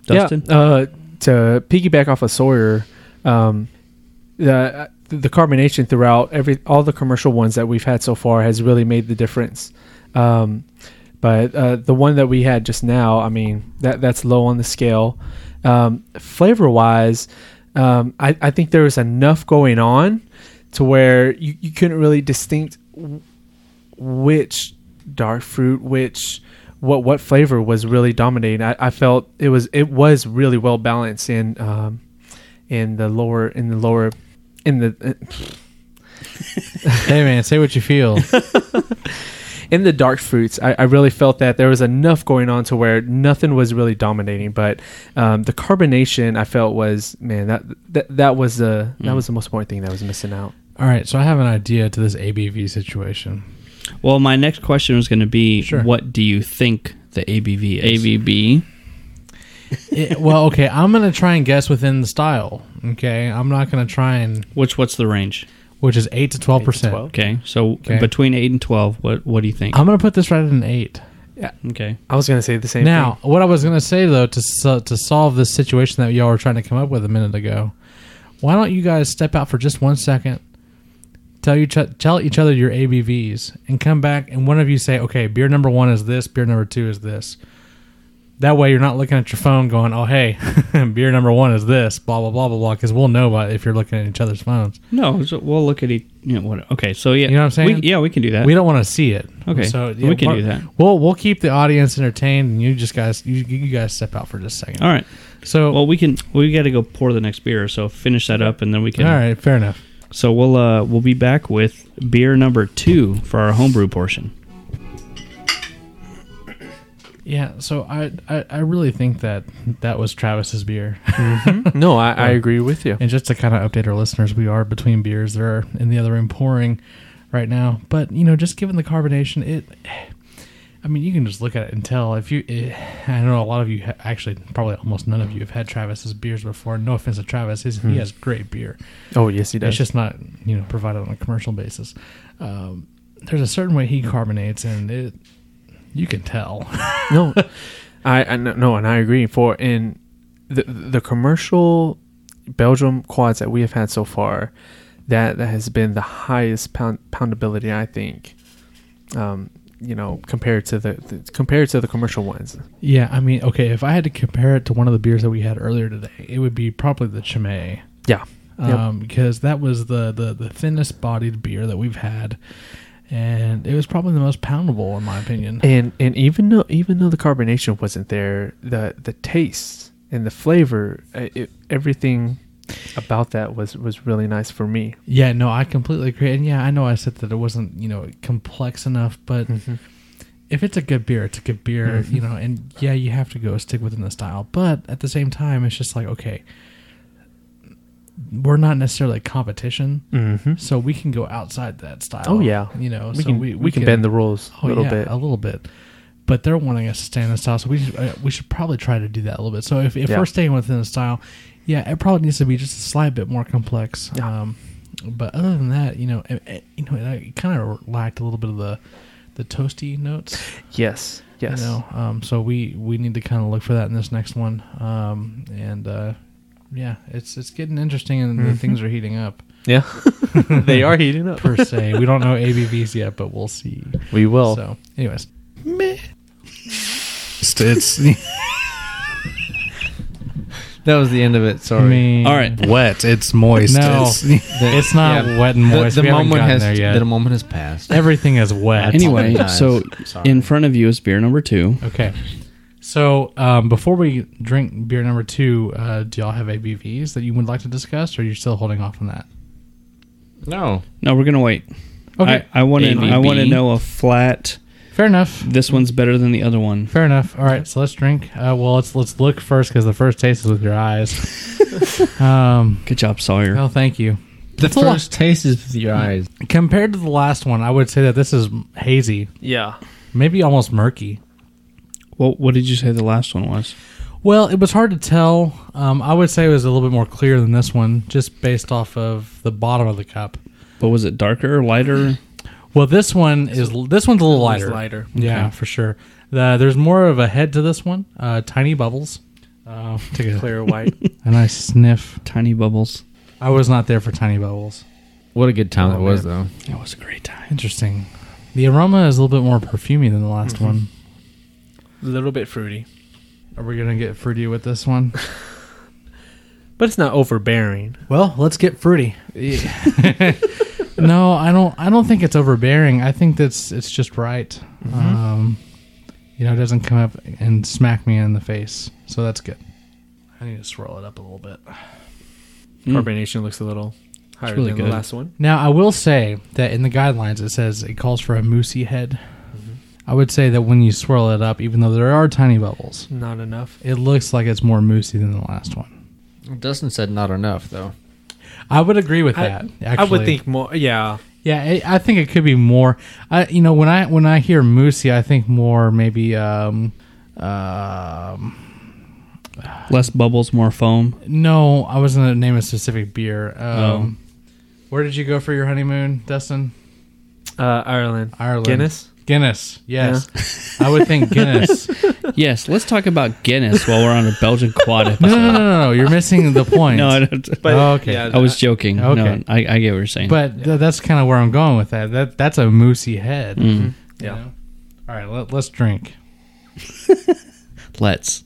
S1: Dustin?
S6: Yeah, uh, to piggyback off of Sawyer, um, the uh, the carbonation throughout every all the commercial ones that we've had so far has really made the difference. Um, but uh, the one that we had just now, I mean, that that's low on the scale. Um, flavor wise, um, I, I think there was enough going on to where you, you couldn't really distinct which dark fruit, which what what flavor was really dominating. I, I felt it was it was really well balanced in um, in the lower in the lower in the
S3: hey man, say what you feel.
S6: in the dark fruits, I, I really felt that there was enough going on to where nothing was really dominating. But um, the carbonation, I felt was man that that, that was the
S3: Mm.
S6: that was the most important thing that was missing out.
S3: All right, so I have an idea to this ABV situation.
S1: Well, my next question was going to be,
S3: Sure.
S1: what do you think the ABV is? ABB.
S3: It- well, okay, I'm gonna try and guess within the style. Okay, I'm not gonna try and
S1: Which what's the range?
S3: which is eight to twelve percent.
S1: Okay, so
S3: Okay.
S1: between eight and twelve, what what do you think?
S3: I'm gonna put this right at an eight.
S1: okay,
S6: I was gonna say the same.
S3: now,
S6: thing.
S3: what I was going to say though to so, to solve this situation that y'all were trying to come up with a minute ago, why don't you guys step out for just one second, tell you tell each other your ABVs, and come back and one of you say, okay, beer number one is this, beer number two is this. That way, you're not looking at your phone going, oh hey, [laughs] beer number one is this, blah blah blah blah blah, because we'll know by if you're looking at each other's phones.
S1: no, so we'll look at each. You know, what, okay, so yeah,
S3: You know what I'm saying?
S1: We, yeah, we can do that.
S3: We don't want to see it.
S1: Okay,
S3: yeah,
S1: we can
S3: we're-
S1: do that.
S3: We'll we'll keep the audience entertained, and you just guys you, you guys step out for just a second.
S1: All right.
S3: So
S1: well, we can we got to go pour the next beer, so finish that up and then we can.
S3: All right, fair enough.
S1: So we'll uh we'll be back with beer number two for our homebrew portion.
S3: Yeah, so I, I I really think that that was Travis's beer. [laughs]
S6: [laughs] No, I, I agree with you.
S3: And just to kind of update our listeners, we are between beers. They're in the other room pouring right now. But you know, just given the carbonation, it. [sighs] I mean, you can just look at it and tell if you. It, I know a lot of you ha- actually, probably almost none of you have had Travis's beers before. No offense to Travis, his,
S6: Hmm.
S3: he has great beer.
S6: Oh, yes, he does.
S3: It's just not you know provided on a commercial basis. Um, there's a certain way he carbonates, and it you can tell.
S6: [laughs] no, I, I no- no, and I agree. For in the the commercial Belgium quads that we have had so far, that that has been the highest pound poundability. I think, um, you know, compared to the, the compared to the commercial ones.
S3: Yeah, I mean, okay, if I had to compare it to one of the beers that we had earlier today, it would be probably the Chimay.
S6: Yeah. Yep.
S3: Um, because that was the, the, the thinnest bodied beer that we've had. And it was probably the most poundable, in my opinion.
S6: And and even though even though the carbonation wasn't there, the the taste and the flavor, uh, it, everything about that was was really nice for me.
S3: Yeah, no, I completely agree. And yeah, I know I said that it wasn't, you know, complex enough, but
S6: Hmm. Mm-hmm.
S3: if it's a good beer, it's a good beer,
S6: Mhm.
S3: you know, and yeah, you have to go stick within the style. But at the same time, it's just like, okay, we're not necessarily a competition,
S6: Mhm.
S3: so we can go outside that style.
S6: Oh, yeah.
S3: Mm-hmm. You know,
S6: We
S3: so
S6: can-
S3: we,
S6: we can bend the rules a
S3: oh,
S6: little
S3: yeah,
S6: bit.
S3: A little bit. But they're wanting us to stay in the style, so we should, uh, we should probably try to do that a little bit. So if, if
S6: Yeah.
S3: we're staying within the style, yeah, it probably needs to be just a slight bit more complex. Um, but other than that, you know, it, it- you know, it kind of lacked a little bit of the the toasty notes.
S6: Yes, yes.
S3: You know, um, so we we need to kind of look for that in this next one. Um, and uh, yeah, it's it's getting interesting, and the
S6: Mhm.
S3: things are heating up.
S6: Yeah. They are heating up.
S3: per se. We don't know ABVs yet, but we'll see.
S6: We will.
S3: So, anyways,
S10: it's
S4: That was the end of it. Sorry.
S1: All right.
S3: wet. It's moist.
S10: No,
S3: it's,
S10: the-
S3: it's not
S4: yeah.
S3: wet and
S4: The-
S3: moist.
S4: the
S3: we haven't
S4: moment
S3: gotten
S4: has-
S3: there yet.
S4: the moment has passed.
S3: Everything is wet.
S4: [laughs]
S1: Anyway, so in front of you is beer number two.
S3: Okay. So um, before we drink beer number two, uh, do y'all have ABVs that you would like to discuss, or you are still holding off on that?
S4: No.
S1: No, we're gonna wait.
S3: Okay.
S1: I want to. I want to
S3: ABV.
S1: know a flat.
S3: Fair enough.
S1: This one's better than the other one.
S3: Fair enough. All right, so let's drink. Uh, well, let's let's look first because the first taste is with your
S4: [laughs]
S3: eyes. um,
S1: Good job, Sawyer.
S3: Oh, thank you.
S4: The
S3: It's a lot-
S4: first taste is with your eyes.
S3: Compared to the last one, I would say that this is hazy.
S6: [laughs] Yeah.
S3: Maybe almost murky.
S1: Well, what did you say the last one was?
S3: Well, it was hard to tell. Um, I would say it was a little bit more clear than this one, just based off of the bottom of the cup.
S1: But was it darker, lighter?
S3: Well, this one is this one's a little
S20: It's
S3: lighter.
S20: lighter.
S3: yeah,
S20: Okay.
S3: for sure. The, there's more of a head to this one. Uh, tiny bubbles. [laughs] Uh, take a
S6: Clear white.
S3: a nice sniff.
S1: Tiny bubbles.
S3: I was not there for tiny bubbles.
S4: What a good time that was,
S1: though. It was a great time.
S3: Interesting. The aroma is a little bit more perfumey than the last one.
S6: A little bit fruity,
S3: Are we gonna get fruity with this one?
S6: but it's not overbearing.
S3: Well, let's get fruity. [laughs] no, I don't. I don't think it's overbearing. I think that's it's just right. Um, you know, it doesn't come up and smack me in the face, so that's good. I need to swirl it up a little bit. Mm.
S6: Carbonation looks a little higher
S1: really
S6: than
S1: good.
S6: the last one.
S3: Now, I will say that in the guidelines, it says it calls for a moosey head. I would say that when you swirl it up, even though there are tiny bubbles,
S6: Not enough.
S3: it looks like it's more moosey than the last one.
S4: though. Dustin said not enough, though.
S3: I would agree with
S6: I-
S3: that.
S6: I would
S3: actually.
S6: think more. Yeah.
S3: Yeah, I I think it could be more. I you know when I when I hear moosey, I think more maybe um, um
S1: Less bubbles, more foam.
S3: no, I was gonna name a specific beer. Um, Where did you go for your honeymoon, Dustin?
S6: Uh, Ireland.
S3: Ireland.
S6: Guinness.
S3: Guinness. Yes, I would
S1: [laughs]
S3: think Guinness.
S1: yes. Let's talk about Guinness while we're on a Belgian [laughs] quad
S3: No,
S1: episode.
S3: no, no, no, no. You're missing the
S1: [laughs]
S3: point.
S1: No, I don't.
S6: But,
S3: Oh, okay.
S6: yeah,
S1: I was joking. No,
S3: Okay.
S1: I, I get what you're saying.
S3: But th- that's kind of where I'm going with that. That that's a moosey head.
S1: Mhm.
S3: you
S6: Yeah.
S3: know? All right, let, let's drink.
S1: let's.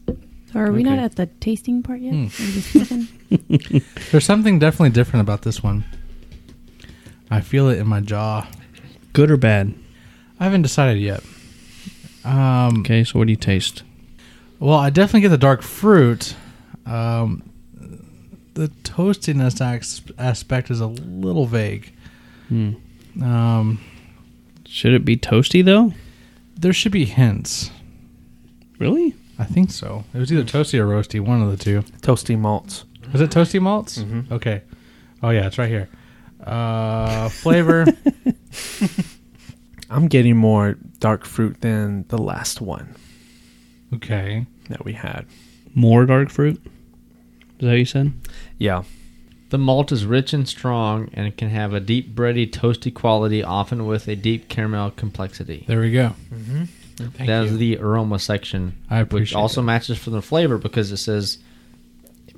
S17: Are we not
S1: Okay.
S17: at the tasting part yet?
S3: Hmm.
S17: We're just sniffing?
S3: There's something definitely different about this one. I feel it in my jaw.
S1: Good or bad?
S3: I haven't decided yet. Um,
S1: Okay. So what do you taste?
S3: Well, I definitely get the dark fruit. Um, the toastiness as- aspect is a little vague.
S1: Hmm.
S3: Um,
S1: Should it be toasty though?
S3: there should be hints.
S1: Really?
S3: I think so. It was either toasty or roasty, one of the two.
S6: Toasty malts.
S3: Is it toasty malts?
S6: Mhm.
S3: Okay. Oh yeah, it's right here. Uh, [laughs] flavor.
S6: I'm getting more dark fruit than the last one
S3: okay.
S6: that we had.
S1: More dark fruit? Is that what you said?
S6: Yeah.
S4: The malt is rich and strong and it can have a deep bready, toasty quality, often with a deep caramel complexity.
S3: There we go.
S4: That is the aroma section,
S3: I
S4: which
S3: appreciate
S4: also matches for the flavor because it says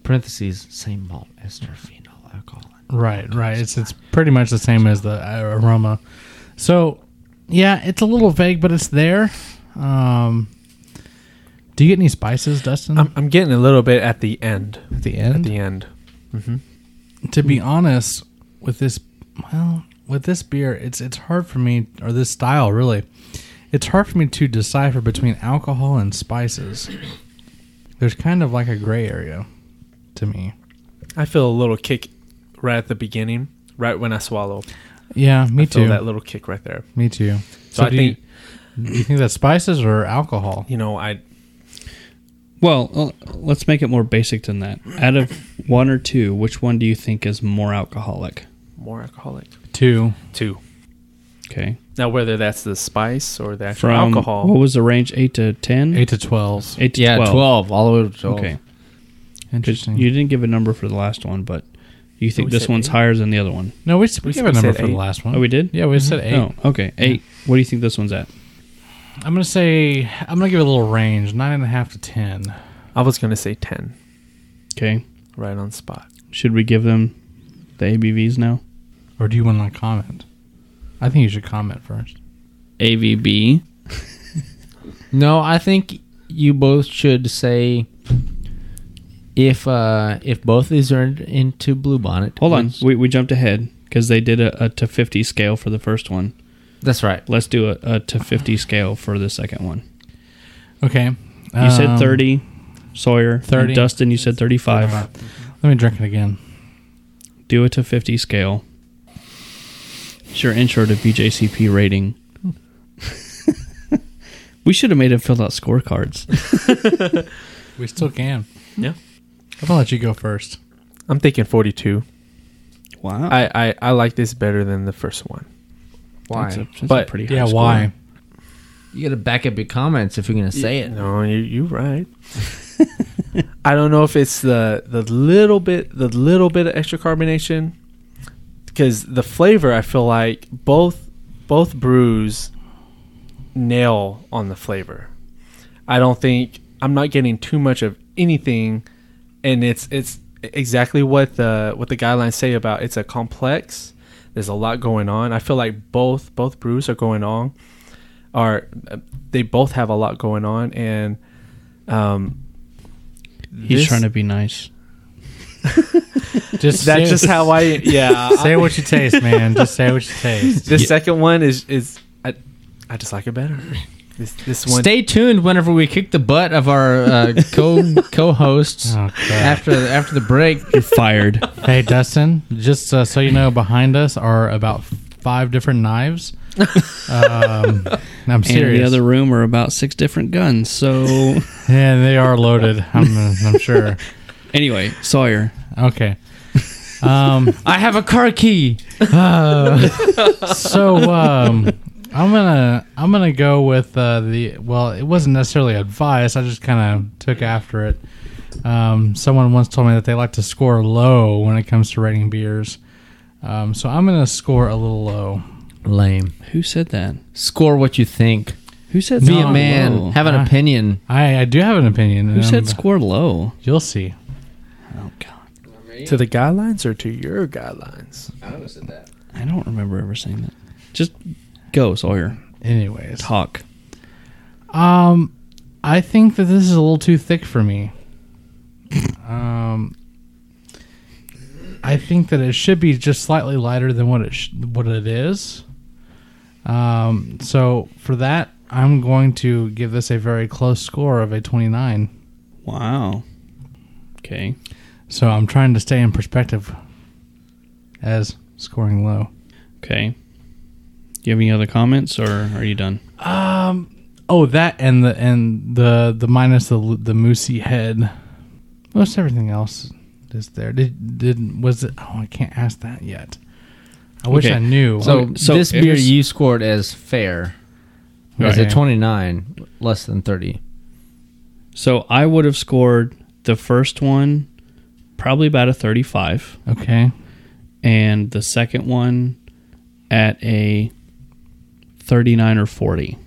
S4: parentheses same malt ester phenol alcohol.
S3: Right, right. It's it's pretty much the same as the uh, aroma. So, yeah, it's a little vague, but it's there. Um, do you get any spices, Dustin?
S6: I'm, I'm getting a little bit at the end.
S3: Mm. at the end.
S6: Um, At the end. Mm-hmm.
S3: to be honest, with this, well, with this beer, it's it's hard for me, or this style really, it's hard for me to decipher between alcohol and spices. There's kind of like a gray area to me.
S6: I feel a little kick right at the beginning, right when I swallow.
S3: Yeah, me
S6: I feel
S3: too.
S6: that little kick right there.
S3: me too.
S6: So, I
S3: do
S6: think,
S3: you, do you think that's spices or alcohol?
S6: you know, I
S1: Well, l- let's make it more basic than that. Out of one or two, which one do you think is more alcoholic?
S6: more alcoholic.
S3: Two.
S6: Two.
S1: Okay.
S6: Now, whether that's the spice or the actual
S1: From
S6: alcohol.
S1: What was the range? Eight to ten?
S3: Eight to twelve.
S1: Eight to
S4: Yeah,
S1: 12.
S4: 12. all the way to 12.
S1: Okay. 'Cause
S3: Interesting.
S1: You didn't give a number for the last one, but you think
S6: we
S1: this
S6: said
S1: one's
S6: eight.
S1: higher than the other one?
S3: no, we, s- we
S6: we
S3: gave
S6: s-
S3: a
S6: we
S3: number
S6: said
S3: for the
S6: eight.
S3: last one.
S1: Oh, we did?
S3: Yeah, we said eight.
S1: Oh, okay. Eight. What do you think this one's at?
S3: I'm gonna say I'm gonna give it a little range, nine and a half to ten.
S6: I was going to say 10,
S1: Okay.
S6: right on spot.
S1: Should we give them the ABVs now?
S3: Or do you want to comment? I think you should comment first.
S1: AVB.
S4: No, I think you both should say if uh, if both these are in, into Bluebonnet.
S1: Hold on, we, we jumped ahead because they did a, a to fifty scale for the first one.
S4: That's right.
S1: Let's do a, a to fifty scale for the second one.
S3: Okay.
S1: You said
S3: Um,
S1: thirty, Sawyer.
S3: 30.
S1: And Dustin, you said thirty-five.
S3: Let me drink it again.
S1: Do a to fifty scale. It's your intro to BJCP rating. [laughs] we should have made him fill out scorecards.
S3: We still can.
S6: Yeah.
S3: How about let you go first?
S6: I'm thinking 42.
S1: Wow.
S6: I, I, I like this better than the first one.
S21: Why?
S1: That's a- that's a
S6: but
S1: pretty
S3: Yeah, why?
S4: You got to back up your comments if you're going to say it.
S6: No, you you right. [laughs] I don't know if it's the the little bit the little bit of extra carbonation because the flavor I feel like both both brews nail on the flavor. I don't think I'm not getting too much of anything, and it's it's exactly what the what the guidelines say about it's a complex. There's a lot going on. I feel like both both brews are going on, are they both have a lot going on, and um,
S1: He's
S6: this-
S1: trying to be nice.
S3: Just say-
S6: that's just how I yeah.
S3: [laughs] Say what you taste, man. Just say what you
S1: [laughs]
S3: taste.
S6: The
S3: Yeah.
S6: second one is is I, I just like it better. This this one
S4: Stay tuned whenever we kick the butt of our [laughs] uh, co co hosts
S3: Oh,
S4: after after the break.
S1: You're
S4: [laughs]
S1: fired.
S3: Hey, Dustin, just uh, so you know, behind us are about five different knives. Um, I'm
S1: And in
S3: serious.
S1: the other room are about six different guns. So [laughs]
S3: yeah, they are loaded. I'm, uh, I'm sure.
S1: anyway, Sawyer.
S3: Okay. Um,
S4: I have a car key.
S3: Uh, so um, I'm gonna I'm gonna go with uh, the well. It wasn't necessarily advice. I just kind of took after it. Um, someone once told me that they like to score low when it comes to rating beers. Um, so I'm gonna score a little low.
S4: Lame.
S1: Who said that?
S4: Score what you think.
S1: Who said
S4: Be a
S1: score
S4: man.
S1: low?
S4: Have an
S1: I-
S4: opinion.
S3: I, I do have an opinion.
S1: Who
S3: and
S1: said
S3: I'm-
S1: score low?
S3: You'll see.
S6: to the guidelines or to your guidelines.
S21: I don't said that.
S1: I don't remember ever saying that. Just go, Sawyer.
S3: Anyways,
S1: talk.
S3: Um, I think that this is a little too thick for me. Um, I think that it should be just slightly lighter than what it sh- what it is. Um, so for that, I'm going to give this a very close score of a 29.
S1: Wow. Okay.
S3: So I'm trying to stay in perspective as scoring low.
S1: Okay. Do you have any other comments, or are you done?
S3: Um. Oh, that and the and the the minus the the moosey head. Most everything else is there. Did did was it? Oh, I can't ask that yet. I wish
S4: Okay.
S3: I knew.
S4: So, this
S3: it
S4: beer
S3: was-
S4: you scored as fair, as a
S1: Right.
S4: twenty nine, less than thirty.
S1: So I would have scored the first one probably about a 35.
S3: Okay.
S1: And the second one at a 39 or 40.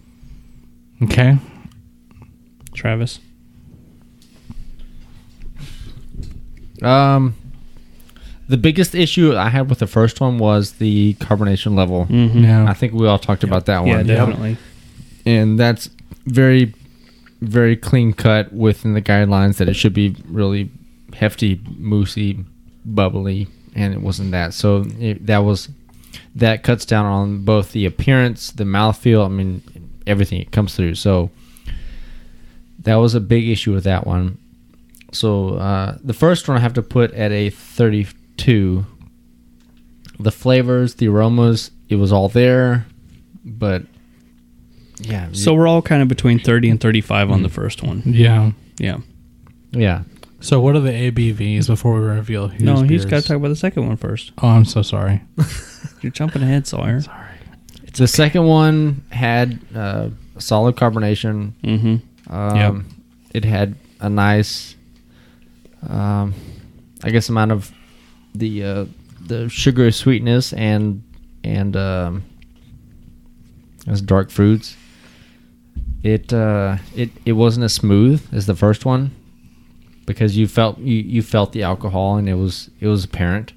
S3: Okay.
S1: Travis?
S4: Um, the biggest issue I had with the first one was the carbonation level.
S1: Mhm. Yeah.
S4: I think we all talked about that
S1: Yeah,
S4: one.
S1: definitely.
S4: And that's very, very clean cut within the guidelines that it should be really hefty, moosey, bubbly, and it wasn't that. So it, that was that cuts down on both the appearance, the mouthfeel. I mean, everything it comes through. So that was a big issue with that one. So uh, the first one I have to put at a 32. The flavors, the aromas, it was all there, but yeah,
S1: So we're all kind of between 30 and 35 on the first one.
S3: Yeah.
S1: Yeah.
S4: yeah.
S3: So what are the ABVs before we reveal who's
S1: No, he's got
S3: beers?
S1: to talk about the second one first.
S3: Oh, I'm so sorry. [laughs]
S1: You're jumping ahead, Sawyer.
S4: the second one had uh, solid carbonation. Mm-hmm. Um,
S1: Yep.
S4: It had a nice, um, I guess, amount of the uh, the sugar sweetness and and um, those dark fruits. It uh, it it wasn't as smooth as the first one because you felt you, you felt the alcohol and it was it was apparent.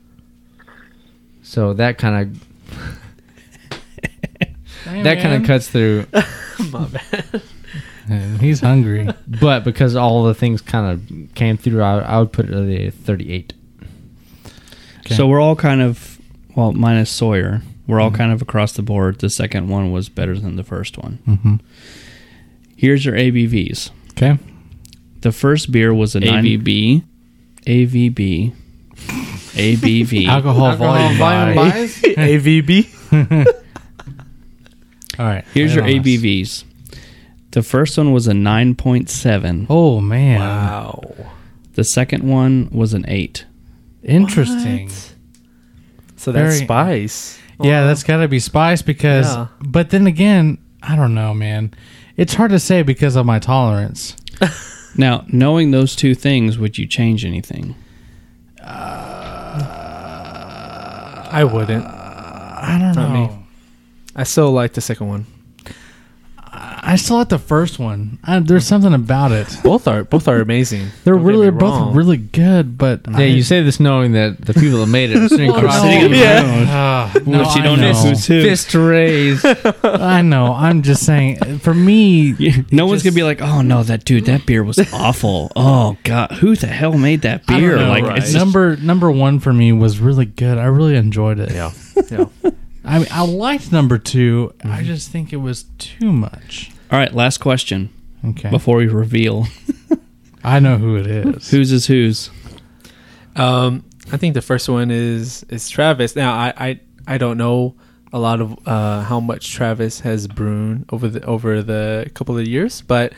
S4: So that kind of
S3: Hey,
S4: that kind
S3: man.
S4: of cuts through.
S3: He's hungry.
S22: but because all the things kind of came through, I, I would put it at a 38.
S1: Okay. So we're all kind of, well, minus Sawyer, we're all mm-hmm. kind of across the board. The second one was better than the first one.
S3: Mm-hmm.
S1: Here's your ABVs.
S3: Okay.
S1: The first beer was a
S7: ABB.
S1: 90, AVB.
S3: [laughs]
S1: ABV.
S3: Alcohol, Alcohol volume, [laughs] volume
S6: bias. AVB.
S3: all right.
S1: Here's your ABVs. The first one was a 9.7.
S3: Oh, man.
S6: Wow.
S1: The second one was an 8.
S3: Interesting. What?
S6: So that's Very, spice.
S3: Yeah, wow. that's got to be spice because, yeah. but then again, I don't know, man. It's hard to say because of my tolerance.
S1: now, knowing those two things, would you change anything?
S6: Uh, I wouldn't.
S3: Uh, I don't Not know. Me.
S6: I still like the second one.
S3: I still like the first one. I, there's something about it.
S6: Both are both are amazing.
S3: They're Don't really both really good, but
S22: yeah, I, you say this knowing that the people that made it are sitting across
S6: no,
S22: the
S3: [sighs]
S6: yeah.
S3: room. Uh, no,
S1: Which you don't know.
S22: Fist, fist raise.
S3: I know. I'm just saying. For me,
S1: yeah, no one's gonna be like, "Oh no, that dude, that beer was awful." Oh god, who the hell made that beer?
S3: Know,
S1: like
S3: right. it's number number one for me was really good. I really enjoyed it.
S6: Yeah. Yeah.
S3: I mean, I liked number 2 I just think it was too much.
S1: All right, last question.
S3: Okay.
S1: Before we reveal,
S3: I know who it is.
S1: whose is whose?
S6: Um, I think the first one is is Travis. Now, I I, I don't know a lot of uh, how much Travis has brewed over the over the couple of years, but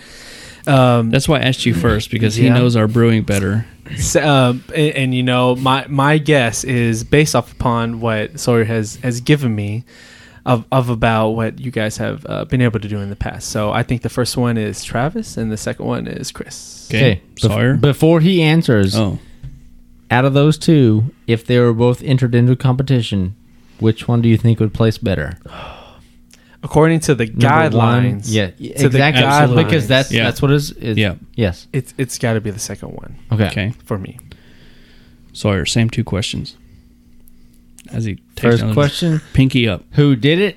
S6: um,
S1: that's why I asked you first because yeah. he knows our brewing better.
S6: So, um, and, and, you know, my my guess is based off upon what Sawyer has has given me of of about what you guys have uh, been able to do in the past. So I think the first one is Travis, and the second one is Chris.
S1: Okay, Sawyer.
S22: Bef- before he answers,
S1: oh.
S22: out of those two, if they were both entered into competition, which one do you think would place better?
S6: according to the guidelines. One,
S22: yeah, exactly. Guidelines. Because that's yeah. that's what is. is
S1: yeah.
S22: Yes.
S6: It's it's got to be the second one.
S22: Okay.
S1: Okay.
S6: For me,
S1: Sawyer, same two questions. As he
S22: first question,
S1: pinky up.
S22: Who did it?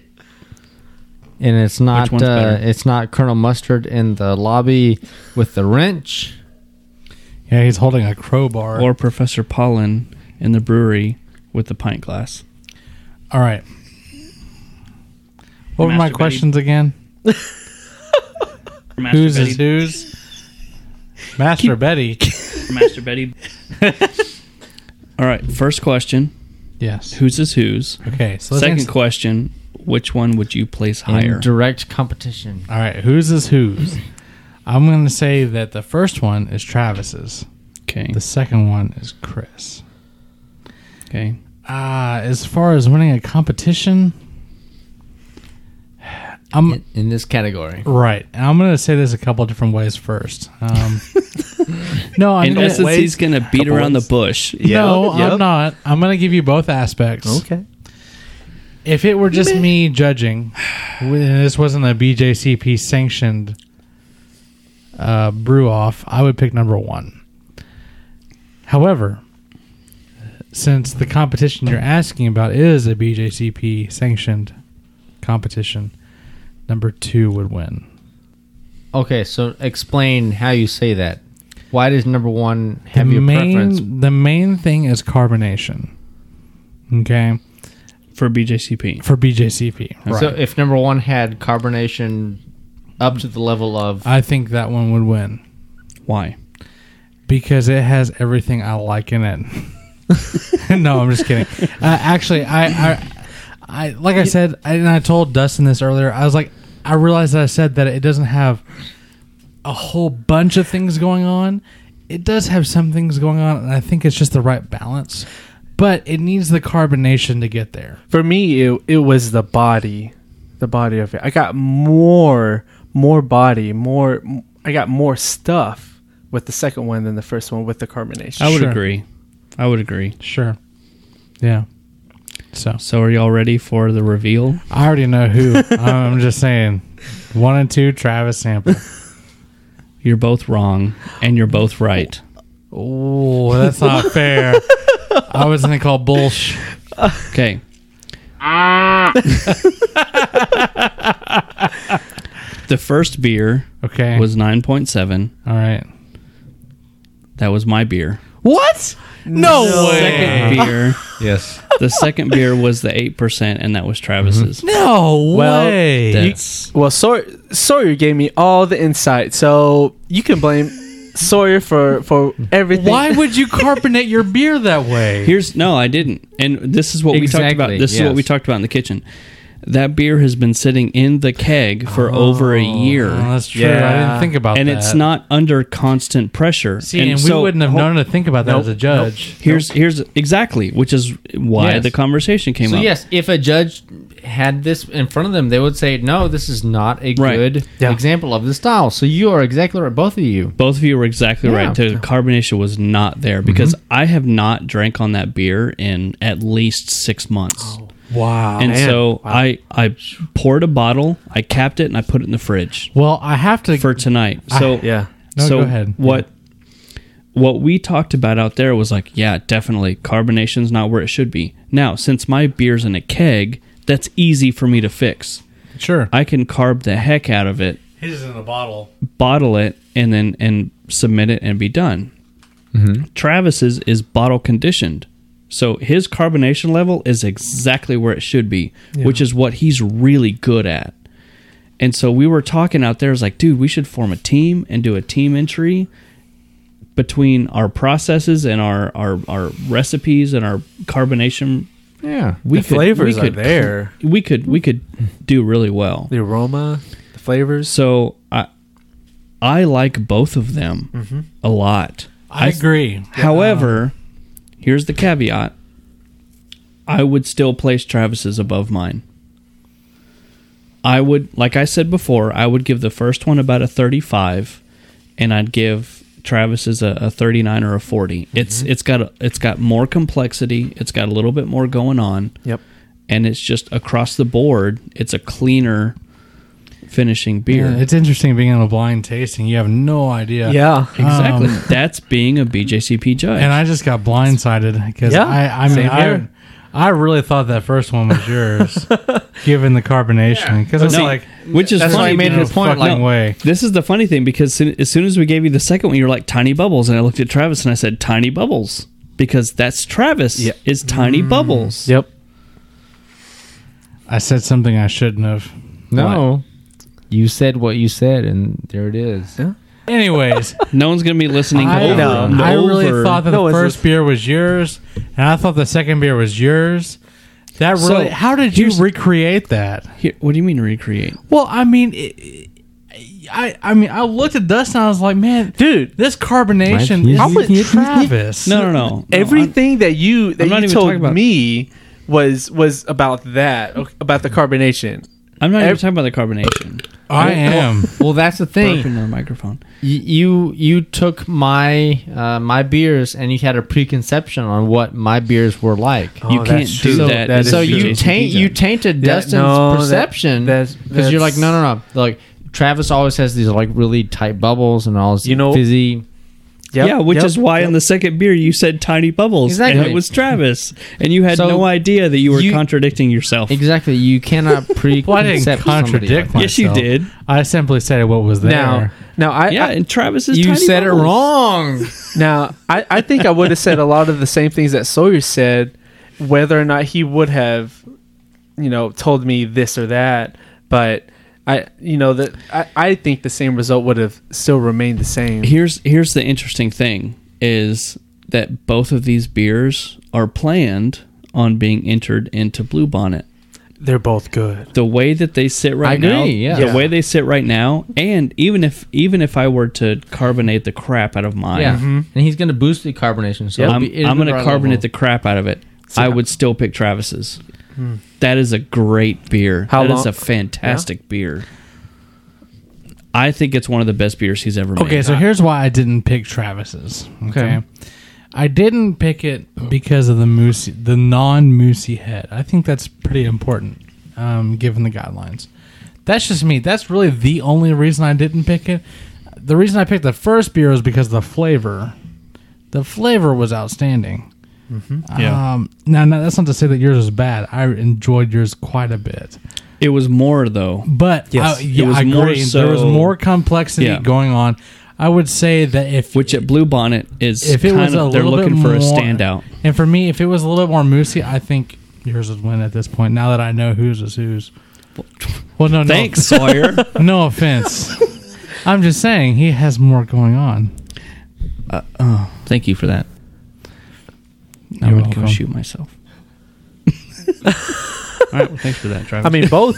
S22: And it's not uh, it's not Colonel Mustard in the lobby with the wrench.
S3: Yeah, he's holding a crowbar.
S1: Or Professor Pollen in the brewery with the pint glass.
S3: All right. What were my questions again? who's is who's? Master Keep, Betty.
S1: Master Betty. [laughs] All right. First question.
S3: Yes.
S1: Whose is whose?
S3: Okay.
S1: So second answer. question. Which one would you place higher? In
S22: direct competition.
S3: All right. Whose is whose? I'm going to say that the first one is Travis's.
S1: Okay.
S3: The second one is Chris.
S1: Okay.
S3: Uh, as far as winning a competition,
S22: I'm in, in, this category,
S3: right? And I'm going to say this a couple different ways first.
S1: [laughs]
S3: Um, no, I'm
S1: in gonna, essence, he's going to beat around ways. the bush.
S3: Yep. No, yep. I'm not. I'm going to give you both aspects.
S22: Okay.
S3: If it were just me judging, this wasn't a BJCP sanctioned uh, brew off, I would pick number one. However, since the competition you're asking about is a BJCP sanctioned competition, number two would win.
S22: Okay, so explain how you say that. Why does number one have the your
S3: main,
S22: preference?
S3: The main thing is carbonation. Okay.
S1: For BJCP.
S3: For BJCP. Right.
S22: So if number one had carbonation up to the level of.
S3: I think that one would win.
S1: Why?
S3: Because it has everything I like in it. [laughs] no, I'm just kidding. Uh, actually, I, I I like I said, I, and I told Dustin this earlier. I was like, I realized that I said that it doesn't have a whole bunch of things going on. It does have some things going on, and I think it's just the right balance. But it needs the carbonation to get there.
S6: For me, it it was the body, the body of it. I got more, more body, more. I got more stuff with the second one than the first one with the carbonation.
S1: I would sure. agree. I would agree.
S3: Sure. Yeah. So,
S1: so are y'all ready for the reveal?
S3: I already know who. I'm just saying, one and two, Travis Sample.
S1: You're both wrong, and you're both right.
S3: Oh, that's not
S6: [laughs]
S3: fair. I was gonna call bullsh. Ah.
S1: Okay. the first beer
S3: okay.
S1: was 9.7.
S3: All right.
S1: That was my beer.
S3: What? No, way.
S1: Second beer.
S4: yes.
S1: The second beer was the 8%, and that
S3: Mm-hmm.
S1: was Travis's.
S3: No
S6: Well,
S3: way.
S6: [laughs]
S1: That's,
S6: Well, Sawyer, Sawyer gave me all the insight, so you can blame Sawyer for for everything.
S3: Why would you carbonate your beer that way?
S1: Here's no, I didn't. And this is what we talked
S4: Exactly,
S1: about. This is what
S4: yes.
S1: we talked about in the kitchen. That beer has been sitting in the keg for over a year.
S3: Oh, that's true. I
S6: Yeah.
S3: didn't think about
S1: and
S3: that.
S1: it's not under constant pressure.
S3: See, and, we
S1: so-
S3: wouldn't have
S1: hold-
S3: known to think about that as a judge.
S1: Here's here's exactly, which is why
S4: Yes.
S1: the conversation came
S4: so
S1: up.
S4: yes, if a judge had this in front of them, they would say, "No, this is not a
S1: Right.
S4: good
S6: Yeah.
S4: example of the style." So you are exactly right, both of you.
S1: Both of you were exactly
S4: Yeah.
S1: right. The carbonation was not there because I have not drank on that beer in at least six months.
S3: Wow.
S1: and so I I poured a bottle, I capped it, and I put it in the fridge
S3: well, I have to.
S1: for tonight. So
S6: Yeah.
S3: No,
S1: so
S3: go ahead.
S1: What what we talked about out there was like, yeah, definitely carbonation's not where it should be. Now, since my beer's in a keg, that's easy for me to fix.
S3: sure.
S1: I can carb the heck out of it,
S3: His is in a bottle.
S1: bottle it, and then and submit it and be done. Travis's is bottle conditioned. So his carbonation level is exactly where it should be, which is what he's really good at. And so we were talking out there, it's like, dude, we should form a team and do a team entry between our processes and our our, our recipes and our carbonation.
S4: Yeah.
S1: We
S6: the flavors are there.
S1: We could we could do really well.
S6: The aroma, the flavors.
S1: So I I like both of them
S6: Mm-hmm.
S1: a lot.
S3: I agree.
S1: However, here's the caveat. I would still place Travis's above mine. I would like I said before, I would give the first one about a 35 and I'd give Travis's a, a 39 or a 40.
S3: Mm-hmm.
S1: It's it's got a, it's got more complexity, it's got a little bit more going on
S6: Yep.
S1: and it's just across the board, it's a cleaner finishing beer.
S3: Yeah, it's interesting being on a blind tasting. You have no idea.
S6: Yeah.
S1: Exactly.
S3: Um,
S1: That's being a BJCP judge.
S3: And I just got blindsided because
S6: Yeah,
S3: I, I mean,
S6: same
S3: I,
S6: here.
S3: I really thought that first one was
S6: [laughs]
S3: yours, given the carbonation. Because it's
S1: No,
S3: like,
S1: which is
S3: that's
S1: funny
S3: why I made
S1: because-
S3: it a point. Fucking
S1: no,
S3: way.
S1: This is the funny thing because soon, as soon as we gave you the second one, you were like tiny bubbles, and I looked at Travis and I said tiny bubbles because that's Travis
S6: Yeah.
S1: is tiny bubbles.
S6: Yep.
S3: I said something I shouldn't have.
S4: No, you said what you said, and there it is.
S3: Anyways,
S1: No one's gonna be listening.
S3: [laughs] I,
S1: over and
S3: I
S1: over.
S3: really thought that
S6: No,
S3: the
S6: it's
S3: first beer was yours, and I thought the second beer was yours. That
S1: So,
S3: really, how did you
S1: here's-
S3: recreate that?
S1: Here- what do you mean recreate?
S3: Well, I mean, it, I I mean, I looked at Dustin. and I was like, man, dude, this carbonation
S4: Right.
S3: is
S4: How much-
S3: Travis.
S1: No, no, no. no I'm-
S6: Everything that you that
S1: I'm not
S6: you
S1: even
S6: told
S1: talking about-
S6: me was was about that okay, about the carbonation.
S1: I'm not even
S6: Ev-
S1: talking about the carbonation.
S3: I am.
S4: [laughs] Well, that's the
S1: Burping
S4: thing.
S1: into the microphone.
S4: Y- You you took my uh, my beers, and you had a preconception on what my beers were like.
S1: you can't do
S4: so,
S1: Oh, that. as
S4: so
S1: a
S4: you
S1: BJCP
S4: taint you
S1: judge.
S4: tainted
S6: Yeah,
S4: Dustin's
S6: no, that-
S4: perception
S6: that's-
S4: because you're like
S6: that's-
S4: no no no like Travis always has these like really tight bubbles and all this
S6: You know-
S4: fizzy
S6: Yep,
S1: yeah, which
S6: yep,
S1: is why
S6: yep.
S1: in the second beer you said tiny bubbles, and
S4: Exactly.
S1: it was Travis, and you had
S4: So,
S1: no idea that you were
S4: you-
S1: contradicting yourself.
S4: exactly you cannot preconcept
S3: Well, I didn't
S4: somebody
S3: contradict
S4: like
S1: Yes, you
S3: myself.
S1: did.
S3: I simply said what was there.
S6: now, now I,
S1: yeah,
S6: I
S1: and Travis
S4: that.
S1: is
S4: you
S1: tiny
S4: said
S1: bubbles.
S4: it wrong
S6: Now, I, I think I would have said a lot of the same things that Sawyer said, whether or not he would have, you know, told me this or that. But I, you know, that I, I think the same result would have still remained the same.
S1: here's here's the interesting thing is that both of these beers are planned on being entered into Blue Bonnet.
S6: They're both good.
S1: The way that they sit right
S4: agree,
S1: now,
S4: yeah.
S1: the
S6: Yeah.
S1: way they sit right now, and even if even if I were to carbonate the crap out of mine,
S4: yeah and he's gonna boost the carbonation so it'll
S1: I'm,
S4: be- it'll
S1: I'm
S4: be
S1: going to
S4: right
S1: carbonate
S4: level.
S1: the crap out of it. I would still pick Travis's. That is a great beer.
S6: How
S1: That is
S6: long-
S1: a fantastic beer. I think it's one of the best beers he's ever made.
S3: Okay, so here's why I didn't pick Travis's. Okay. I didn't pick it because of the moosey, the non moosey head. I think that's pretty important, um, given the guidelines. That's just me. That's really the only reason I didn't pick it. The reason I picked the first beer was because of the flavor. The flavor was outstanding.
S23: Yeah.
S3: Um, now, now, that's not to say that yours was bad. I enjoyed yours quite a bit.
S1: It was more though,
S3: but yes, I, yeah, it was I agree. more. So, there was more complexity yeah. going on. I would say that if
S1: which at Blue Bonnet is if it was of, they're looking for more, Oh, a standout.
S3: And for me, if it was a little bit more moosey, I think yours would win at this point. Now that I know whose is whose. Well, no, no
S1: thanks, [laughs] Sawyer.
S3: [laughs] no offense. I'm just saying he has more going on.
S1: Uh, oh, thank you for that. You're I would welcome. go shoot myself.
S24: All right, well, thanks for that, Travis.
S6: [laughs] I mean, both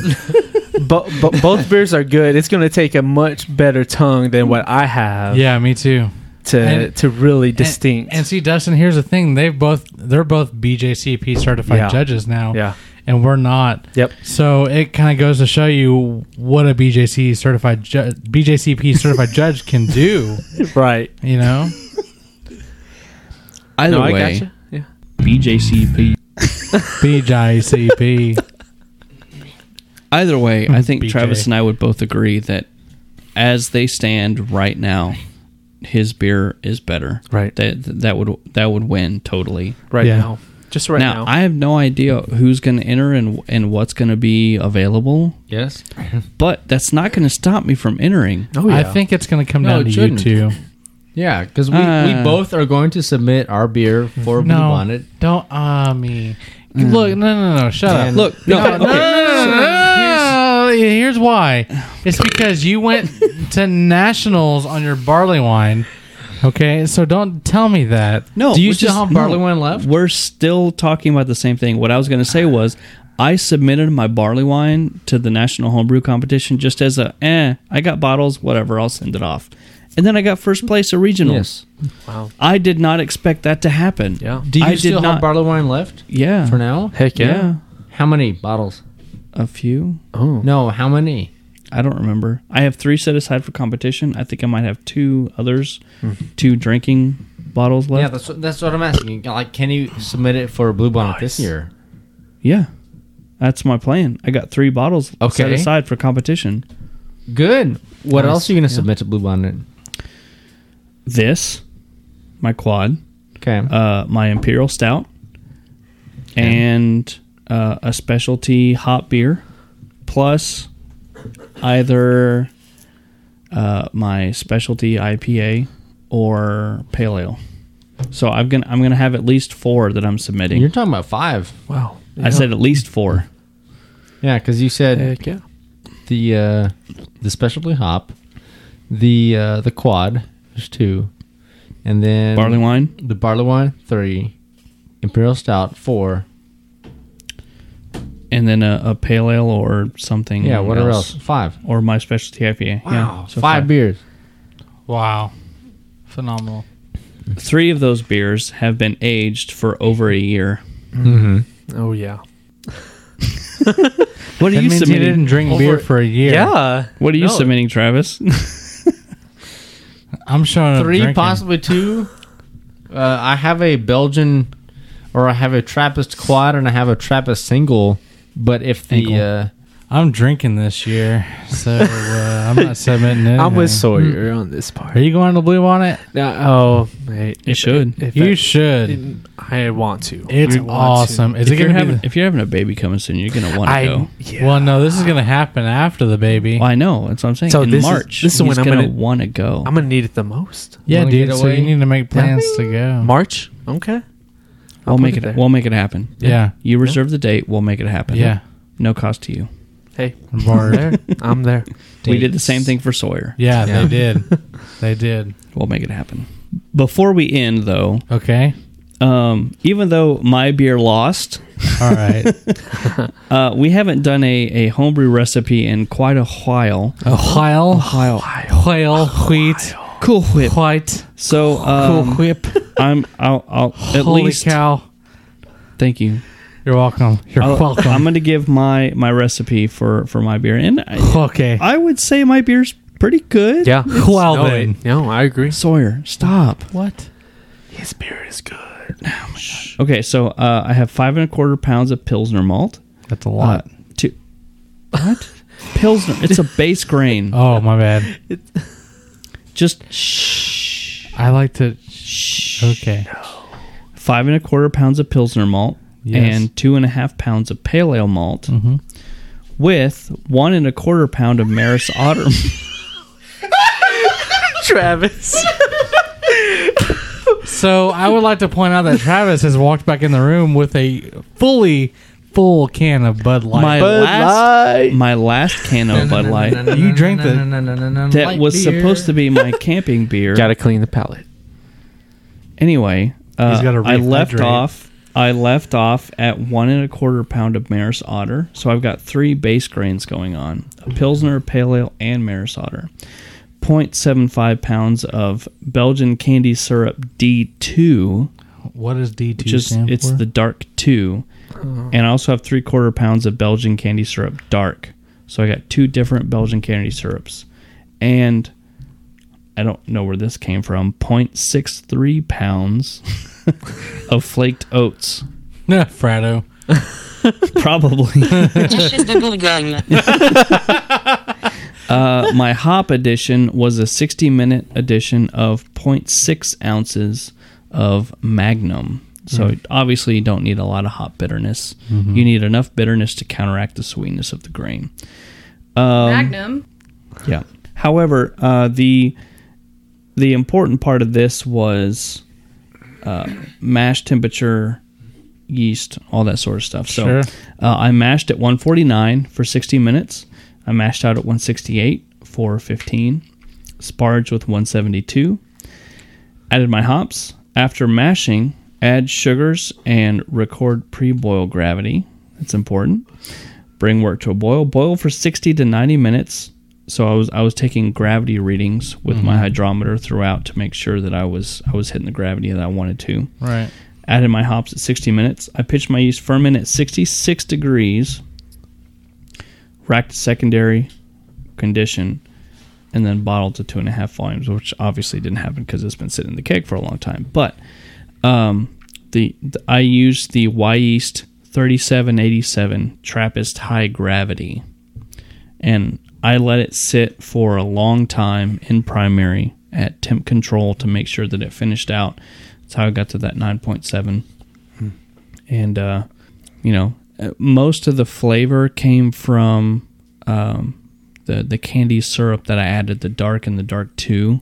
S6: bo- bo- both beers are good. It's going to take a much better tongue than what I have.
S3: Yeah, me too.
S6: To and, to really distinct.
S3: And, and, see, Dustin, here's the thing: they've both they're both BJCP certified yeah. judges now.
S6: Yeah.
S3: And we're not.
S6: Yep.
S3: So it kind of goes to show you what a BJC certified ju- BJCP certified [laughs] judge can do.
S6: Right.
S3: You know.
S1: Either no, way,
S6: gotcha. yeah.
S1: BJCP.
S3: BJCP.
S1: Either way, I think BJ. Travis and I would both agree that as they stand right now, his beer is better.
S3: Right.
S1: That that would that would win totally
S6: right yeah. now. Just right
S1: now,
S6: now,
S1: I have no idea who's going to enter and and what's going to be available.
S6: Yes.
S1: But that's not going to stop me from entering.
S3: Oh yeah. I think it's going to come no, down to shouldn't. you two.
S4: Yeah, because we, uh, we both are going to submit our beer for
S3: no,
S4: Blue Bonnet.
S3: Don't ah uh, me. Mm. Look, no, no, no, shut and, up.
S1: Look, no,
S3: no, okay. no, no, no, no, Here's, here's why. It's because you [laughs] went to nationals on your barley wine. Okay, so don't tell me that.
S1: No,
S4: do you still have barley wine left?
S1: We're still talking about the same thing. What I was going to say was, I submitted my barley wine to the national homebrew competition just as a eh. I got bottles, whatever. I'll send it off and then I got first place at regionals.
S6: Yes. Wow.
S1: I did not expect that to happen.
S6: Yeah.
S4: Do you
S1: I
S4: still not, have barley wine left?
S1: Yeah.
S4: For now?
S6: Heck yeah. yeah.
S4: How many bottles?
S1: A few.
S6: Oh.
S4: No, how many?
S1: I don't remember. I have three set aside for competition. I think I might have two others, mm-hmm. two drinking bottles left.
S4: Yeah, that's what, that's what I'm asking. Like, can you submit it for Blue Bonnet nice. this year?
S1: Yeah, that's my plan. I got three bottles okay. set aside for competition.
S4: Good. What nice. else are you going to yeah. submit to Blue Bonnet?
S1: this, my quad,
S4: okay,
S1: uh, my imperial stout, okay. and uh, a specialty hot beer, plus either uh, my specialty IPA or pale ale. So I'm gonna I'm gonna have at least four that I'm submitting.
S4: You're talking about five.
S6: Wow.
S1: Yeah. I said at least four.
S4: Yeah, because you said
S6: Heck yeah.
S4: the uh, the specialty hop, the the quad, there's two. And then
S1: barley wine.
S4: The barley wine three, imperial stout four,
S1: and then a, a pale ale or something.
S4: Yeah, whatever else. else. Five.
S1: Or my specialty IPA.
S4: Wow.
S1: Yeah,
S4: so five, five, beers.
S3: Wow, phenomenal.
S1: Three of those beers have been aged for over a year.
S4: Mm-hmm.
S6: Oh yeah.
S1: what are
S3: that
S1: you
S3: means
S1: submitting?
S3: You didn't drink over, beer for a year.
S6: Yeah.
S1: What are you no. submitting, Travis?
S3: I'm showing
S4: three, possibly [laughs] two. Uh, I have a Belgian, or I have a Trappist quad, and I have a Trappist single. But if the uh,
S3: I'm drinking this year, so uh, I'm [laughs] not submitting anything.
S6: I'm with Sawyer on this part.
S3: Are you going to Blue on it?
S6: No, oh, mate,
S1: you should.
S3: If you that, should.
S6: I want to.
S3: It's
S6: want
S3: awesome.
S1: To. Is
S3: if
S1: it gonna having, the, if you're having a baby coming soon, you're gonna want to go.
S3: Yeah. Well, no, this is gonna happen after the baby.
S1: Well, I know. That's what I'm saying. So in
S6: this
S1: March,
S6: is, this is when I'm gonna,
S1: want to go.
S6: I'm gonna need it the most.
S3: Yeah, dude. So you need to make plans yeah. to go.
S6: March. Okay.
S1: I'll we'll make it. it we'll make it happen.
S3: Yeah. yeah.
S1: You reserve the date. We'll make it happen.
S3: Yeah.
S1: No cost to you.
S6: Hey,
S1: [laughs]
S3: Word.
S6: I'm there. I'm there.
S1: we did the same thing for Sawyer.
S3: Yeah, yeah. they [laughs] did. they did.
S1: We'll make it happen. Before we end, though.
S3: Okay.
S1: Um, even though my beer lost,
S3: all [laughs] right,
S1: uh, we haven't done a, a homebrew recipe in quite a while. Uh,
S3: A while, a
S1: while,
S3: while, wheat,
S1: cool whip,
S3: white.
S1: So
S3: um, cool whip.
S1: [laughs] I'm. I'll. I'll at
S3: Holy
S1: least.
S3: cow!
S1: Thank you.
S3: You're welcome. You're
S1: I'll,
S3: welcome.
S1: I'm going to give my my recipe for for my beer, and I,
S3: [laughs] okay,
S1: I would say my beer's pretty good.
S6: Yeah.
S3: It's, well
S6: no,
S3: then,
S6: it, no, I agree.
S1: Sawyer, stop.
S3: What?
S6: His beer is good.
S1: Oh okay, so uh, I have five and a quarter pounds of Pilsner malt.
S3: That's a lot. Uh,
S1: two.
S3: [laughs]
S1: What? Pilsner. It's a base grain.
S3: oh my bad. It,
S1: Just shh.
S3: I like to.
S1: Shh.
S3: Okay.
S1: No. Five and a quarter pounds of Pilsner malt yes. and two and a half pounds of pale ale malt.
S3: Mm-hmm.
S1: with one and a quarter pound of Maris Otter.
S6: Travis.
S3: So I would like to point out that Travis has walked back in the room with a fully full can of Bud Light.
S1: My last, my last can of Bud
S3: [laughs]
S1: Light.
S3: You drank the
S1: that was supposed
S3: [laughs]
S1: to be my camping beer.
S6: Gotta clean the palate.
S1: Anyway, uh,
S3: He's gotta
S1: I left
S3: rehydrate.
S1: off. I left off at one and a quarter pound of Maris Otter, so I've got three base grains going on: a Pilsner, a Pale Ale, and Maris Otter. 0.75 pounds of Belgian candy syrup D2,
S3: What is D two
S1: just
S3: stand
S1: it's
S3: for?
S1: the dark two,
S3: Oh.
S1: and I also have three quarter pounds of Belgian candy syrup dark. So I got two different Belgian candy syrups, and I don't know where this came from. 0.63 pounds [laughs] of flaked oats,
S3: Nah, Frado.
S1: probably. Uh, my hop edition was a 60 minute edition of 0.6 ounces of Magnum. So
S3: Hmm.
S25: Mm.
S1: obviously, you don't need a lot of hop bitterness.
S3: Mm-hmm.
S25: Mhm.
S1: You need enough bitterness to counteract the sweetness of the grain. Um,
S26: Magnum.
S1: Yeah. However, uh, the the important part of this was uh, mash temperature, yeast, all that sort of stuff. So
S25: Sure.
S1: uh, I mashed at 149 for 60 minutes. I mashed out at 168 for 15. Sparged with 172. Added my hops. After mashing, add sugars and record pre boil gravity. That's important. Bring work to a boil. Boil for 60 to 90 minutes. So I was I was taking gravity readings with my
S25: Mhm.
S1: hydrometer throughout to make sure that I was I was hitting the gravity that I wanted to.
S25: Right.
S1: Added my hops at 60 minutes. I pitched my yeast ferment at 66 degrees. Racked secondary condition, and then bottled to two and a half volumes, which obviously didn't happen because it's been sitting in the keg for a long time. But um, the, the I used the Y yeast 3787 Trappist High Gravity, and I let it sit for a long time in primary at temp control to make sure that it finished out. That's how I got to that 9.7 and uh, you know uh, most of the flavor came from um, the the candy syrup that I added the dark and the dark two.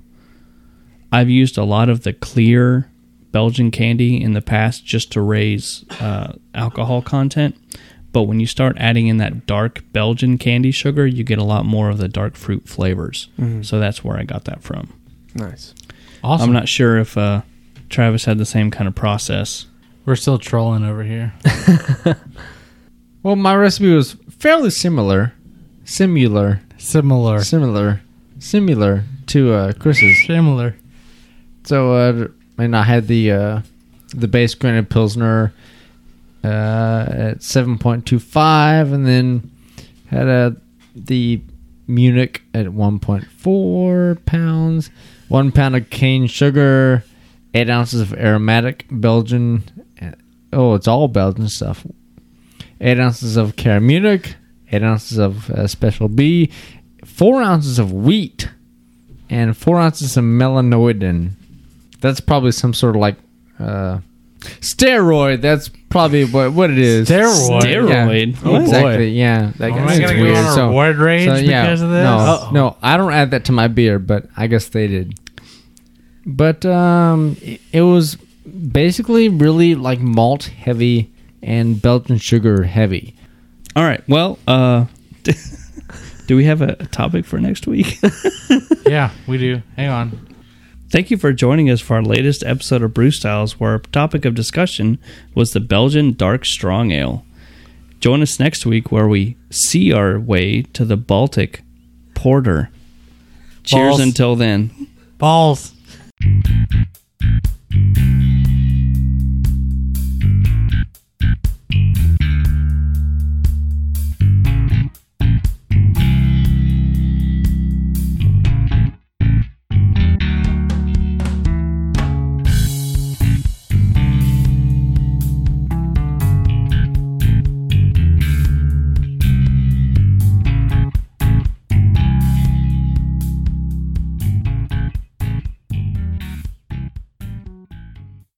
S1: I've used a lot of the clear Belgian candy in the past just to raise uh, alcohol content, but when you start adding in that dark Belgian candy sugar, you get a lot more of the dark fruit flavors.
S6: Mhm.
S1: So that's where I got that from.
S6: Nice.
S1: I'm not sure if uh, Travis had the same kind of process.
S3: We're still trolling over here.
S4: Well, my recipe was fairly similar, similar,
S3: similar,
S4: similar, similar to uh, Chris's.
S3: Similar.
S4: So, uh, and I had the uh, the base granite pilsner uh, at seven point two five, and then had uh, the Munich at one point four pounds, one pound of cane sugar, eight ounces of aromatic Belgian. Oh, it's all Belgian stuff eight ounces of Cara Munich, eight ounces of uh, Special B, four ounces of wheat, and four ounces of melanoidin. That's probably some sort of like uh, steroid. That's probably what, what it is.
S3: Steroid?
S1: Steroid?
S4: Yeah.
S1: Oh, boy.
S4: exactly. Yeah. That
S3: Am
S4: guy
S3: I
S4: sounds
S3: gonna go on a word rage because of this?
S4: No,
S3: Uh-oh.
S4: no, I don't add that to my beer, but I guess they did. But um, it- it was basically really like malt heavy and Belgian sugar heavy.
S1: All right. Well, uh, [laughs] do we have a a topic for next week? [laughs]
S3: yeah, we do. Hang on.
S1: Thank you for joining us for our latest episode of Brew Styles, where our topic of discussion was the Belgian Dark Strong Ale. Join us next week where we see our way to the Baltic Porter. Cheers
S3: Balls.
S1: until then.
S3: Balls.